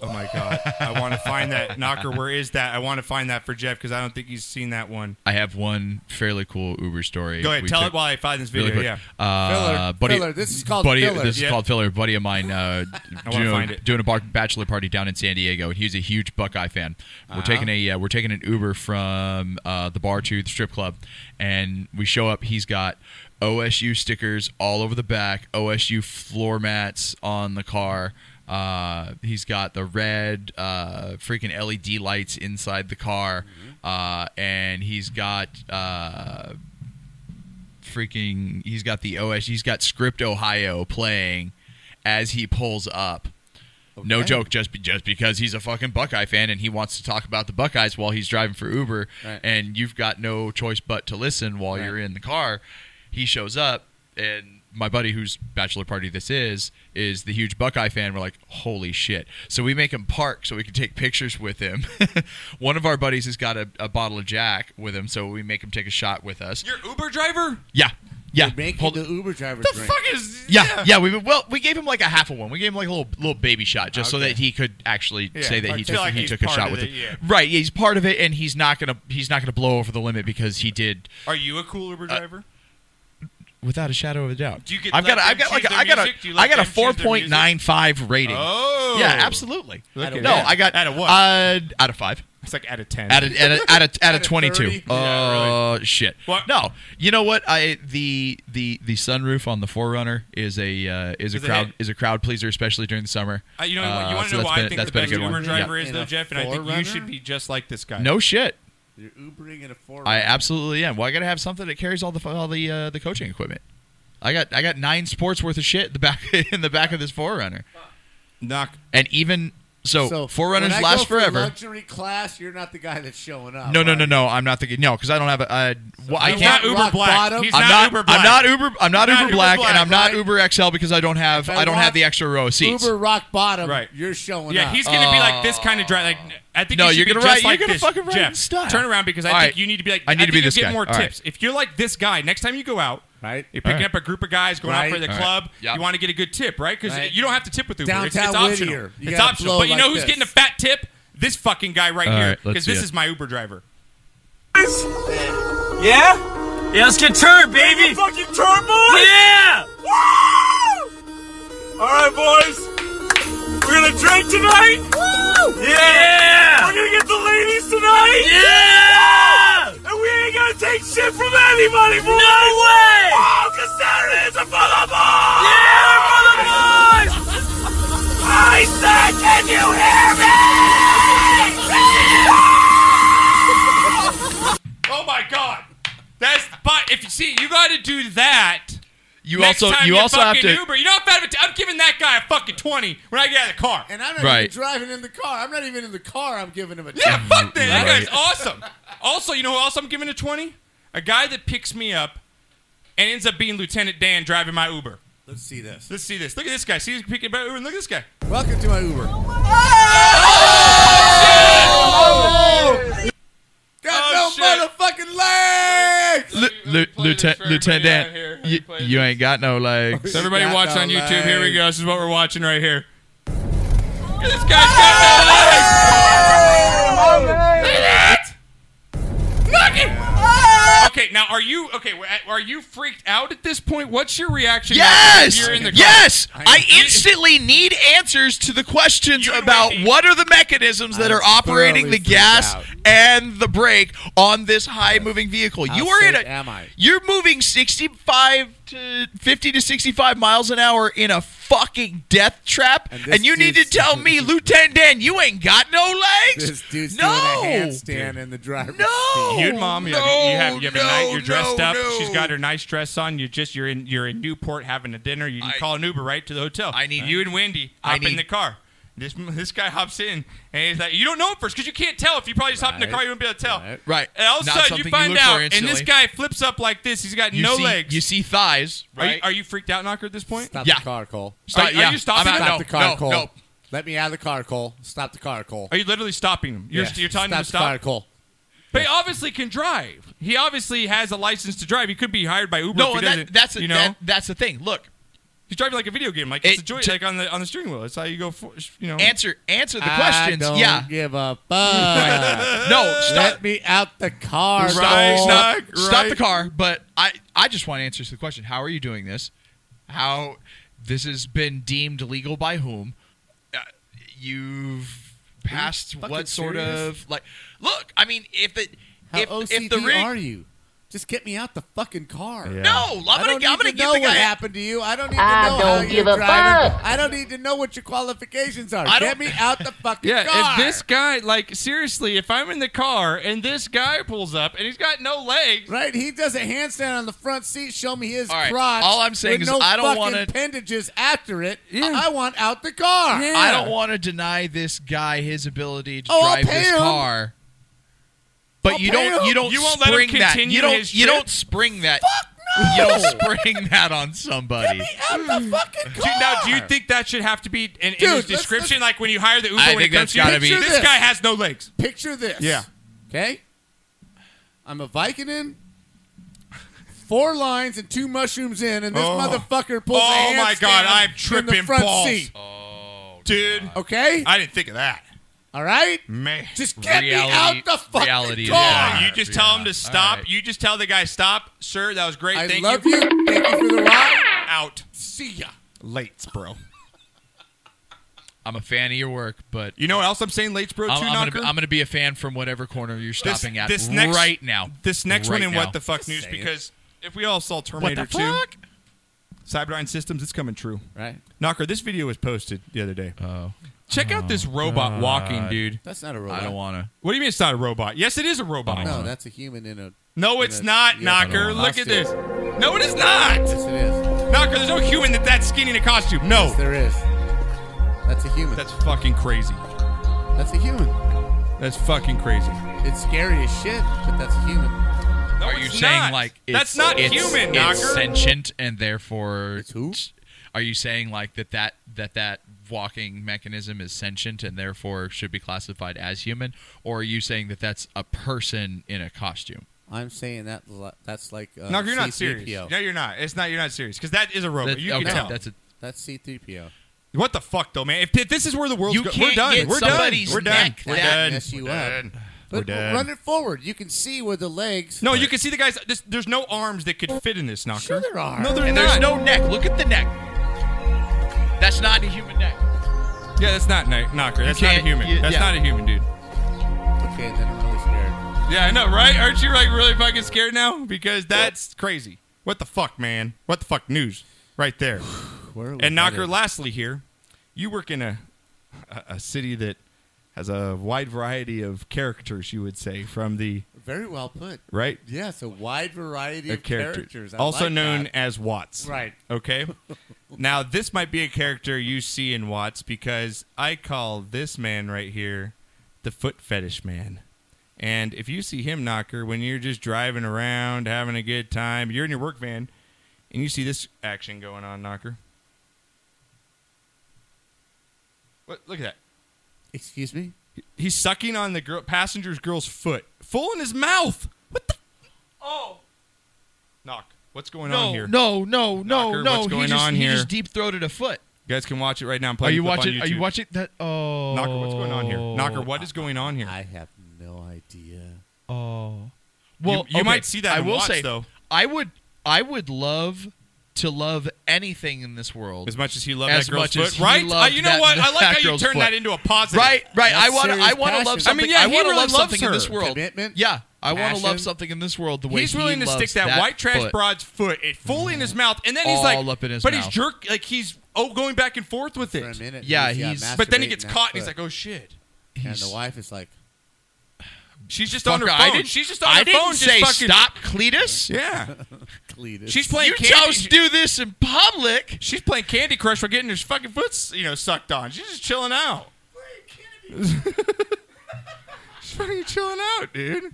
Oh my god! I want to find that knocker. Where is that? I want to find that for Jeff because I don't think he's seen that one.
I have one fairly cool Uber story.
Go ahead, tell it while I find this video,
quick.
yeah.
uh,
Filler,
buddy,
filler, this is called
buddy,
filler.
This is
Yep.
called filler. A buddy of mine uh,
I wanna find
doing,
it.
doing a bar- bachelor party down in San Diego, and he was a huge Buckeye fan. We're
Uh-huh.
taking a uh, we're taking an Uber from uh, the bar to the strip club, and we show up. He's got OSU stickers all over the back, OSU floor mats on the car. Uh, he's got the red uh, freaking LED lights inside the car, uh, and he's got. Uh, freaking he's got the OS he's got Script Ohio playing as he pulls up. No
Okay.
joke, just be, just because he's a fucking Buckeye fan and he wants to talk about the Buckeyes while he's driving for Uber,
Right.
and you've got no choice but to listen while
Right.
you're in the car. He shows up, and my buddy, whose bachelor party this is, is the huge Buckeye fan. We're like, holy shit! So we make him park so we can take pictures with him. One of our buddies has got a, a bottle of Jack with him, so we make him take a shot with us.
Your Uber driver?
Yeah. Yeah.
Making the Uber driver.
The
drink.
fuck is?
Yeah, yeah. We well, we gave him like a half of one. We gave him like a little little baby shot, just so
Okay.
that he could actually
Yeah,
say that
I
he
feel
took
like
he
he's
took a
part
shot
of
with
it,
it.
yeah.
Right. Yeah, he's part of it, and he's not gonna he's not gonna blow over the limit because he did
Are you a cool Uber driver?
without a shadow of a doubt.
Do you get
I've got
let
a- I've
them
got like
choose
a,
their
I got a
music? Do you let
I got a
them choose their
four
music?
point nine five rating.
Oh.
yeah, absolutely.
Look at
no,
that.
I got
Out of what?
Uh, out of five.
It's like out of ten.
Out of out of out of, out of
Out of
twenty two.
30?
Oh
Yeah,
shit! No, you know what? I the the the sunroof on the Forerunner is a uh,
Is
is a
it
crowd
hit?
is a crowd pleaser, especially during the summer.
Uh, you know, you
Uh,
want to
so
know
that's
why
been-
I think
that's
the
been a
best
good
Uber
one.
driver
Yeah.
is
In
though,
a
Jeff, and I think you
Forerunner?
should be just like this guy.
No shit.
You're Ubering in a four.
I absolutely am. Well, I got to have something that carries all the all the uh, the coaching equipment. I got I got nine sports worth of shit in the back in the back of this Forerunner.
Knock.
And even so,
when
Forerunners
I
last
go for
forever.
Luxury class. You're not the guy that's showing up.
No, no, no, no. I'm not the no because I don't have a. I, well, I
he's not
can't.
Uber Rock Black. bottom. He's
I'm
not
not
Uber
I'm
Black.
not Uber. I'm not
You're not
Uber
Uber
Black,
Black,
and I'm not
right?
Uber XL because I don't have. I, don't
want
have the extra row of seats.
Uber rock bottom. Right. You're showing up.
Yeah, he's gonna be like this kind of driver. Like, I think
Oh. No,
you should
you're
be
gonna
just
ride-
Like
you're gonna
this.
fucking ride
Jeff,
in style.
Turn around because I
All
think
right.
you need to be like.
I need
think
to be
you
this
get
guy.
more
All right.
tips. If you're like this guy, next time you go out,
right?
You're picking
All right.
up a group of guys going out
Right.
for the
All right.
club.
Yep.
You want to get a good tip, right? Because
Right.
you don't have to tip with Uber. It's, it's
Downtown
optional.
Whittier. You
It's
gotta
optional.
blow
But you know
like
who's
this.
getting a fat tip? This fucking guy right
All
here.
right, let's
Because
see
this
it.
is my Uber driver.
Yeah? Yeah, let's get turned, baby! Fucking turn, boys! Yeah! Woo! Alright, boys! We're gonna drink tonight? Woo! Yeah! We're gonna get the ladies tonight? Yeah! And we ain't gonna take shit from anybody, boys! No way! Oh, cause Saturdays are full of boys! Yeah, they're full of boys! I said, can you hear me?
Oh my god. That's but if you see you got to do that.
You
next
also-
time
you also have
fucking
to-
Uber. You know how fat of a t- I'm giving that guy a fucking twenty when I get out of the car.
And I'm not
Right.
even driving in the car. I'm not even in the car. I'm giving him a.
Yeah, fuck that. That
Right.
guy's awesome. Also, you know who else I'm giving a 20? A a guy that picks me up and ends up being Lieutenant Dan driving my Uber.
Let's see this.
Let's see this. Look at this guy. See he's picking up my Uber. and Look at this guy.
Welcome to my Uber. Oh, Got
Oh,
no motherfucking legs.
Lieutenant, Lieutenant Dan, you, you ain't got no legs.
So everybody watch on YouTube. Here we go. This is what we're watching right here.
This guy's
Oh,
got no legs. Look at that.
Ah!
Okay, now are you okay? w- Are you freaked out at this point? What's your reaction?
Yes,
You're in the car.
yes. I instantly need answers to the questions about what are the mechanisms that
I'm
are operating
thoroughly
the
freaked
gas
out.
and the brake on this high-moving vehicle.
How
you are in a.
safe am I?
You're moving 65 to 50 to 65 miles an hour in a fucking death trap, and,
this
you need to
dude's-
tell me, Lieutenant Dan, you ain't got no legs.
This dude's
no.
doing a handstand in the driver's
No.
seat.
You and mom, you have, you have, you have a
no,
night. You're dressed
no,
up.
no.
She's got her nice dress on. You're just you're in you're in Newport having a dinner. You, you call an Uber right to the hotel. I need you and Wendy
I
hop in
need-
the car. This this guy hops in and he's like, you don't know at first because you can't tell if you probably just hop in the
Right.
car. You wouldn't be able to tell.
Right.
And all of a
Not
sudden
something
you
you
find
look for
out, and this
instantly.
guy flips up like this. He's got
You
no
see-
legs.
You see thighs,
Are
right?
you, are you freaked out, Knocker, at this point?
Stop
Yeah.
the car, Cole.
Stop-
are,
yeah,
you stopping him?
I'm out.
Stop
No,
the car,
no,
Cole.
no.
Let me out of the car, Cole. Stop the car, Cole.
Are you literally stopping him? You're,
Yeah.
you're telling him to
the
stop.
car, Cole.
But he obviously can drive. He obviously has a license to drive. He could be hired by Uber.
No,
if he
and that-
doesn't,
that's a-
you know
that- that's the thing. Look,
he's driving like a video game. Like it's
It
a joy,
t-
like on the on the steering wheel. That's how you go. For, you know,
Answer answer the
I
questions.
don't
yeah.
give a fuck.
Right. No, stop.
Let me out the car,
Stop,
Cole.
stop, stop
right.
the car. But I, I just want answers to the question. How are you doing this? How this has been deemed legal by whom? Uh, you've passed
fucking
what sort
serious?
of like? Look, I mean, if it,
How
if
OCD
if the rig,
are you? Just get me out the fucking car.
No, I'm
I
gonna-
don't
I'm
need
gonna
to
give
know
the
what
guy-
happened to you. I don't need to know
I
how
don't
you're
give a
driving.
fuck.
I don't need to know what your qualifications are.
I don't-
get me out the fucking
Yeah,
car.
if this guy, like, seriously, if I'm in the car and this guy pulls up and he's got no legs,
Right, he does a handstand on the front seat. Show me his
All right,
crotch.
all I'm saying
with
is
no
I don't
fucking
wanna-
appendages after it. I want out the car.
I don't want to deny this guy his ability to
Oh, I'll
drive
pay
this
him.
car. But
I'll
you
pay
don't
him.
you don't
You won't let him
spring that.
continue
You don't
his
you
trip?
don't spring that.
no!
You don't spring that on somebody.
Out the fucking
do,
car.
now do you think that should have to be
Dude,
in, in his
let's-
description?
let's-
like when you hire the Uber,
I
when it
think
comes
that's
to you,
gotta be-
this,
Picture
guy
this.
has no legs.
Picture this.
Yeah.
Okay. I'm a Viking in. Four lines and two mushrooms in, and this
Oh.
motherfucker pulls.
Oh,
a
my God,
handstand
I'm
in the
tripping
front
balls. Oh,
seat. Oh,
Dude,
Okay.
I didn't think of that.
All right.
Man.
Just get
Reality-
me out the fucking
reality is
car.
hard.
You just tell him to stop. You just tell the guy, stop. Sir, that was great.
I
Thank
love
you.
you. Thank you for the ride.
Out.
See ya.
Late, bro.
I'm a fan of your work, but
You know what else I'm saying, Lates Bro, too,
I'm, I'm gonna,
Knocker?
be- I'm gonna be a fan from whatever corner you're stopping at
this next-
right now.
This next one
Right
in
now.
What the Fuck News, because if we all saw Terminator 2,
fuck?
Cyberdyne Systems, it's coming true.
Right.
Knocker, this video was posted the other day.
Oh.
Check out this robot
God.
walking, dude.
That's not a
I
robot.
don't wanna.
What do you mean it's not a robot? Yes, it is a robot.
No, that's a human in a.
No,
in
it's
a-
not,
yeah,
Knocker.
in a
Look at this.
costume.
No, it is not.
Yes, it is.
Knocker, there's no human that that's skinny in a costume. No.
Yes, there is. That's a human.
That's fucking crazy.
That's a human.
That's fucking crazy.
It's scary as shit, but that's a human.
No,
Are you
it's
saying
not.
like it's,
that's not
it's,
human,
It's
Knocker?
sentient and therefore Are you saying like that that that that walking mechanism is sentient and therefore should be classified as human, or are you saying that that's a person in a costume?
I'm saying that li- that's like uh,
Knocker, you're not
C-3PO.
serious. No, you're not. It's not. You're not serious because that is a robot.
That-
you
okay,
can tell.
that's a
That's C3PO.
What the fuck, though, man? If, if this is where the world's
You
go-
can't
we're done.
get
we're done.
somebody's
We're done.
neck
We're
that-
done.
Mess you
we're
up.
done.
But
We're done.
run it forward. You can see where the legs.
No, you can see the guys. This, there's no arms that could fit in this knocker.
Sure there are.
No, there's
And
not.
there's no neck. Look at the neck. That's not a human neck.
Yeah, that's not kn- knocker. That's not a
can't-
human.
you-
that's
yeah.
not a human, dude.
Okay, then I'm really scared.
Yeah, I know, right? Aren't you like really fucking scared now? Because that's crazy. What the fuck, man? What the fuck news? Right there.
Where are we
and Knocker,
headed?
lastly here, you work in a, a a city that has a wide variety of characters. You would say from the
Very well put.
right
Yes, a wide variety
of
of
character,
characters. I
also
like
known
that.
as Watts.
Right.
Okay. now this might be a character you see in Watts because I call this man right here the foot fetish man. And if you see him knocker when you're just driving around having a good time, you're in your work van, and you see this action going on, knocker. What, look at that.
Excuse me.
He's sucking on the girl, passenger's girl's foot, full in his mouth. What the? Oh, knock. What's going
no,
on here?
no, no, no,
Knocker,
no.
What's going
he just,
on
he
here?
just deep throated a foot.
You guys can watch it right now. and play
Are
the
you
clip on
watching? Are you
YouTube.
watching that? Oh,
Knocker, what's going on here? Knocker, what is going on here?
I have no idea.
Oh, well,
you
okay,
might see that
I
in
will
Watts,
say,
though.
I would, I would love to love anything in this world
As much as he loved
as
that girl's
much
foot,
as he
right?
loved
Uh, you know
that-
what? I like
that
how you
girl's
turned
foot.
that into a positive.
Right, right.
That's
I want to, I
serious
want to love
passion. I
something.
mean, yeah, he
want to
really
love something
loves
in this
her.
world.
Commitment,
yeah, I want to love
passion.
something in this world the way
He's
he
willing to stick
loves
that, white trash
foot. Mm-hmm.
broad's foot it fully in his mouth, and then he's
All
like,
up in his
but
mouth.
he's jerk, like he's oh going back and forth with it.
For a minute,
Yeah, he's, yeah, he's-
but then he
masturbating
gets
that
caught, and he's
foot.
like, oh shit.
And
He's-
the wife is like,
She's just
Fucker,
on her phone.
I didn't-
She's just on
I
her
didn't
phone.
say
just fucking,
stop, Cletus.
Yeah,
Cletus.
she's playing.
You
candy.
chose to do this in public.
She's playing Candy Crush while getting her fucking foot, you know, sucked on. She's just chilling out. She's fucking chilling out, dude.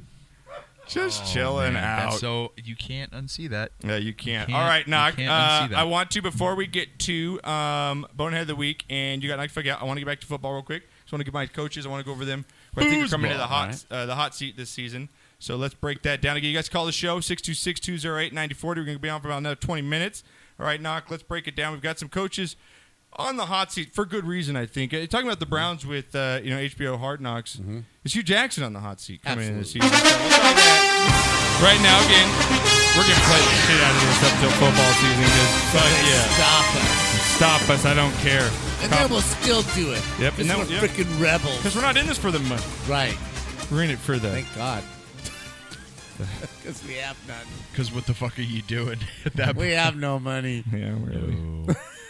Just
Oh,
chilling
man,
out.
that's so you can't unsee that.
Yeah, you can't.
You
All right,
you
Knock.
can't
uh,
unsee that.
I want to before we get to um, bonehead of the week, and you got knocked fuck out. I want to get back to football real quick. Just want to give my coaches. I want to go over them. who I think are coming to the
Foosball,
hot uh, the hot seat this season. So let's break that down again. You guys call the show 626-208-9040. We're going to be on for about another 20 minutes. All right, Knock, let's break it down. We've got some coaches on the hot seat for good reason, I think. Uh, talking about the Browns with uh, you know HBO Hard Knocks,
Mm-hmm.
is Hugh Jackson on the hot seat coming in this season. So we'll talk about that Right now, again, we're going to play the shit out of this up till football season. 'cause Fuck
They
yeah.
stop us.
Stop us. I don't care.
and then we'll still do it.
Yep,
And
and
then
then-
we're
yep.
freaking rebels.
Because we're not in this for the money.
Right.
We're in it for the.
Thank God. Because we have none.
Because what the fuck are you doing at that
We have no money.
Yeah, really.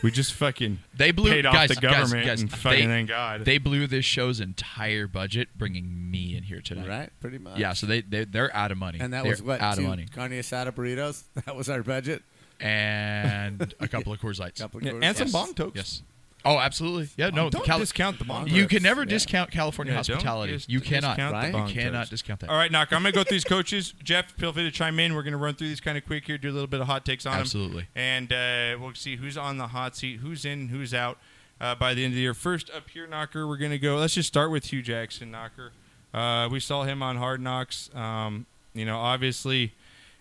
We just fucking
They blew
paid
guys,
off the government
guys, guys,
and fucking
they,
thank God.
They blew this show's entire budget bringing me in here today.
Right, pretty much.
Yeah, so they, they they're out of money.
And that
They're
was what?
out
two
of money.
Carne asada burritos? That was our budget?
And a couple of Coors Lights.
Couple of Yeah, Coors and some Lights. Bong
Tokes.
Yes. Oh, absolutely. Yeah,
Um,
no.
don't
Cali-
discount the Bong
You
Tokes.
can never
Yeah.
discount California
Yeah, don't
hospitality.
dis-
You cannot.
discount the Bong
You cannot
Tokes.
discount that.
All right, knock. I'm gonna go through these coaches. Jeff, feel free to chime in. We're gonna run through these kind of quick here, do a little bit of hot takes on
Absolutely.
them, and uh, we'll see who's on the hot seat, who's in, who's out uh, by the end of the year. First up here, knocker. We're gonna go. Let's just start with Hugh Jackson, knocker. Uh, we saw him on Hard Knocks. Um, you know, obviously,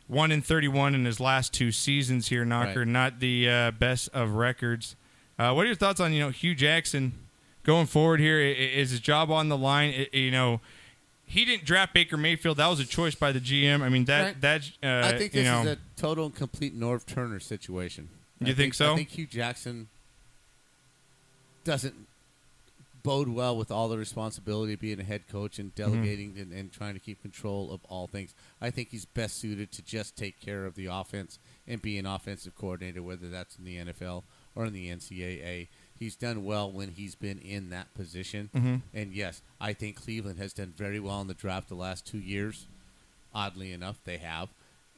one in 31 in his last two seasons here, knocker.
Right.
Not the uh, best of records. Uh, what are your thoughts on you know Hugh Jackson going forward here? I- i- Is his job on the line? I- You know, he didn't draft Baker Mayfield. That was a choice by the GM. I mean that
Right.
that uh,
I think
you
this
know
is a total and complete Norv Turner situation.
You
I
think so?
I think Hugh Jackson doesn't bode well with all the responsibility of being a head coach and
Mm-hmm.
delegating and, and trying to keep control of all things. I think he's best suited to just take care of the offense and be an offensive coordinator, whether that's in the NFL or in the NCAA. He's done well when he's been in that position.
Mhm.
And yes, I think Cleveland has done very well in the draft the last two years. Oddly enough, they have.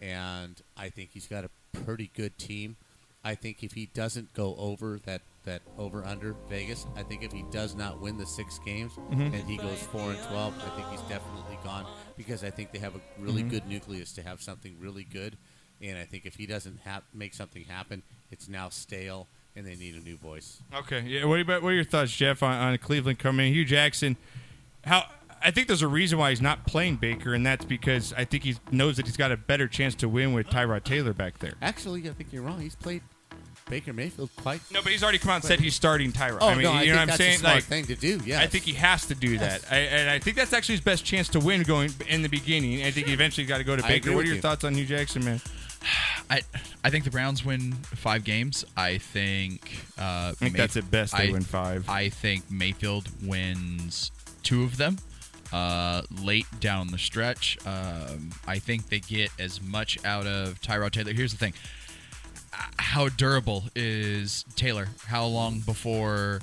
And I think he's got a pretty good team. I think if he doesn't go over that, that over under Vegas, I think if he does not win the six games
Mhm.
and he goes four and twelve, I think he's definitely gone because I think they have a really
Mhm.
good nucleus to have something really good. And I think if he doesn't ha- make something happen, it's now stale and they need a new voice.
Okay. Yeah. What about what are your thoughts, Jeff, on, on Cleveland coming in? Hugh Jackson. How I think there's a reason why he's not playing Baker, and that's because I think he knows that he's got a better chance to win with Tyrod Taylor back there.
Actually, I think you're wrong. He's played Baker Mayfield quite.
No, but he's already come out and said he's starting Tyrod.
Oh,
I mean,
no, I
you
think
know what I'm
that's a
saying?
smart
like
thing to do, yes.
I think he has to do
Yes.
that, I, and I think that's actually his best chance to win going in the beginning. I think he eventually got to go to
I
Baker.
agree
What are
with
your
you.
thoughts on Hugh Jackson, man?
I I think the Browns win five games. I think. Uh, I
think that's at best they win five.
I think Mayfield wins two of them. Uh, late down the stretch, um, I think they get as much out of Tyrod Taylor. Here's the thing: how durable is Taylor? How long before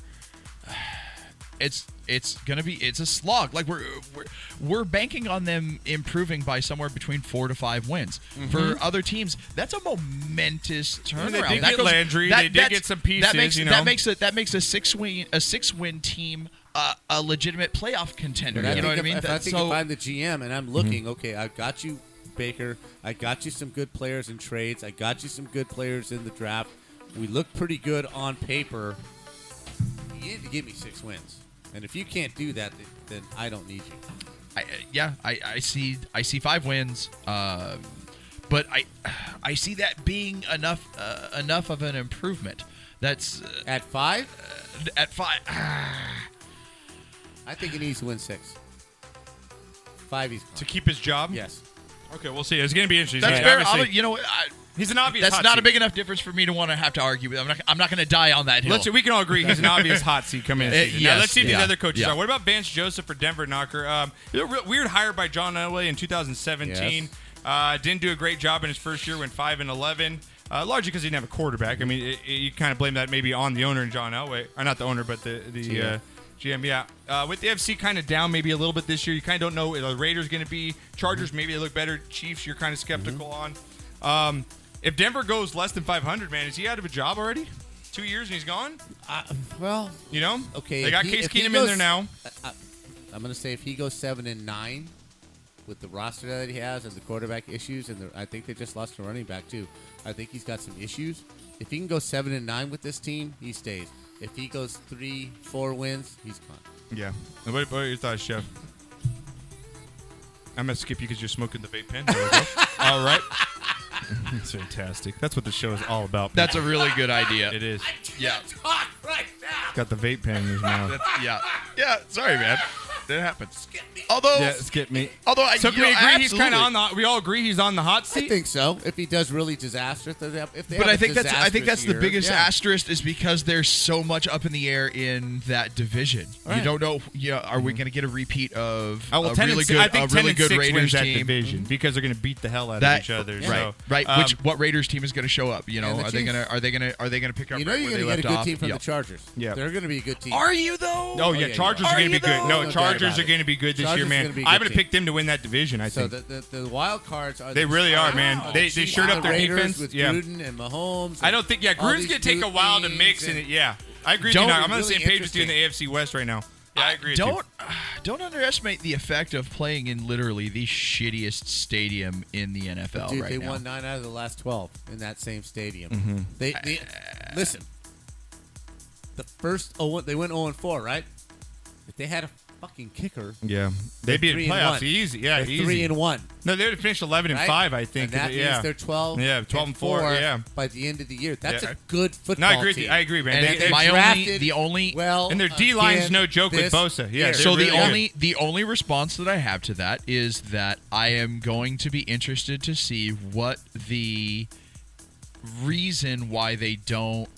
it's it's gonna be it's a slog. Like we're we're, we're banking on them improving by somewhere between four to five wins.
Mhm.
For other teams, that's a momentous
I mean,
turnaround.
they did
that
get Landry, they did
that's-
get some
That
pieces,
makes
you know.
that makes a that makes a six win a six win team a, a legitimate playoff contender.
But I
you
think
know what I
if,
mean?
If I
That's
think
so-
if I'm the GM and I'm looking, okay, I got you, Baker. I got you some good players in trades. I got you some good players in the draft. We look pretty good on paper. You need to give me six wins. And if you can't do that, th- then I don't need you.
I, yeah, I, I see I see five wins, um, but I I see that being enough uh, enough of an improvement. That's uh,
at five.
Uh,
at five,
I think he needs to win six. Five, he's
to keep his job.
Yes.
Okay, we'll see. It's going to be interesting.
that's
Yeah.
fair.
Obviously-
I'll- you know, what, I,
he's an obvious.
That's
hot
not a
seat.
big enough difference for me to want to have to argue with. I'm not I'm not going to die on that hill.
Let's see, we can all agree he's an obvious hot seat coming in.
Uh,
the season. now
yes,
let's see if
yeah,
these other coaches
yeah.
are. What about Vance Joseph for Denver Knocker? Um, a real weird hire by John Elway in 2017.
Yes.
Uh, didn't do a great job in his first year, went five and 11. Uh, largely because he didn't have a quarterback. I mean, it, it- you kind of blame that maybe on the owner and John Elway, or not the owner, but the the
GM.
Uh, GM. Yeah, uh, with the FC kind of down maybe a little bit this year, you kind of don't know where the Raiders going to be. Chargers
Mm-hmm.
maybe they look better. Chiefs you're kind of skeptical on. Um, if Denver goes less than 500, man, is he out of a job already? Two years and he's gone.
Uh, Well,
You know?
okay.
They
if
got
he-
Case
if he
Keenum in there
goes-
now.
I, am going to say if he goes seven and nine with the roster that he has and the quarterback issues, and the, I think they just lost a running back too. I think he's got some issues. If he can go seven and nine with this team, he stays. If he goes three, four wins, he's gone.
Yeah. And What, what are your thoughts, Chef? I'm gonna skip you because you're smoking the vape pen. There we go. all right. That's fantastic. That's what the show is all about.
That's a really good idea.
It is.
yeah.
Talk right now.
Got the vape pen in his mouth.
That's- yeah. Yeah. Sorry, man. That happens. Although,
yeah, skip me.
although I,
so
you
can
know,
we agree he's kind
absolutely.
of on the. We all agree he's on the hot seat.
I think so. If he does really disastrous, if they
but
have a
I think that's I
disastrous
think that's the
year-
biggest
Yeah.
asterisk is because there's so much up in the air in that division.
Right.
You don't know. Yeah, are we going to get a repeat of
Oh, well,
a
10
really
and si-
good
I think
a
10
really
and
good
six
Raiders
wins that
team?
division because they're going to beat the hell out
That-
of each other.
right,
so,
right.
um,
Which what Raiders team is going to show up? You know,
And the
are they
Chiefs.
going to are they going to are they going to pick up?
You know
right
you're
where
going to
they
get a
left
good team
off?
from
Yep.
the Chargers.
Yeah.
they're going to be a good team.
Are you though?
Oh, yeah, Chargers are, going to be good.
No
No,
doubt
Chargers
about
are
it.
going to be good this
Chargers
year,
are
man.
gonna be a
I'm
good
going to
team.
pick them to win that division. I
So
think
the, the, the wild cards are.
They
the-
really are, man. They- they
Chiefs
shored up
and
their
Raiders
defense.
with
Yeah.
Gruden and Mahomes.
I don't think. Yeah,
all
Gruden's
these
gonna take
new
a while to
teams
mix in
and-
it. Yeah, I agree. With you
Don't-
now. I'm gonna
really
stay on page with you in the AFC West right now. Yeah, I agree. With
Don't don't underestimate the effect of playing in literally the shittiest stadium in the NFL
Dude,
right
they
now.
won nine out of the last twelve in that same stadium.
Mhm.
They, they listen. The first oh they went zero and four, right? If they had a fucking kicker,
you. Yeah, they'd be in
three and
playoffs
one.
easy. Yeah,
They're
easy.
three and one.
No, they would have finished 11 and
right?
five. I think.
And that
yeah.
means they're twelve.
Yeah, 12 and four. Yeah.
by the end of the year. That's
Yeah.
a good
No,
football
I agree. with you.
team.
I agree, man.
And
They-
if
they-
my only
drafted
the only
well
And their D line's
again
no joke with
Uh, this
Bosa. Yeah,
year.
they're
so the
really good.
only the only response that I have to that is that I am going to be interested to see what the reason why they don't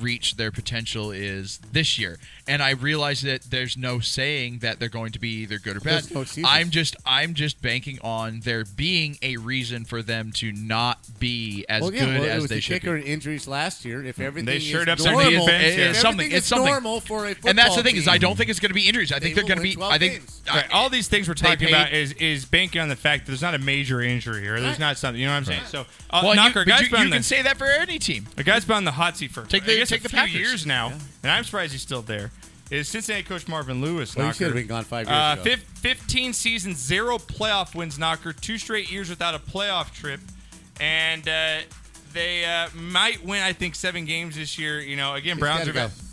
reach their potential is this year. And I realize that there's no saying that they're going to be either good or bad.
There's no season.
I'm just I'm just banking on there being a reason for them to not be as
well, yeah,
good
well, it
as
was
they
the
should
kicker
be.
injuries last year. If everything
They
is
shored up some
normal,
defense,
if
yeah. It's something-
everything
it's
is
something.
normal for a football
And that's the thing
team,
is I don't think it's going to be injuries. I think
They
they are going
will
to
win
be
12
I think
games.
I-
Right, all these things we're talking
paid-
about is is banking on the fact that there's not a major injury or there's
Right.
not something. You know what I'm saying?
Right.
So, uh,
Well, you-
Knocker,
but
guys,
you,
been on
you
the-
can say that for any team.
The guy's been on the hot seat for
Take
I
the-
guess
take
a
the
few
Packers.
years now, and I'm surprised he's still there. Is Cincinnati coach Marvin Lewis?
Well, he
knocker.
should have been gone five years
uh,
ago.
fif- Fifteen seasons, zero playoff wins. Knocker, two straight years without a playoff trip, and uh, they uh, might win. I think seven games this year. You know, again,
He's
Browns
gotta
are. back.
go.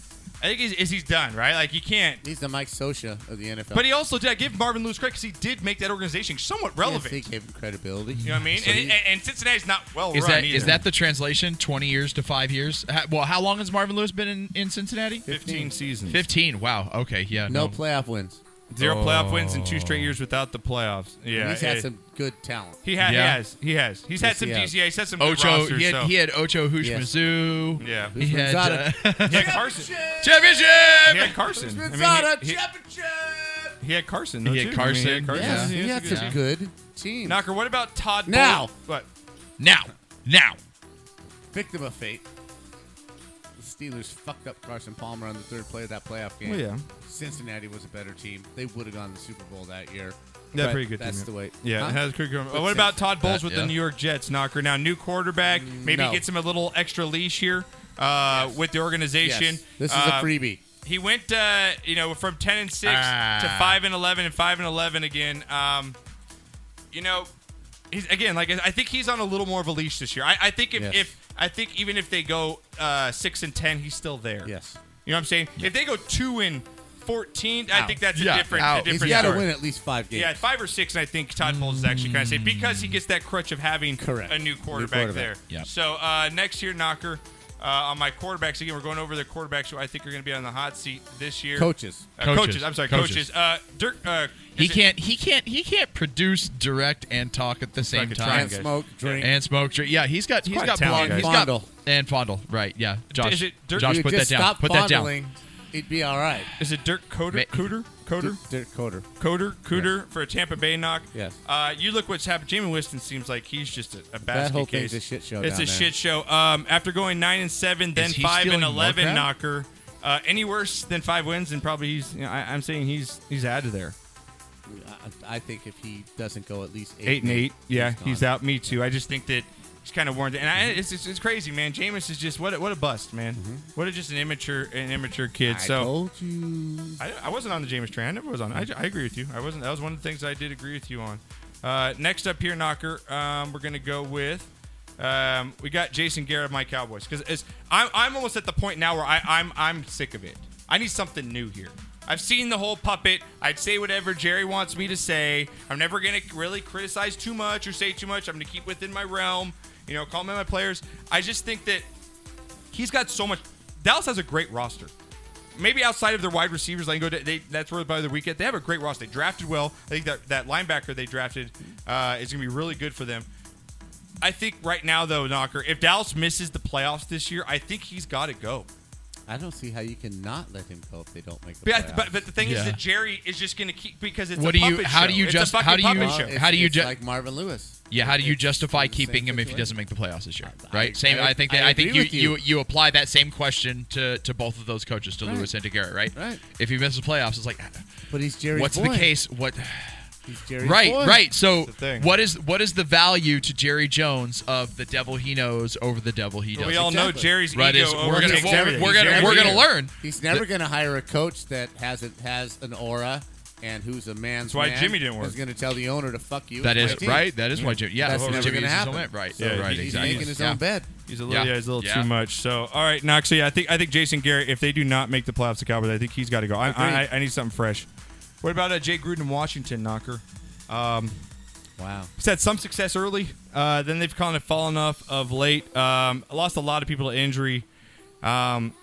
I think he's, is he's done right. Like you can't.
He's the Mike Sosha of the NFL.
But he also did I give Marvin Lewis credit because he did make that organization somewhat relevant.
Yes, he gave him credibility.
You know what I mean?
So
and,
he-
and, and Cincinnati's not well
Is
run
that
either.
is that the translation? Twenty years to five years? Ha- Well, how long has Marvin Lewis been in, in Cincinnati?
15 seasons.
Fifteen. Wow. Okay. Yeah. Oh.
no playoff wins.
Zero playoff wins and two straight years without the playoffs. Yeah,
he's had
it-
some good talent.
He, ha-
Yeah.
he has. He has. He's had
Yes,
some
he has.
DCA. He's had some good
Ocho.
rosters.
he, had,
so.
he had Ocho Hushmanzoo.
Yeah.
He had uh,
he had Carson.
championship.
He had Carson. I mean, he- he, he had Carson. though,
He had
too. I mean, he
Carson.
had Carson.
Yeah, he
was a
had some
good team.
good teams.
Knocker, what about Todd?
Now.
Bowles? what?
Now. Now.
Victim of fate. The Steelers fucked up Carson Palmer on the third play of that playoff game.
Well, yeah.
Cincinnati was a better team. They would have gone to the Super Bowl that year.
That's
But
pretty good.
That's
team,
the
yeah.
way.
Yeah,
Huh?
it has a good.
But
Uh, what about Todd Bowles
That-
with
yeah.
the New York Jets? Knocker now new quarterback. Maybe
no.
gets him a little extra leash here uh, with the organization.
Yes. This is a
Uh,
freebie.
He went, uh, you know, from ten and six
Ah.
to five and eleven and five and eleven again. Um, you know, he's again like I think he's on a little more of a leash this year. I, I think if,
Yes.
if I think even if they go uh, six and ten, he's still there. Yes. You know what I'm saying? If they go two and fourteen, I
Out.
think that's
Yeah,
a different.
out.
A different
He's gotta
story.
win at least five games.
Yeah, five or six, and I think Todd Bowles is actually kind of safe because he gets that crutch of having a new quarterback,
quarterback.
there.
Yeah.
So uh, next year, Knocker. Uh, on my quarterbacks again, we're going over the quarterbacks who I think are going to be on the hot seat this year.
Coaches.
Uh, coaches.
Coaches.
I'm sorry, coaches.
Coaches.
Uh, Dirk. Uh,
He
is it-
can't. He can't. He can't produce, direct, and talk at the same
Fucking
time.
trying, guys. Smoke, drink.
and smoke, drink. Yeah, he's got.
It's
he's
quite
got.
a talent,
Blonde, he's
guys.
got and fondle. Right. Yeah. Josh.
Is it Dirk-
Josh,
You
put that
just
down.
stop
Put that down.
fondling, It'd be all right.
Is it Dirk Coder? Cooter? Coder?
Dirk Coder.
Coder, Cooter for a Tampa Bay knock.
Yes.
Uh, you look what's happened. Jamie Winston seems like he's just a, a basket
whole
case.
thing's a shit show
It's
down
a
there.
shit show. Um, after going nine and seven, then
he
five and
stealing
eleven
Warcraft?
knocker. Uh, any worse than five wins, and probably he's. You know, I, I'm saying he's he's out of there.
I, I think if he doesn't go at least eight,
Eight, and eight. Yeah, he's,
gone.
out. Me too. I just think that he's kind of warned. And I, it's, it's it's crazy, man. Jameis is just what a, what a bust, man. What a just an immature an immature kid.
I
so
told you.
I, I wasn't on the Jameis train. I never was on. it. I, I agree with you. I wasn't. That was one of the things I did agree with you on. Uh, next up here, Knocker, um, we're gonna go with um, we got Jason Garrett of my Cowboys because I'm, I'm almost at the point now where I, I'm I'm sick of it. I need something new here. I've seen the whole puppet. I'd say whatever Jerry wants me to say. I'm never gonna really criticize too much or say too much. I'm gonna keep within my realm. You know, call me my players. I just think that he's got so much. Dallas has a great roster. Maybe outside of their wide receivers, I can go. To, they that's where by the weekend they have a great roster. They drafted well. I think that that linebacker they drafted uh, is going to be really good for them. I think right now though, Knocker, if Dallas misses the playoffs this year, I think he's got to go.
I don't see how you can not let him go if they don't make. The
But, I-
playoffs.
but, but the thing
Yeah.
is that Jerry is just going to keep because it's
What
a
do you?
puppet
How
show.
do you
It's a
just?
fucking
How do you?
puppet show.
How do you?
it's
ju-
like Marvin Lewis.
Yeah, how do you
It's-
justify
it's the same
keeping him if he
situation.
doesn't make the playoffs this year? Right.
I-
same.
I-
I think
I
that. I, think
agree
you,
with you.
you you apply that same question to to both of those coaches, to
Right.
Lewis and to Garrett. Right.
Right.
If he misses the playoffs, it's like.
But he's Jerry's
What's
boy.
the case? What?
He's Jerry's
right,
boy.
right. So,
That's the thing.
what is what is the value to Jerry Jones of the devil he knows over the devil he doesn't?
We all know Jerry's
right,
ego
is- We're gonna
overtakes everything.
we're gonna
Never
we're gonna
here.
learn.
He's never
That-
going to hire a coach that hasn't has an aura and who's a man's
That's why
man
Jimmy didn't work.
He's going to tell the owner to fuck you.
That
and
is
my team.
right. That is why Jimmy. Yeah,
that's
well,
never
Jimmy
going to
is his
happen.
own man, Right.
Yeah,
right.
he's- he's
exactly.
making his
Yeah.
own bed.
He's a little, yeah. he's a little
Yeah.
too much. So, all right, Knox. So, yeah, I think I think Jason Garrett, if they do not make the playoffs, the Cowboys, I think he's got to go. I, I, I,
Agreed.
I need something fresh. What about uh, Jay Gruden, Washington knocker? Um,
wow,
he's had some success early. Uh, then they've kind of fallen off of late. Um, lost a lot of people to injury. Um,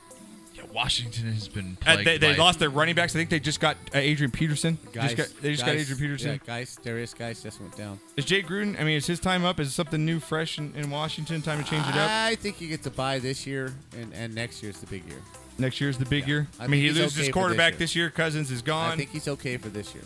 Yeah, Washington has been.
uh,
plagued
they they
by-
lost their running backs. I think they just got uh, Adrian Peterson.
Guys,
Just got, they just got
guys-
Adrian Peterson.
Yeah, guys, Darius guys just went down.
Is Jay Gruden? I mean, is his time up? Is it something new, fresh in, in Washington? Time to change it up.
I think you get to buy this year, and, and next year's the big year.
Next year's the big year. I, mean,
think
he
he's
loses
okay
his
for
quarterback this year. Cousins is gone.
I think he's okay for this year.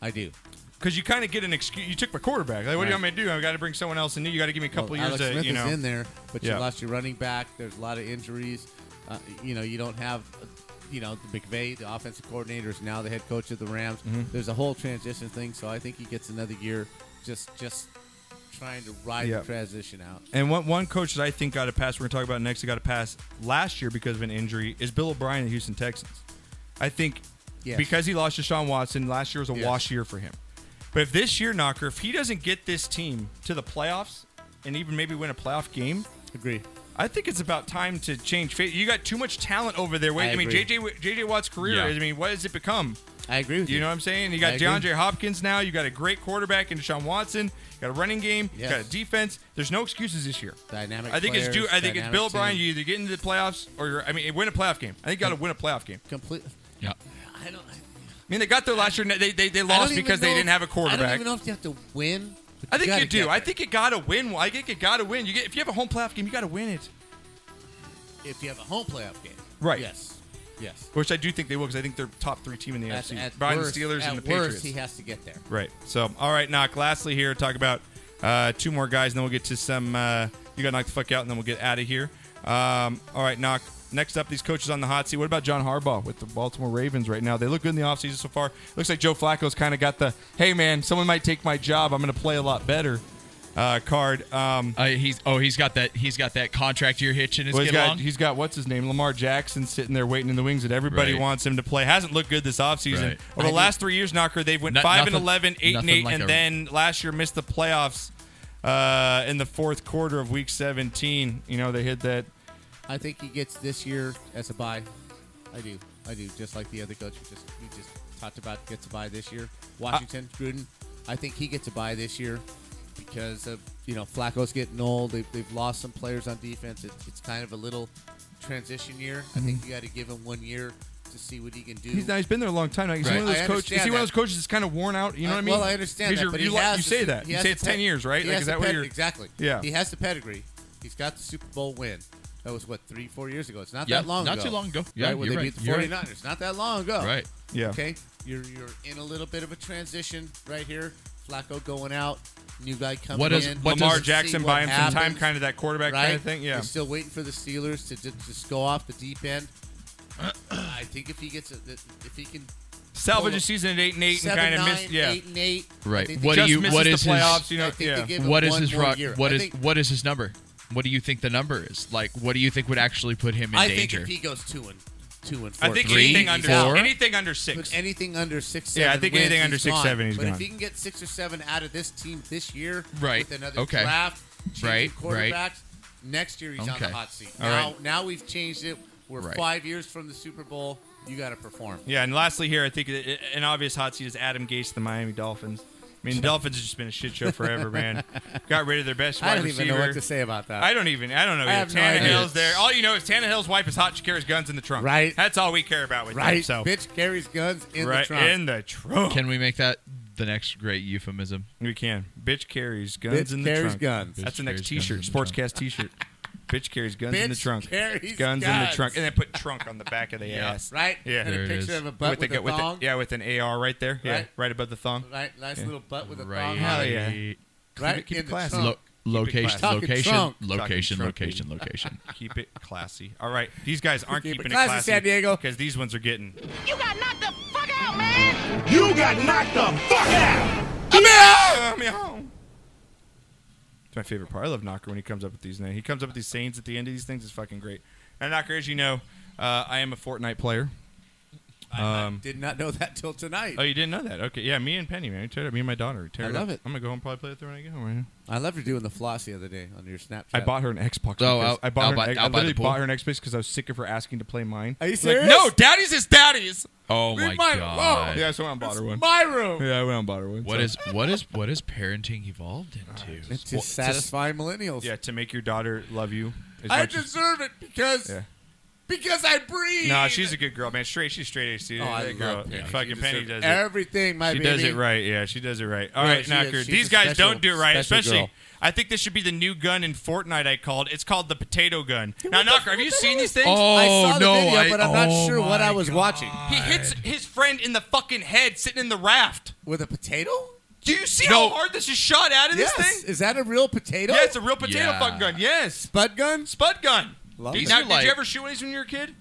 I do.
Because you kind of get an excuse. You took my quarterback. Like, what do you
Right.
want me to do? I got to bring someone else in. You got to give me a couple
Well, Alex
years. to,
Smith
you know,
is in there, but
Yeah.
you lost your running back. There's a lot of injuries. Uh, you know, you don't have, uh, you know, the McVay, the offensive coordinator, is now the head coach of the Rams.
Mhm.
There's a whole transition thing, so I think he gets another year just just trying to ride
Yeah.
the transition out.
And one one coach that I think got a pass. We're gonna talk about next. That got a pass last year because of an injury. Is Bill O'Brien of the Houston Texans? I think
Yes.
because he lost to Sean Watson last year was a
Yes.
wash year for him. But if this year, Knocker, if he doesn't get this team to the playoffs and even maybe win a playoff game,
agree.
I think it's about time to change. fa- You got too much talent over there. Wait,
I
I, mean,
agree.
JJ Wa- JJ Watt's career.
Yeah.
I mean, what has it become?
I agree with
you. You know what I'm saying? You got
I agree.
DeAndre Hopkins now. You got a great quarterback in Deshaun Watson. You got a running game.
Yes.
You got a defense. There's no excuses this year.
Dynamic
I think it's due.
players,
I think it's
dynamic
Bill O'Brien.
team.
You either get into the playoffs or you're, I mean, win a playoff game. I think you got to win a playoff game.
Complete.
Yeah.
I don't.
I mean, they got there last year. and They they, they
I don't
lost
even
because
know
they
if-
didn't have a
I don't
quarterback.
even know if you have to win. but
I think
gotta
you do.
get
I think you got to win. I think you got to win. You get if you have a home playoff game, you got to win it.
if you have a home playoff game.
Right.
Yes. Yes.
Which I do think they will because I think they're top three team in the
At-
AFC.
at
Behind
worst-
the Steelers
at
and the
worst,
Patriots.
he has to get there.
Right. So, all right, knock. Lastly, here talk about uh, two more guys, and then we'll get to some. Uh, you got knocked the fuck out, and then we'll get out of here. Um, all right, knock. Next up, these coaches on the hot seat. What about John Harbaugh with the Baltimore Ravens right now? They look good in the offseason so far. Looks like Joe Flacco's kind of got the hey man, someone might take my job. I'm going to play a lot better. uh, card. Um,
he's oh he's got that he's got that contract year hitch in his
Well, he's
get
got
along.
he's got what's his name Lamar Jackson sitting there waiting in the wings that everybody
Right.
wants him to play. Hasn't looked good this offseason.
Right.
Over
I
the last three years, Knocker they've went
No-
five
nothing-
and 11, 8 and
nothing
eight,
like
and
a-
then last year missed the playoffs uh, in the fourth quarter of week seventeen. You know they hit that.
I think he gets this year as a buy. I do. I do. Just like the other coach you just you just talked about gets a buy this year. Washington, Gruden. I think he gets a buy this year because of you know Flacco's getting old. They've, they've lost some players on defense. It's it's kind of a little transition year. I think you got to give him one year to see what he can do.
Mm-hmm. He's, now, he's been there a long time. Now. He's
Right.
one of
I
those coaches. Is he
understand
one of
that.
those coaches that's kind of worn out? You know
I-
what I mean?
Well, I understand
Because
that,
you're-
but
you,
he
like-
has
you
the
say
su-
that.
he
You
has
say
the
it's
ped-
ten years, right?
he
Like,
has
is
the
that what
ped-
you're?
exactly?
Yeah.
He has the pedigree. He's got the Super Bowl win. That was what three, four years ago. It's not
Yeah,
that long.
not
ago.
too long ago. Yeah,
right, when they
you're
beat
right.
the
You're
49ers.
right.
Not that long ago.
Right. Yeah.
Okay. You're you're in a little bit of a transition right here. Flacco going out. New guy coming
What does-
in.
what Lamar
Let's see
Jackson
what
buy him some time,
happens,
kinda that quarterback
right?
kinda thing, yeah.
They're still waiting for the Steelers to just, just go off the deep end. I think if he gets a, if he can
Salvage a season at eight and eight and
Seven,
kinda
nine,
missed- yeah.
eight and eight. I
Right.
think
What
they
do you?
just misses
What
the
is
playoffs,
his?
you know, I think they yeah. give him
What is
one
his
more
rock?
year.
What
I
is
think-
what is his number? What do you think the number is? Like, what do you think would actually put him in
I
danger?
think if he goes two and two and four,
I think anything
he's
under-
out.
anything under six.
But anything under six.
Yeah, I
seven
think
wins,
anything under
he's
six,
gone.
seven, he's
but
gone.
if he can get six or seven out of this team this year,
Right.
With another
Okay.
draft, changing
Right,
Quarterbacks.
right.
Next year he's on the
Okay.
hot seat.
All
now,
right.
now we've changed it. We're
Right.
five years from the Super Bowl. You got to perform.
Yeah, and lastly here, I think i- an obvious hot seat is Adam Gase, the Miami Dolphins. I mean, the Dolphins has just been a shit show forever, man. Got rid of their best.
I
wide
don't even know
receiver.
what to say about that.
I don't even. I don't know.
I have
either.
no idea.
Tannehill's there. All you know is Tannehill's wife is hot. She carries guns in the trunk.
Right.
That's all we care about with
Right.
them, So
Bitch carries guns in
Right,
the trunk.
in the trunk.
Can we make that the next great euphemism?
We can. Bitch carries guns
Bitch
in the
carries
trunk.
guns.
That's the
Bitch
next
carries
T-shirt. Sportscast T-shirt. Bitch carries guns in the
Bitch
trunk.
carries
guns in the
guns.
trunk, and then put trunk on the back of the
Yeah.
ass.
Right?
Yeah.
And a There it picture is. of a butt with
the-
a thong.
yeah, with an AR right there. Yeah.
Right.
Right, above the thong.
Right, nice
Yeah.
little butt with a
Right.
thong.
Hell yeah.
Keep
Right
keep
in
it
the
classy.
trunk.
Lo- location,
Keep it classy.
location,
Talking
location, location,
Talking
location,
trunk. Keep it classy. All right, these guys aren't
Keep it
keeping
classy,
it classy,
San Diego,
because these ones are getting.
You got knocked the fuck out, man. You got knocked the fuck out. I'm out. I'm out.
It's my favorite part. I love Knocker when he comes up with these. Names. He comes up with these sayings at the end of these things. It's fucking great. And Knocker, as you know, uh, I am a Fortnite player. Um,
Did not know that till tonight.
oh, you didn't know that? Okay, yeah. Me and Penny, man. We teared it up. Me and my daughter. we teared
I love
up. I'm gonna go home and probably play it through when I get home. Right now.
I love her doing the floss the other day on your Snapchat.
I bought her an Xbox.
Oh,
because-
out-
I bought
out
her.
by-
an, I
out by the
literally
pool?
bought her an Xbox because I was sick of her asking to play mine.
Are you
I'm like,
serious?
no, Daddy's is Daddy's.
Oh my
Read my-
god!
Whoa. Yeah, so I bought her one.
My room.
Yeah, I went and bought her one.
What
so.
is what is what is parenting evolved into?
It's to satisfy millennials.
Yeah, to make your daughter love you. as
I
much as-
deserve it because
Yeah.
because I breathe.
No, she's a good girl, man. Straight, she's straight AC.
Oh, I
that girl.
love Penny.
Fucking
She
Penny
deserves
does it.
everything, my
She does
baby.
it right. Yeah, she does it right. All
No,
right,
she
Knocker.
is. She's
These
a
guys
special-
don't do it right,
special
especially.
girl.
I think this should be the new gun in Fortnite. I called. It's called the potato gun. Now, Knocker, have you seen these things?
Oh, I oh saw the video, but I'm not sure
Oh
what I was watching.
He hits his friend in the fucking head, sitting in the raft.
With a potato?
Do you see how hard this is shot out of
Yes.
this thing?
Is that a real potato?
Yeah, it's a real potato
Yeah.
fucking gun. Yes,
spud gun.
Spud gun.
Love
Did,
it.
now,
These are
did
like-
you ever shoot one of these when you were a kid?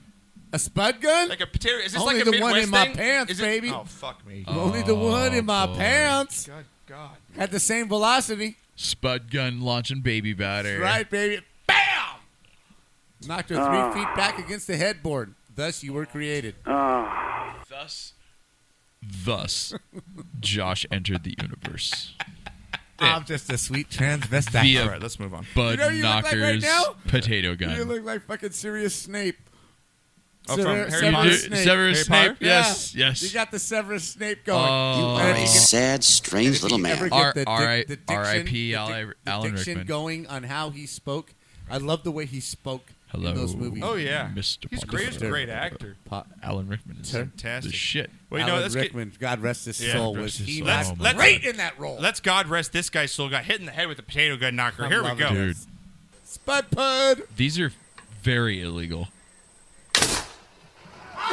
A spud gun?
Like a potato? Is this
Only
like a
the
Midwest
one in my
thing?
pants,
Is it-
baby.
Oh fuck me.
Only the one in my
Oh, boy.
pants.
Good God.
At the same velocity.
Spud gun launching baby batter.
Right, baby. Bam! Knocked her three
Ah.
feet back against the headboard. Thus you were created.
Thus. Thus, Josh entered the universe.
I'm just a sweet transvestite.
Via
All right,
let's move on.
Bud
You know who you look like
Knocker's
right now?
potato gun.
You look like fucking Sirius Snape.
Oh,
Sever-
from Harry
Severus
Potter?
Snape.
Severus Harry Snape, Potter? yes,
Yeah.
yes.
You got the Severus Snape going.
Oh.
You
You are
ever
a
get-
sad, strange
and if
little
you
man.
ever get
R-
the dic-
R.I-
the diction-
R.I.P.
the
Alan-
dic- the
Alan
diction
Rickman.
going on how he spoke. I love the way he spoke
Hello.
in those movies.
Oh yeah,
Mr.
He's great. He's a
Mr.
great actor.
Pa-
Alan Rickman is
Fantastic.
the shit.
Well, you know,
Alan
let's get-
Rickman, God rest his
Yeah.
soul,
God
was
rest his
he
soul.
not
Let's- let's-
great in that role?
Let's God rest this guy's soul. Got hit in the head with a potato gun knocker. Here we
love
go.
Dude,
Spud Pud.
these are very illegal.
Oh,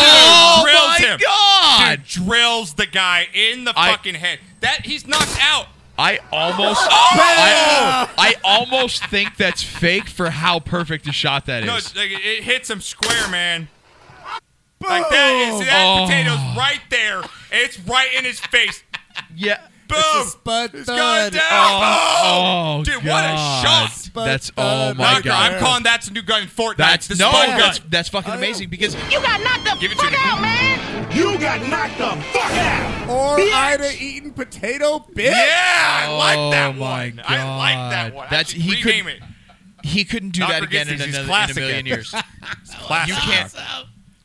dude,
my
drills him.
God.
Dude, drills the guy in the
I-
fucking head. That he's knocked out.
I almost,
Oh!
I, I almost think that's fake for how perfect a shot that is.
No, it's like, it hits him square, man. Like that is that
Oh.
potato's right there. It's right in his face.
yeah,
Boom!
Spud
He's going down. Oh,
Oh,
dude, what a
God.
shot!
That's
uh,
oh my
Knocker,
god.
I'm calling that's a new gun in Fortnite.
That's
the
no.
spud gun.
That's, that's fucking amazing because
You got knocked the
Give it to
fuck
me.
out, man. You got knocked the fuck out.
Or
Bitch.
Ida eating potato bitch.
Yeah, I like that
oh my
one.
God.
I like that one. I
That's
should
he
rename
couldn't.
it.
He couldn't do
Knocker
that again
gets
in,
these. He's
another, in a
classic
million
at-
years.
He's classic.
You can't.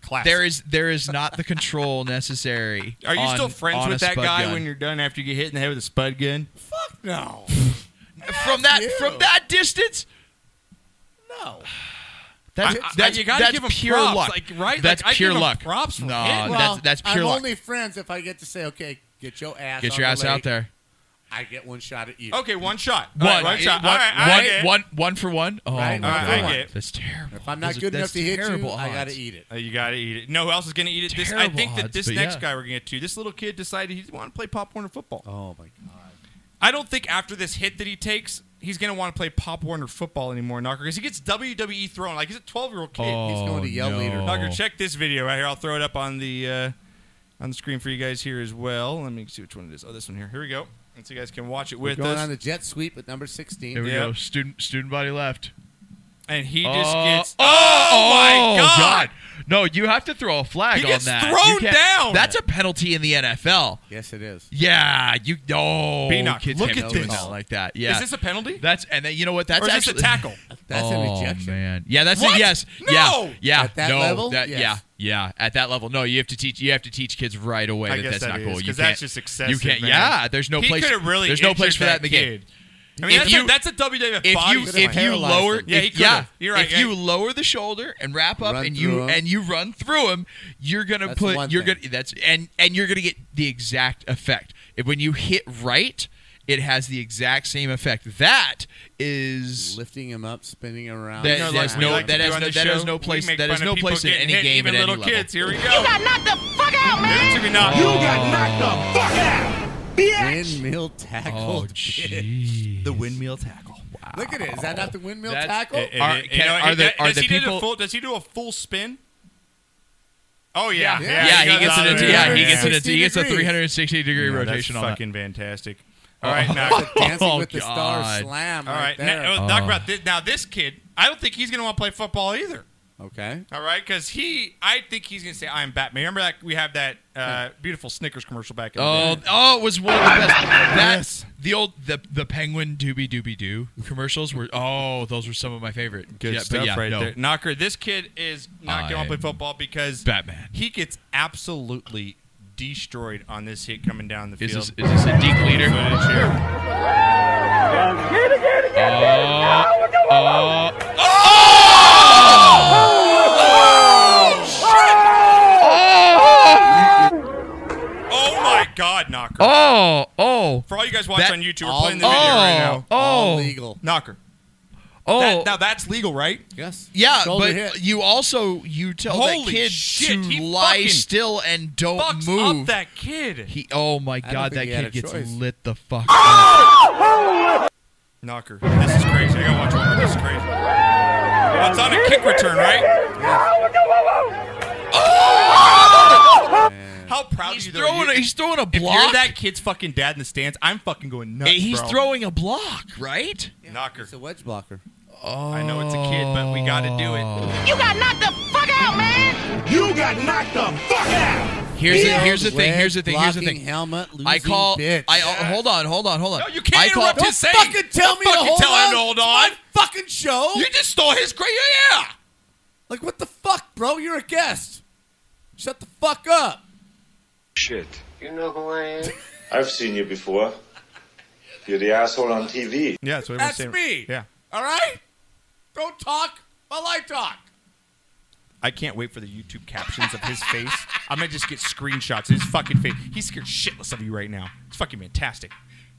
Classic.
There is there is not the control necessary.
Are you
on-
still friends
on
with
a
that
spud
guy
gun.
when you're done after you get hit in the head with a spud gun?
No.
from that from that distance?
No.
That's,
I- I-
that's,
you gotta
that's
give him
pure
props,
luck.
like, right?
That's
Like, I
pure
give him
luck.
props for
no,
hitting.
that's that's pure
I'm
luck.
only friends if I get to say, okay, get your ass.
Get
on
your
the
ass out
lake.
there.
I get one shot at you.
Okay, one shot.
One,
All right, one shot.
one-
All right, I
one-
get it.
one- one for one. Oh
Right,
my
all right, I
god,
get it.
that's terrible.
If I'm not
Those are-
good enough
that's
to hit you,
terrible
I
odds.
gotta eat it.
Uh, you gotta eat it. No, else is gonna eat it. This, I
Terrible
think that
odds,
this
but
next
yeah.
guy we're gonna get to. This little kid decided he wanted to play popcorn or football.
Oh my god!
I don't think after this hit that he takes, he's gonna want to play Pop Warner football anymore, Knocker, because he gets WWE thrown. Like he's a twelve-year-old kid. he's
Oh,
going to
yell no. leader.
Knocker, check this video right here. I'll throw it up on the uh, on the screen for you guys here as well. Let me see which one it is. Oh, this one here. Here we go. And so you guys can watch it
We're
with
going
us.
on the jet sweep with number sixteen.
There we
Yeah.
go. Student student body left.
and he just
Oh,
gets.
Oh,
my
oh,
God!
No, you have to throw a flag
He
on
gets
that.
thrown
You can't-
down!
That's a penalty in the NFL.
Yes, it is.
Yeah, you no.
B-knock,
kids
look
can't
at
be doing
this.
that like that. Yeah,
Is this a penalty?
That's and then you know what? That's
Or is this a
actually
tackle?
That's an ejection.
Oh man, yeah, that's
What?
a yes.
No!
Yeah, yeah,
At that
no,
level?
that-
Yes.
yeah, yeah. At that level, no, you have to teach. You have to teach kids right away
I
that
guess
that's
that
not
is,
cool. You
'cause
can't.
that's just excessive,
You can't.
man.
Yeah, there's no
He
place.
could've really
there's no
injured
place for that,
that
in the game.
kid. I mean,
If
that's,
you-
a, that's a WWF
If
body
you
slam.
if you lower
yeah, he
if, yeah,
could've. You're right.
if
yeah.
you lower the shoulder and wrap up
Run
and
through
you
'em.
and you run through him, you're gonna
That's one
put you're
thing.
gonna that's and and you're gonna get the exact effect. If, when you hit right, it has the exact same effect. That is
Lifting him up, spinning around.
You
That-
know,
that
like
has
we
no-
like to
that
do
has
on
no-
this
that has
show,
no place-
we make
that
fun
has
of
no
people
place in
getting
any
hit,
game
even
at any
little
level. Oh,
kids. Here we go.
You got knocked the fuck out, man.
Dude, took a knock.
You got knocked the fuck out. Bitch.
Windmill tackle.
oh jeez.
The windmill tackle. Wow.
Look at it. Is that not the windmill
That's-
tackle?
it- Are-
you
can-
know,
are
he-
the- are
does
the
he do
people-
a full? Does he do a full spin? Oh yeah,
Yeah.
Yeah, he gets
it.
an
it.
yeah, he gets an
it.
he gets a
360
360 degree rotation
That's
on that.
fucking fantastic. All right, now,
That's a dancing
Oh,
with the
God. Oh.
stars slam.
all
right
right,
there.
now, talk about this. Now this kid, I don't think he's gonna want to play football either.
Okay.
All right, because he, I think he's gonna say, "I'm Batman." Remember that we have that uh, beautiful Snickers commercial back in the
Oh,
day.
oh, it was one of the best.
Yes.
That's the old the the penguin doobie doobie doo commercials were. Oh, those were some of my favorite.
Good
yeah, but
stuff
yeah,
right
no.
there. Knocker, this kid is not going to want to
I'm
play football because
Batman.
He gets absolutely destroyed on this hit coming down the
Is
field.
this, is this a deep leader?
Footage here.
Oh, oh,
Oh my God, Knocker!
oh, oh,
For all you guys watching
That-
on YouTube, we're
all-
playing the video right now.
All
oh,
legal.
Knocker.
oh.
That- now that's legal, right?
Yes.
yeah,
Shoulder
but
hit.
you also you tell
Holy
that kid
shit, he
to lie
fucking
still and don't
Fucks
move.
up that kid.
he, oh my
don't
god,
think
that
he had
kid
a
gets
choice.
lit the fuck. up.
Oh! Knocker. This is crazy. I gotta watch one. more. This is crazy. Well, it's on a kick return, right? How proud
He's
of you though.
throwing, a,
You-
he's throwing a
If
block.
you're that kid's fucking dad in the stands, I'm fucking going nuts.
he's
bro.
throwing a block, right?
Knocker.
It's a wedge blocker.
I know it's a kid, but we gotta do it.
You got knocked the fuck out, man. You got knocked the fuck out.
Here's the, here's the thing. Here's the thing. Here's the
Wedge-blocking
thing.
Helmet,
I
losing
call.
Bitch.
I uh, hold on. Hold on. Hold on.
No, you can't
I call,
interrupt
Don't
his saying.
fucking tell me to
fucking
hold
tell
on.
him to hold
It's
on.
my fucking show.
You just stole his great. Yeah.
like what the fuck, bro? You're a guest. Shut the fuck up.
Shit. You know who I am? I've seen you before. You're the asshole on TV.
Yeah, that's what
That's me.
Yeah.
All right. Don't talk while I talk.
I can't wait for the YouTube captions of his face. I'm gonna just get screenshots of his fucking face. He's scared shitless of you right now. It's fucking fantastic.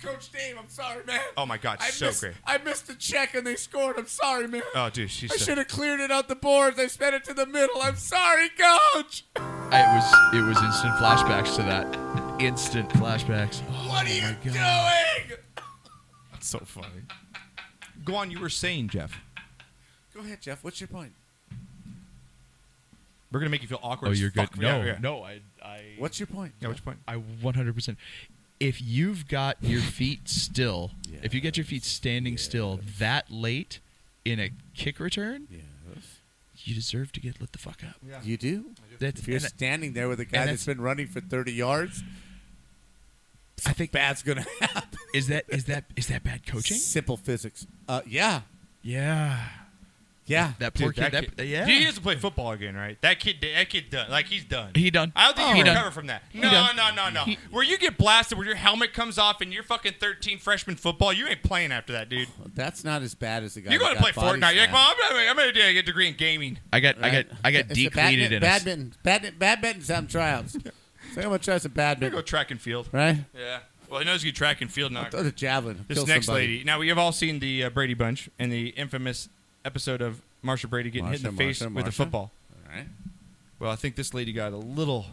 Coach Dave, I'm sorry, man.
Oh my God,
I
so
missed,
great.
I missed the check and they scored. I'm sorry, man.
Oh, dude, she's.
I
so-
should have cleared it out the boards. I sped it to the middle. I'm sorry, coach.
I- It was. It was instant flashbacks to that. Instant flashbacks.
What are you doing?
That's so funny. Go on. You were saying, Jeff.
Go ahead, Jeff. What's your point?
We're gonna make you feel awkward.
Oh,
as
you're good.
fuck.
No,
Yeah, yeah.
no. I. I.
What's your point?
Yeah, which point?
I 100. percent if you've got your feet still, if you get your feet standing still that late in a kick return, you deserve to get lit the fuck up.
You do?
That's-
if you're
and I-
standing there with a
and
guy
that's-
that's been running for 30 yards, I think bad's going to happen.
Is that is that is that bad coaching?
Simple physics. Uh, yeah.
Yeah.
Yeah.
That
Dude,
poor kid.
that
that-
kid-
yeah.
He doesn't play football again, right? That kid, that kid done. Like he's done.
He done.
I don't think you
He
can
done.
recover from that.
He
No,
done.
no, no, no. where you get blasted, where your helmet comes off, and you're fucking 13 freshman football, you ain't playing after that, dude.
That's not as bad as the guy.
You're going
that
to play
got body
Fortnite. You're like,
slammed.
well, I'm gonna, I'm gonna get a degree in gaming.
I got I got
Right?
I got
It's the
decleated in a s-
badminton, badminton, badminton's having tryouts. so I'm gonna try some
I'm
badminton.
gonna go track and field.
Right?
Yeah. Well, he knows you track and field. Knock.
throw the javelin.
This
Kill
next
somebody.
lady. Now we have all seen the uh, Brady Bunch and the infamous episode of Marsha Brady getting hit in
Marsha,
the face
Marsha,
with a
Marsha.
football.
All right.
Well, I think this lady got a little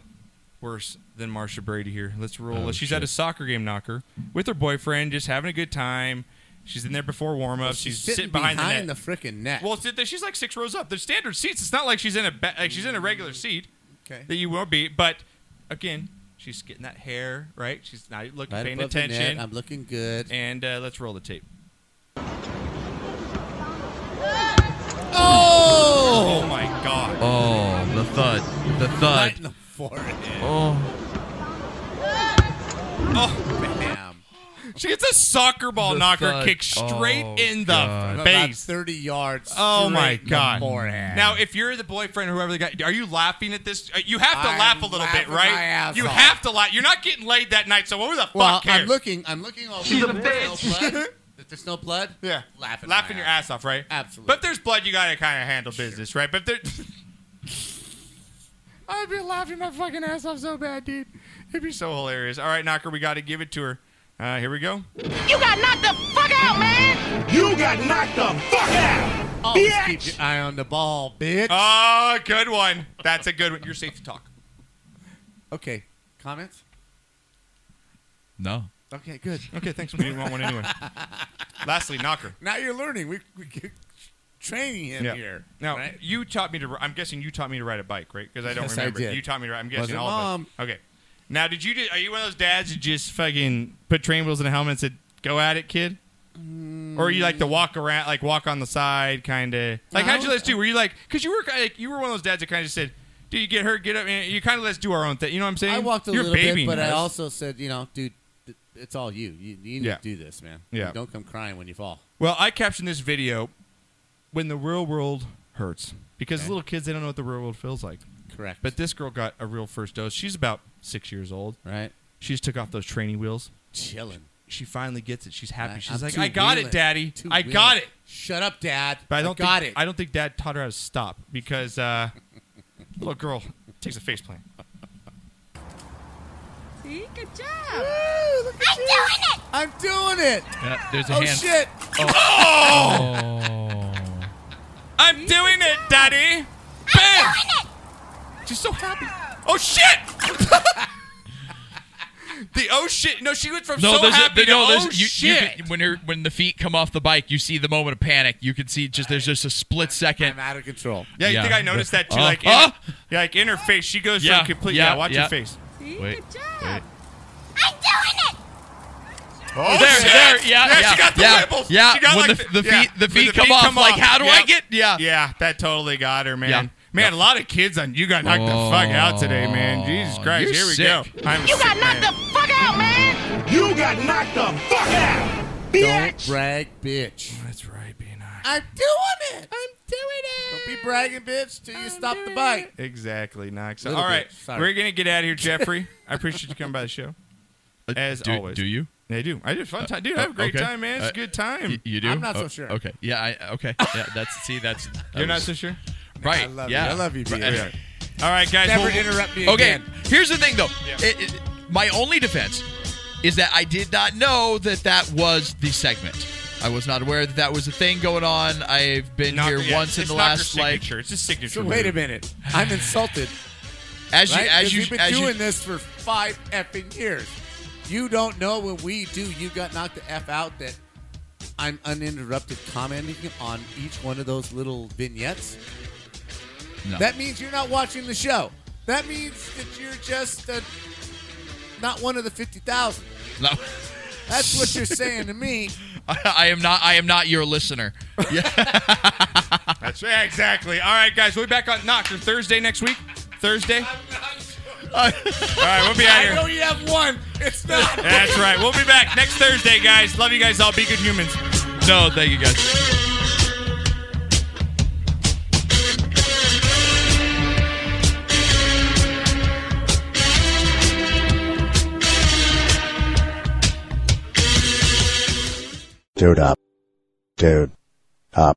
worse than Marsha Brady here. Let's roll.
Oh,
She's
shit.
at a soccer game knocker with her boyfriend, just having a good time. She's in there before warm up. she's,
sitting
behind,
behind
the,
the freaking net.
Well, sit there- she's like six rows up. They're standard seats. It's not like she's in a ba- like she's in a regular seat
Okay.
that you won't be. But again, she's getting that hair right. She's not looking
Right
paying
above the net.
attention.
I'm looking good.
And uh, let's roll the tape.
Oh!
Oh my god.
Oh, the thud. The thud.
Right in the forehead.
Oh.
Oh,
bam.
She gets a soccer ball
The
knocker
thud.
kick straight
Oh,
in the
God.
face.
About 30 yards.
Oh
straight
my
in the
god!
forehead.
Now, if you're the boyfriend, or whoever the guy, are you laughing at this? Uh, You have to
I'm
laugh a little bit,
laughing
right?
my ass
you
off.
have to laugh. You're not getting laid that night, so what the
Well,
fuck cares?
I'm looking. I'm looking all
She's
over.
a
If there's
bitch.
no blood- If there's no blood,
yeah,
laughing,
laughing
my
your ass off, right?
Absolutely.
But if there's blood, you gotta kind of handle business, right? But there, I'd be laughing my fucking ass off so bad, dude. It'd be so hilarious. All right, Knocker, we gotta give it to her. Uh, here we go.
You got knocked the fuck out, man! You got knocked the fuck out!
Always keep your eye on the ball, bitch.
Oh, good one. That's a good one. You're safe to talk.
Okay. Comments?
No.
Okay, good.
Okay, thanks. We didn't want one anyway. Lastly, Knocker.
Now you're learning. We, we get training him
Yeah.
here.
Now you taught me to. I'm guessing you taught me to ride a bike, right? Because I don't
Yes, I
remember.
did.
You taught me to. ride. I'm
Wasn't
guessing all
mom.
of us. Okay. Now, did you? do- Are you one of those dads that just fucking put train wheels in a helmet and said, "Go at it, kid"? Or
Mm.
you like to walk around, like walk on the side, kind of. Like
No.
how'd you let us do? Were you like, because you were kinda like, you were one of those dads that kind of just said, "Dude, you get hurt, get up," and you kind of let's do our own thing. You know what I'm saying?
I walked a
You're
little bit,
babying
but I
us.
also said, you know, dude, th- it's all you. You, you need
Yeah.
to do this, man.
Yeah.
Don't come crying when you fall.
Well, I captioned this video when the real world hurts because little kids they don't know what the real world feels like.
Correct.
But this girl got a real first dose. She's about six years old.
Right.
She just took off those training wheels.
Chilling.
She finally gets it. She's happy.
I- I'm
She's like,
too
"I got
wheeling.
it, Daddy.
Too
I got
wheeling.
it."
Shut up, Dad.
But I don't
got
think,
it.
I don't think Dad taught her how to stop because uh, little girl takes a face plant.
See? Good job!
I'm doing it. I'm doing it.
Yeah, there's a
oh
hand.
shit. Oh!
Oh.
I'm doing it, Daddy. Bam! She's so happy. Oh shit! the oh shit. No, she went from
No,
so
there's
happy
a,
to
no, there's,
oh
you- you
shit.
can- when you're when the feet come off the bike, you see the moment of panic. You can see just there's just a split second. I'm
out of control.
Yeah, you think I noticed that too?
Oh.
like, in,
Oh!
yeah, like in her face, she goes
Yeah,
from complete.
yeah,
Yeah, watch
yeah.
her face.
See? Wait, Good job.
Oh,
there,
shit!
there, yeah, yeah,
she got the
yeah,
wibbles.
yeah,
she got
when
like
the- the feet- the
when
feet come off, like, how do I
Yep.
get- yeah.
yeah, that totally got her, man.
Yeah.
Man, a lot of kids on you got knocked the fuck out today, man. Jesus Christ,
you're
here we
sick.
go. I'm
You
sick,
got
man.
knocked the fuck out, man! You got knocked the fuck out!
Don't brag, bitch.
That's right, being
I'm doing it. I'm doing it. Don't be bragging, bitch, till you stop the bike.
Exactly, Knox.
Little
all right,
bit, sorry.
we're gonna get out of here, Jeffrey. I appreciate you coming by the show. As
Uh, do-
always,
do you?
I do. I do. Fun
Uh,
time, dude. I
uh,
have a great
okay.
time, man. It's
Uh,
a good time.
Y- you do?
I'm not
Oh,
so sure.
Okay. Yeah. I okay. Yeah. That's see. That's that
You're not
was-
so sure?
Right.
I love you.
yeah.
I love you,
Right.
BS. Yeah. All right, guys.
Never interrupt me
Okay.
again.
Here's the thing, though. It- it- my only defense is that I did not know that that was the segment. I was not aware that that was a thing going on. I've been
Knocker,
here
yeah,
once in
it's
the
Knocker
last like.
signature. It's his signature.
So wait a
move.
minute. I'm insulted.
As you,
right?
as
'Cause
you,
we've been
as you-
doing this for five effing years. You don't know when we do. You got knocked the f out that I'm uninterrupted commenting on each one of those little vignettes.
No.
That means you're not watching the show. That means that you're just a Not one of the 50,000.
No.
That's what you're saying to me.
I, I am not. I am not your listener.
That's right, exactly. All right, guys, we'll be back on Knocker Thursday next week. Thursday. All right, we'll be out
I
here.
know you have one. It's not.
That's right. We'll be back next Thursday, guys. Love you guys all. Be good humans. No, thank you guys.
Dude up. Dude up.